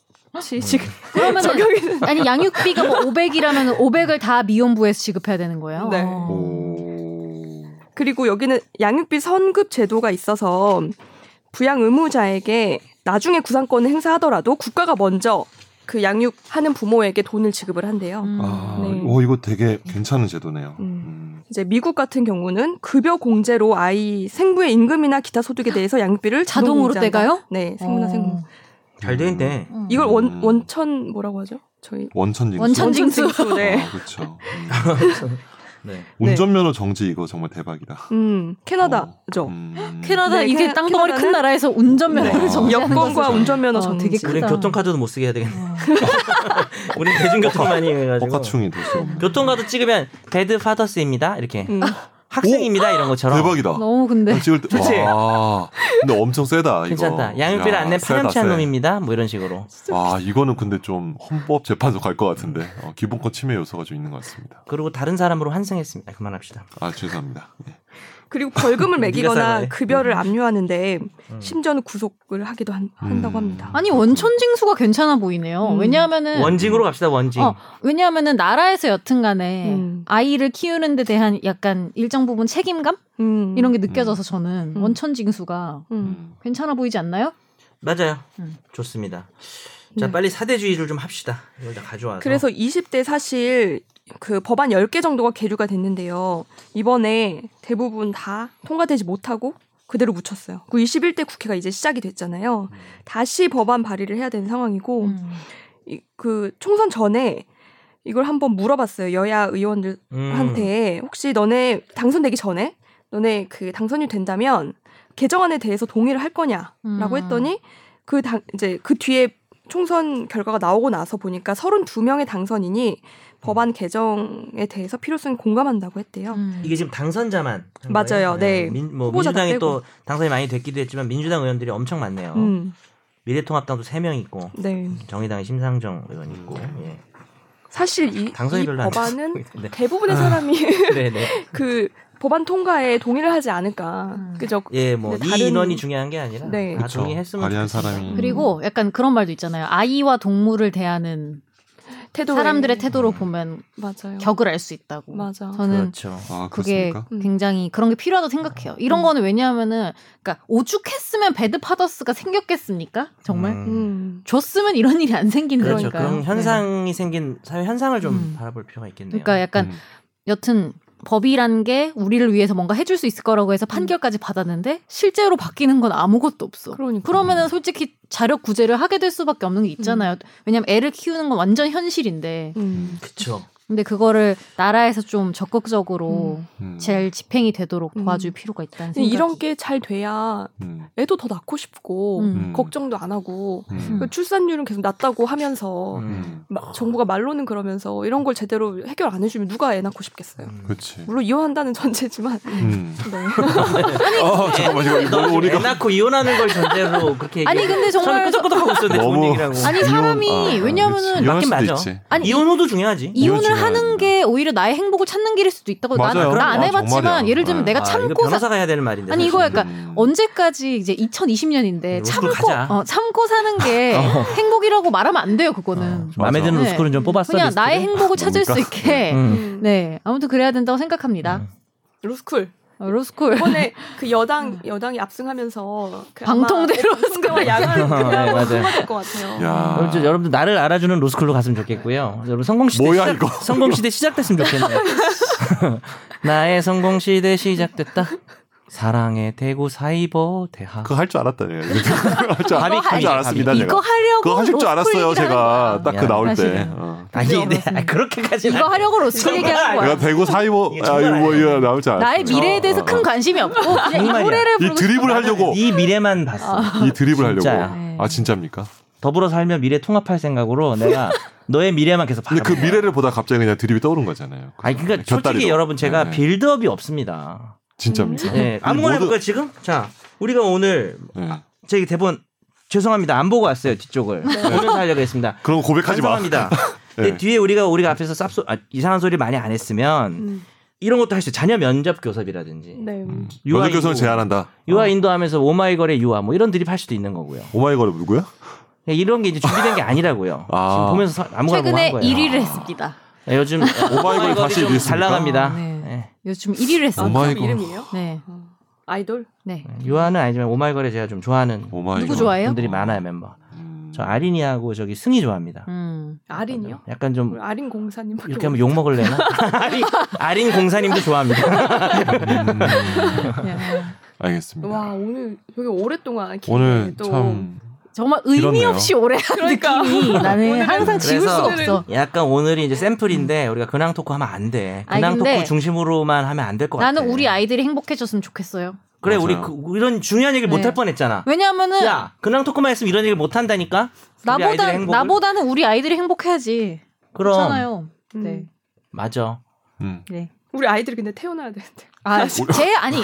A: 지금
D: 그러면은-
A: 적용이 되는
D: 아니 양육비가 뭐 500이라면 500을 다 미혼부에서 지급해야 되는 거예요?
A: 네.
D: 어.
C: 오.
B: 음.
A: 그리고 여기는 양육비 선급 제도가 있어서 부양 의무자에게 나중에 구상권을 행사하더라도 국가가 먼저 그 양육하는 부모에게 돈을 지급을 한대요.
D: 음.
C: 아,
A: 네.
C: 오, 이거 되게 괜찮은 제도네요.
A: 음.
C: 음.
A: 이제 미국 같은 경우는 급여 공제로 아이 생부의 임금이나 기타 소득에 대해서 양육비를
D: 자동으로
A: 공제한다.
D: 떼가요?
A: 네, 생부나 생모.
B: 잘 되는데.
D: 어.
A: 이걸 원
C: 음.
A: 원천 뭐라고 하죠? 저희
C: 원천징수.
D: 원천- 원천징수.
A: 원천징수, 네.
C: 아, 그렇죠. 음.
B: 네.
C: 운전면허 정지 이거 정말 대박이다.
A: 음, 캐나다죠.
C: 음.
D: 캐나다
A: 네,
D: 이게
A: 캐나-
D: 땅덩어리 큰
A: 캐나다는-
D: 나라에서
C: 네.
D: 운전면허를 정지.
A: 여권과 운전면허
D: 어,
A: 정지.
D: 되게
B: 우리
D: 크다.
B: 교통카드도 못 쓰게 해야 되겠네.
D: 어.
B: 우리 대중교통 많이 이용해가지고.
C: 억가충이 될 수
B: 음.
C: 없는.
B: 교통카드 찍으면 데드 파더스입니다. 이렇게.
A: 음.
B: 학생입니다. 이런 것처럼.
C: 대박이다.
D: 너무 근데
B: 아,
C: 나 찍을 때
B: 네. 좋지?
C: 와. 근데 엄청 세다 아, 이거.
B: 괜찮다. 양육비를
C: 야,
B: 안낸
C: 세다,
B: 파렴치한
C: 세.
B: 놈입니다. 뭐 이런 식으로.
C: 아, 이거는 근데 좀 헌법 재판소 갈 것 같은데. 어, 기본권 침해 요소가 좀 있는 것 같습니다.
B: 그리고 다른 사람으로 환승했습니다. 그만합시다.
C: 아, 죄송합니다. 예.
A: 그리고 벌금을
B: 네가
A: 매기거나
B: 살아야
A: 급여를 압류하는데
B: 음.
A: 심지어는 구속을 하기도 한, 다고
C: 음.
A: 합니다.
D: 아니 원천징수가 괜찮아 보이네요.
A: 음.
D: 왜냐하면은
B: 원징으로 갑시다. 원징.
D: 어, 왜냐하면은 나라에서 여튼간에
A: 음.
D: 아이를 키우는 데 대한 약간 일정 부분 책임감
A: 음.
D: 이런 게 느껴져서 저는
A: 음.
D: 원천징수가
A: 음.
C: 음.
D: 괜찮아 보이지 않나요?
B: 맞아요.
D: 음.
B: 좋습니다. 자
A: 네.
B: 빨리 사대주의를 좀 합시다. 이걸 다 가져와서.
A: 그래서 20대 사실 그 법안 10개 정도가 계류가 됐는데요. 이번에 대부분 다 통과되지 못하고 그대로 묻혔어요. 그 21대 국회가 이제 시작이 됐잖아요. 다시 법안 발의를 해야 되는 상황이고
D: 음.
A: 이, 그 총선 전에 이걸 한번 물어봤어요. 여야 의원들
B: 음.
A: 한테 혹시 너네 당선되기 전에 너네 그 당선이 된다면 개정안에 대해서 동의를 할 거냐라고
D: 음.
A: 했더니 그 당 이제 그 뒤에 총선 결과가 나오고 나서 보니까 32명의 당선인이 법안 개정에 대해서 필요성에 공감한다고 했대요.
D: 음.
B: 이게 지금 당선자만 한
A: 맞아요.
B: 거예요?
A: 네.
B: 민, 뭐
A: 후보자 다
B: 민주당이
A: 빼고.
B: 또 당선이 많이 됐기도 했지만 민주당 의원들이 엄청 많네요.
A: 음,
B: 미래통합당도 3명 있고
A: 네.
B: 정의당의 심상정 의원 있고 예.
A: 사실 이,
B: 당선이
A: 음. 이
B: 별로 안
A: 법안은
B: 됐고 있는데.
A: 대부분의 사람이
B: 네네.
A: 그 법안 통과에 동의를 하지 않을까.
D: 음.
A: 그죠?
B: 예, 뭐 이
A: 근데 다른-
B: 인원이 중요한 게 아니라
A: 네.
B: 다
C: 그쵸.
B: 동의했으면
C: 발의한
B: 좋겠습니다.
C: 사람이
D: 그리고 약간 그런 말도 있잖아요. 아이와 동물을 대하는
A: 태도에-
D: 사람들의 태도로 보면
A: 맞아요.
D: 격을 알 수 있다고.
A: 음. 맞아.
D: 저는
B: 그렇죠.
C: 아,
D: 그게
C: 그렇습니까?
A: 음.
D: 굉장히 그런 게 필요하다고 생각해요. 이런
A: 음.
D: 거는 왜냐하면은 그러니까 오죽했으면 배드 파더스가 생겼겠습니까? 정말
B: 음.
A: 음.
D: 줬으면 이런 일이 안 생기는
B: 그렇죠.
D: 거니까요. 네.
B: 그런 현상이 생긴 사회 현상을 좀
D: 음.
B: 바라볼 필요가 있겠네요.
D: 그러니까 약간
C: 음.
D: 여튼 법이란 게 우리를 위해서 뭔가 해줄 수 있을 거라고 해서 판결까지 받았는데 실제로 바뀌는 건 아무것도 없어.
A: 그러니까.
D: 그러면은 솔직히 자력 구제를 하게 될 수밖에 없는 게 있잖아요. 왜냐면 애를 키우는 건 완전 현실인데.
A: 음.
B: 그렇죠.
D: 근데 그거를 나라에서 좀 적극적으로
C: 음.
D: 잘 집행이 되도록
A: 음.
D: 도와줄 필요가 있다는 생각이.
A: 이런 게 잘 돼야
C: 음.
A: 애도 더 낳고 싶고
D: 음.
A: 걱정도 안 하고
C: 음.
A: 그 출산율은 계속 낮다고 하면서
B: 음.
A: 막 정부가 말로는 그러면서 이런 걸 제대로 해결 안 해주면 누가 애 낳고 싶겠어요.
B: 음.
C: 그렇지.
A: 물론 이혼한다는 전제지만
C: 음.
A: 네.
C: 아, 잠깐만 이거
B: 너
C: 너무
B: 지금 그
C: 우리가
B: 애 낳고 이혼하는 걸 전제로 그렇게 얘기해.
D: 아니 근데
B: 처음에
D: 정말
B: 끄적끄적하고 있었는데 좋은
C: 너무-
B: 얘기라고.
D: 아니 사람이
C: 이혼- 아,
D: 왜냐면은
C: 그렇지. 이혼할
B: 맞긴
C: 수도
B: 맞아.
C: 있지.
D: 아니
B: 이혼 후도 중요하지.
D: 이혼을 하는 게 오히려 나의 행복을 찾는 길일 수도 있다고
C: 맞아요.
D: 나는 나안
C: 아,
D: 해봤지만
C: 정말이야.
D: 예를 들면
C: 아,
D: 내가
B: 아, 이거
D: 참고 사
B: 변호사가 해야 되는 말인데.
D: 아니,
B: 사실.
D: 이거 약간 그러니까
C: 음.
D: 음. 언제까지 이제 2020년인데
B: 로스쿨
D: 참고
B: 가자.
D: 어, 참고 사는 게 행복이라고 말하면 안 돼요 그거는
B: 어. 마음에 드는
D: 네.
B: 로스쿨은 좀 뽑았어.
D: 그냥
B: 리스트를?
D: 나의 행복을 찾을 수
C: 뭡니까?
D: 있게
B: 음.
D: 네 아무튼 그래야 된다고 생각합니다
B: 음.
A: 로스쿨
D: 어, 로스쿨
A: 이번에 그 여당 여당이 압승하면서 그 아마
D: 음. 방통대로
A: 방통대와 야간
B: 네,
A: 그날
B: 맞아요.
A: 선거될 것 같아요.
C: 야.
B: 여러분, 저- 여러분들 나를 알아주는 로스쿨로 갔으면 좋겠고요. 여러분 성공 시대
C: 뭐야,
B: 시작,
C: 이거?
B: 성공 시대 시작됐으면 좋겠네요. 나의 성공 시대 시작됐다. 사랑의 대구 사이버 대학.
C: 그거 할 줄 알았다네요. 할줄
B: 바비킴이죠,
C: 알았습니다.
B: 바비킴.
C: 제가.
D: 이거 하려고
C: 그거 하실 줄
D: 로스쿨
C: 알았어요.
D: 얘기를
C: 제가
D: 하는 거야.
C: 딱 그 나올 때.
D: 사실은.
C: 어.
B: 아니, 네,
D: 그렇습니다.
B: 아, 그렇게까지
D: 이거 하려고 로스쿨
B: 정말
D: 얘기하는
C: 내가
D: 거야
C: 대구 사이버
B: 이게
C: 아
B: 정말
C: 이거 뭐 이거 나올 줄 알았어.
D: 나의 미래에 대해서 큰 관심이 없고 그냥 이
B: 정말이야.
D: 노래를
C: 이
D: 부르고
C: 드립을 하려고
B: 네 미래만 봤어.
C: 이 드립을 하려고.
B: 진짜야.
D: 네.
C: 아 진짜입니까?
B: 더불어 살며 미래 통합할 생각으로 내가 너의 미래만 계속
C: 근데
B: 바라봐.
C: 그 미래를 보다 갑자기 그냥 드립이 떠오른 거잖아요.
B: 아니 그러니까
C: 곁다리로.
B: 솔직히 여러분 제가
C: 네, 네.
B: 빌드업이 없습니다.
C: 진짜입니까?
B: 네, 아무거나 해볼까요 지금? 자, 우리가 오늘
C: 네.
B: 저희 대본 죄송합니다 안 보고 왔어요 뒤쪽을
C: 네.
B: 보면서 하려고 했습니다.
C: 그런 거 고백하지 마.
B: 죄송합니다. 근데
C: 네.
B: 뒤에 우리가 우리가 앞에서 쌉소 아, 이상한 소리 많이 안 했으면
A: 음,
B: 이런 것도 할 수 있어요. 자녀 면접 교섭이라든지
A: 네.
C: 음.
B: 유아
C: 연애 교선을
B: 인도.
C: 제안한다.
D: 네.
B: 유아 인도하면서 오마이걸의 유아 뭐 이런 드립 할 수도 있는 거고요.
C: 오마이걸 누구야?
B: 그냥 이런 게 이제 준비된 게 아니라고요.
C: 아.
B: 지금 보면서 사- 아무거나 보고
D: 최근에
B: 한 거예요.
D: 1위를 했습니다
B: 네, 요즘 오마이걸
C: 다시
B: 좀
C: 리스트입니까?
B: 잘 나갑니다.
D: 네.
B: 네.
D: 요즘 1위를
A: 아,
D: 했어
A: 그럼
C: 오마이걸.
A: 이름이에요?
D: 네
A: 어, 아이돌?
D: 네.
B: 유아는 아니지만 오마이걸에 제가 좀 좋아하는
C: 오마이걸.
D: 누구 좋아해요?
B: 분들이 많아요 멤버.
C: 음.
B: 저 아린이하고 저기 승희 좋아합니다.
D: 음.
A: 아린이요?
B: 약간 좀
A: 우리 아린 공사님밖에
B: 이렇게 하면 욕 먹을래나? 아린, 아린 공사님도 좋아합니다.
D: 예.
C: 알겠습니다.
A: 와 오늘 되게 오랫동안 긴
C: 오늘
A: 또
C: 참
D: 정말 의미
C: 이렇네요.
D: 없이 오래 한
A: 그러니까.
D: 느낌이 나는
A: 오늘은
D: 항상 지울
B: 그래서
D: 수가 없어. 음.
B: 약간 오늘이 이제 샘플인데 우리가 근황 토크 하면 안 돼.
D: 아니,
B: 근황
D: 근데
B: 토크 중심으로만 하면 안 될 것 같아.
D: 나는 우리 아이들이 행복해졌으면 좋겠어요.
B: 그래 우리
C: 맞아요.
B: 그- 이런 중요한 얘기를
D: 네.
B: 못할 뻔했잖아.
D: 왜냐하면은
B: 야 근황 토크만 했으면 이런 얘기를 못 한다니까.
D: 나보다 나보다는 우리 아이들이 행복해야지.
B: 그럼
D: 그렇잖아요.
A: 음.
D: 네.
B: 맞아.
C: 음.
A: 우리 아이들이 근데 태어나야 되는데
D: 아, 제 아니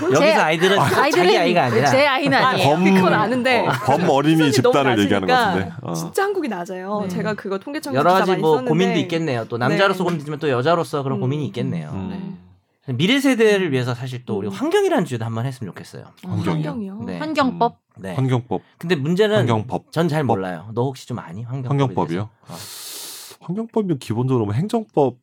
B: 여기서 아이들은 자기 아이가 아니라
D: 제 아이는 아니에요.
C: 범
A: 그건 아는데
C: 어, 범 어린이
A: 네. 시선이
C: 집단을
A: 너무
C: 얘기하는 것
A: 낮으니까
C: 같은데. 어.
A: 진짜 한국이 낮아요.
D: 네.
A: 제가 그거 통계청
B: 여러
A: 기사
B: 가지
A: 많이
B: 뭐
A: 썼는데
B: 고민도 있겠네요. 또
A: 네.
B: 남자로서 고민이지만 또 여자로서 그런
A: 음.
B: 고민이 있겠네요.
C: 음.
B: 미래 세대를 위해서 사실 또 우리 환경이라는 주제도 한번 했으면 좋겠어요.
C: 환경이요.
A: 환경이요.
B: 네.
D: 음. 환경법.
C: 음.
B: 네.
C: 환경법,
B: 근데 문제는
C: 환경법,
B: 전 잘 몰라요. 너 혹시 좀 아니? 어. 환경
C: 환경법이요. 환경법이 기본적으로 뭐 행정법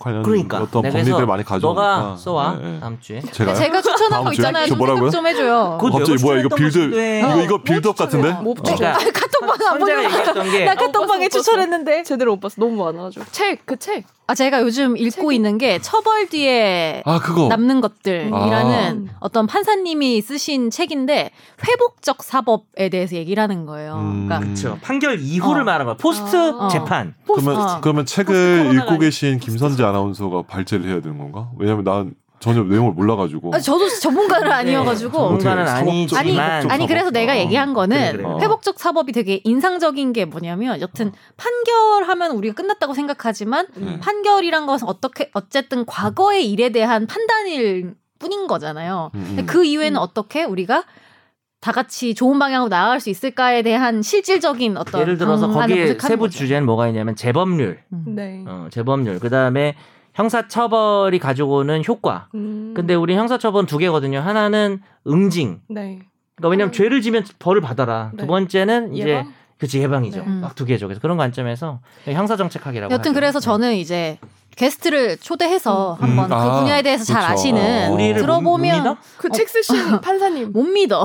C: 관련
B: 그러니까.
C: 어떤
B: 네,
C: 법리들
B: 그래서
C: 많이 가져오니까.
B: 너가 아. 써와
C: 네, 네.
B: 다음 주에.
C: 제가요?
D: 제가 추천한
C: 다음
D: 거
C: 주에?
D: 있잖아요.
C: 저
D: 좀
C: 뭐라고요?
D: 생각 좀 해줘요.
B: 그거
C: 갑자기
B: 내가
C: 뭐야, 이거
B: 추천했던
C: 빌드-
B: 것도 해.
C: 이거 이거 빌드업 같은데?
A: 못
C: 어.
A: 추천해.
B: 그러니까
D: 어. 카톡방
B: 선재가
D: 안 보려고
B: 얘기했던 게
D: 나 카톡방에
A: 못 봤어.
D: 추천했는데.
A: 제대로 못 봤어. 너무 많아가지고 책그 책.
D: 아 제가 요즘 읽고 있는 게 처벌 뒤에
C: 아 그거.
D: 남는 것들이라는
A: 아.
D: 어떤 판사님이 쓰신 책인데 회복적 사법에 대해서 얘기를 하는 거예요.
C: 음.
D: 그러니까
B: 그렇죠. 판결 이후를
D: 어.
B: 말한 거야. 포스트
A: 어.
B: 재판.
C: 그러면
D: 아, 포스트.
C: 그러면 책을
A: 코로나가
C: 읽고
A: 아니-
C: 계신 김선재 아나운서가 발제를 해야 되는 건가? 왜냐면 난 전혀 내용을 몰라가지고.
D: 아, 저도
B: 네.
D: 전문가는 아니어가지고
C: 전문가.
B: 전문가는
C: 어떻게
D: 아니
B: 아니지만
C: 좀
D: 아니 그래서
C: 사법- 어.
D: 내가 얘기한 거는
B: 그래, 어. 그래.
C: 어.
D: 회복적 사법이 되게 인상적인 게 뭐냐면 여튼 판결하면 우리가 끝났다고 생각하지만
B: 음.
C: 네.
D: 판결이란 것은 어떻게 어쨌든 과거의 일에 대한 판단일 뿐인 거잖아요.
C: 음,
D: 근데
C: 음.
D: 그 이외에는
A: 음.
D: 어떻게 우리가 다 같이 좋은 방향으로 나아갈 수 있을까에 대한 실질적인 어떤
B: 예를 들어서
D: 방안을
B: 거기에
D: 모색하는
B: 세부
D: 거죠.
B: 주제는 뭐가 있냐면 재범률,
D: 음.
A: 네.
B: 어, 재범률. 그 다음에 형사처벌이 가지고 오는 효과.
A: 음.
B: 근데 우리 형사처벌 두 개거든요. 하나는 응징.
A: 네.
B: 그러니까 왜냐면
A: 음.
B: 죄를 지면 벌을 받아라. 두
A: 네.
B: 번째는 이제
A: 예방?
B: 그치 예방이죠.
A: 네.
B: 딱 두 개죠. 그래서 그런 관점에서 형사 정책학이라고. 네.
D: 여튼 그래서 저는 이제 게스트를 초대해서
C: 음.
D: 한번 그
C: 아,
D: 분야에 대해서 잘
C: 그렇죠.
D: 아시는
C: 어.
B: 우리를 못
D: 들어보면
B: 믿어?
A: 그 책 쓰신 판사님.
D: 못
C: 아.
D: 믿어.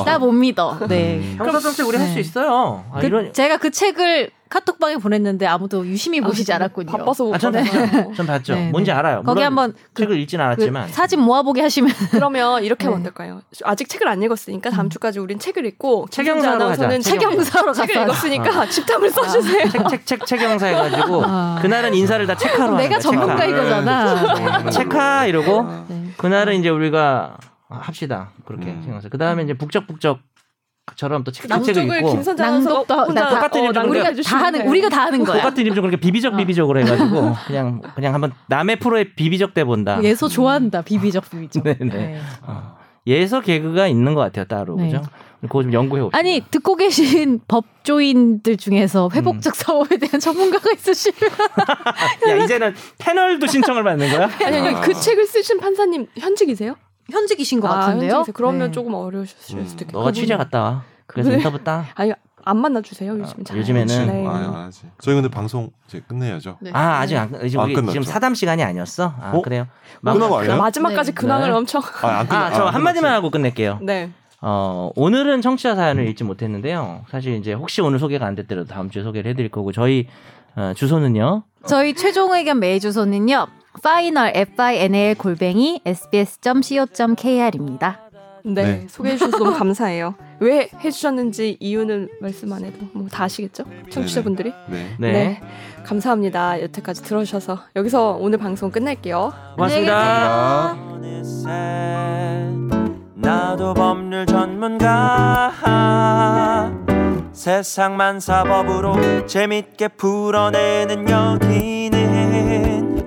C: 음.
D: 나 못 믿어. 네.
B: 형사 정책 우리 할 수
D: 네.
B: 있어요. 아,
D: 그-
B: 이런
D: 제가 그 책을 카톡방에 보냈는데 아무도 유심히 보시지
A: 아,
D: 않았군요.
A: 바빠서 못
B: 아, 전-
A: 봤어요.
B: 전 봤죠.
D: 네, 네.
B: 뭔지 알아요.
D: 거기
B: 물론
D: 한번 그-
B: 책을 읽진 않았지만
D: 그 사진 모아보게 하시면
A: 어, 그러면 이렇게 하면
D: 네.
A: 어떨까요? 아직 책을 안 읽었으니까 다음 주까지 우린 책을 읽고
B: 책영사로
A: 아나운서는
B: 하자.
A: 책
B: 책영-
D: 책영사로
A: 책을
D: 가서
A: 읽었으니까 집탐을 써주세요.
B: 책책책 책영사 해가지고
D: 아.
B: 그날은 네. 인사를 다 체크하러
D: 내가
B: 하는 거야,
D: 전문가
B: 체크.
D: 이거잖아.
B: 체카 이러고
C: 아.
D: 네.
B: 그날은 이제 우리가 아, 합시다 그렇게
C: 음.
B: 생각해서 그 다음에 이제 북적북적처럼 또 책책 책
A: 남쪽을
B: 읽고
A: 김선재
D: 낭독도
A: 아나운서가
D: 하고
A: 혼자
D: 다-
B: 똑같은
A: 어,
B: 일을
A: 낭독해
D: 우리가 다
A: 주시면
D: 하는
A: 돼요.
D: 우리가 다 하는 거야. 어.
B: 똑같은 이름 좀 그렇게 비비적 비비적으로 해가지고 그냥 그냥 한번 남의 프로에 비비적 대본다.
D: 예서 좋아한다. 비비적 비비적.
B: 네네. 예서 개그가 있는 것 같아요 따로
D: 네.
B: 그죠? 그거 좀 연구해 봅시다.
D: 아니 듣고 계신 법조인들 중에서 회복적 사업에 대한 전문가가 있으시면
B: 야 이제는 패널도 신청을 받는 거야?
A: 아니 아니
C: 아.
A: 그 책을 쓰신 판사님 현직이세요?
D: 현직이신 것
A: 아,
D: 같은데요.
A: 현직이세요? 그러면
D: 네.
A: 조금 어려우실
C: 음,
A: 수도 있겠다.
B: 너가 취재 갔다 와. 그래서
A: 그분은-
B: 인터뷰 따.
A: 아니 안 만나 주세요 요즘.
B: 아,
A: 잘.
B: 요즘에는-
A: 네.
C: 아, 안 하지. 저희 근데 방송 이제 끝내야죠.
D: 네.
B: 아 아직 안 끝- 지금
C: 안
B: 우리 지금
C: 끝났죠.
B: 사담 시간이 아니었어? 아
C: 어?
B: 그래요.
C: 끝난 거 아니에요?
A: 마지막까지
D: 네.
A: 근황을
B: 네.
A: 엄청.
C: 아, 안 끝나.
B: 아저
C: 안
B: 한마디만
C: 끝났어요.
B: 하고 끝낼게요.
A: 네.
B: 어, 오늘은 청취자 사연을 읽지 못했는데요. 사실 이제 혹시 오늘 소개가 안 됐더라도 다음 주에 소개를 해드릴 거고 저희 어, 주소는요.
D: 저희 최종 의견 메일 주소는요. final final 골뱅이 sbs.co.kr입니다.
A: 네.
C: 네.
A: 소개해 주셔서 너무 감사해요. 왜 해주셨는지 이유는 말씀 안 해도 뭐 다 아시겠죠? 청취자분들이.
C: 네.
B: 네.
A: 감사합니다. 여태까지 들어주셔서 여기서 오늘 방송 끝낼게요.
B: 고맙습니다.
D: 감사합니다.
F: 어느새 나도 법률 전문가 세상만 사법으로 재밌게 풀어내는 여기는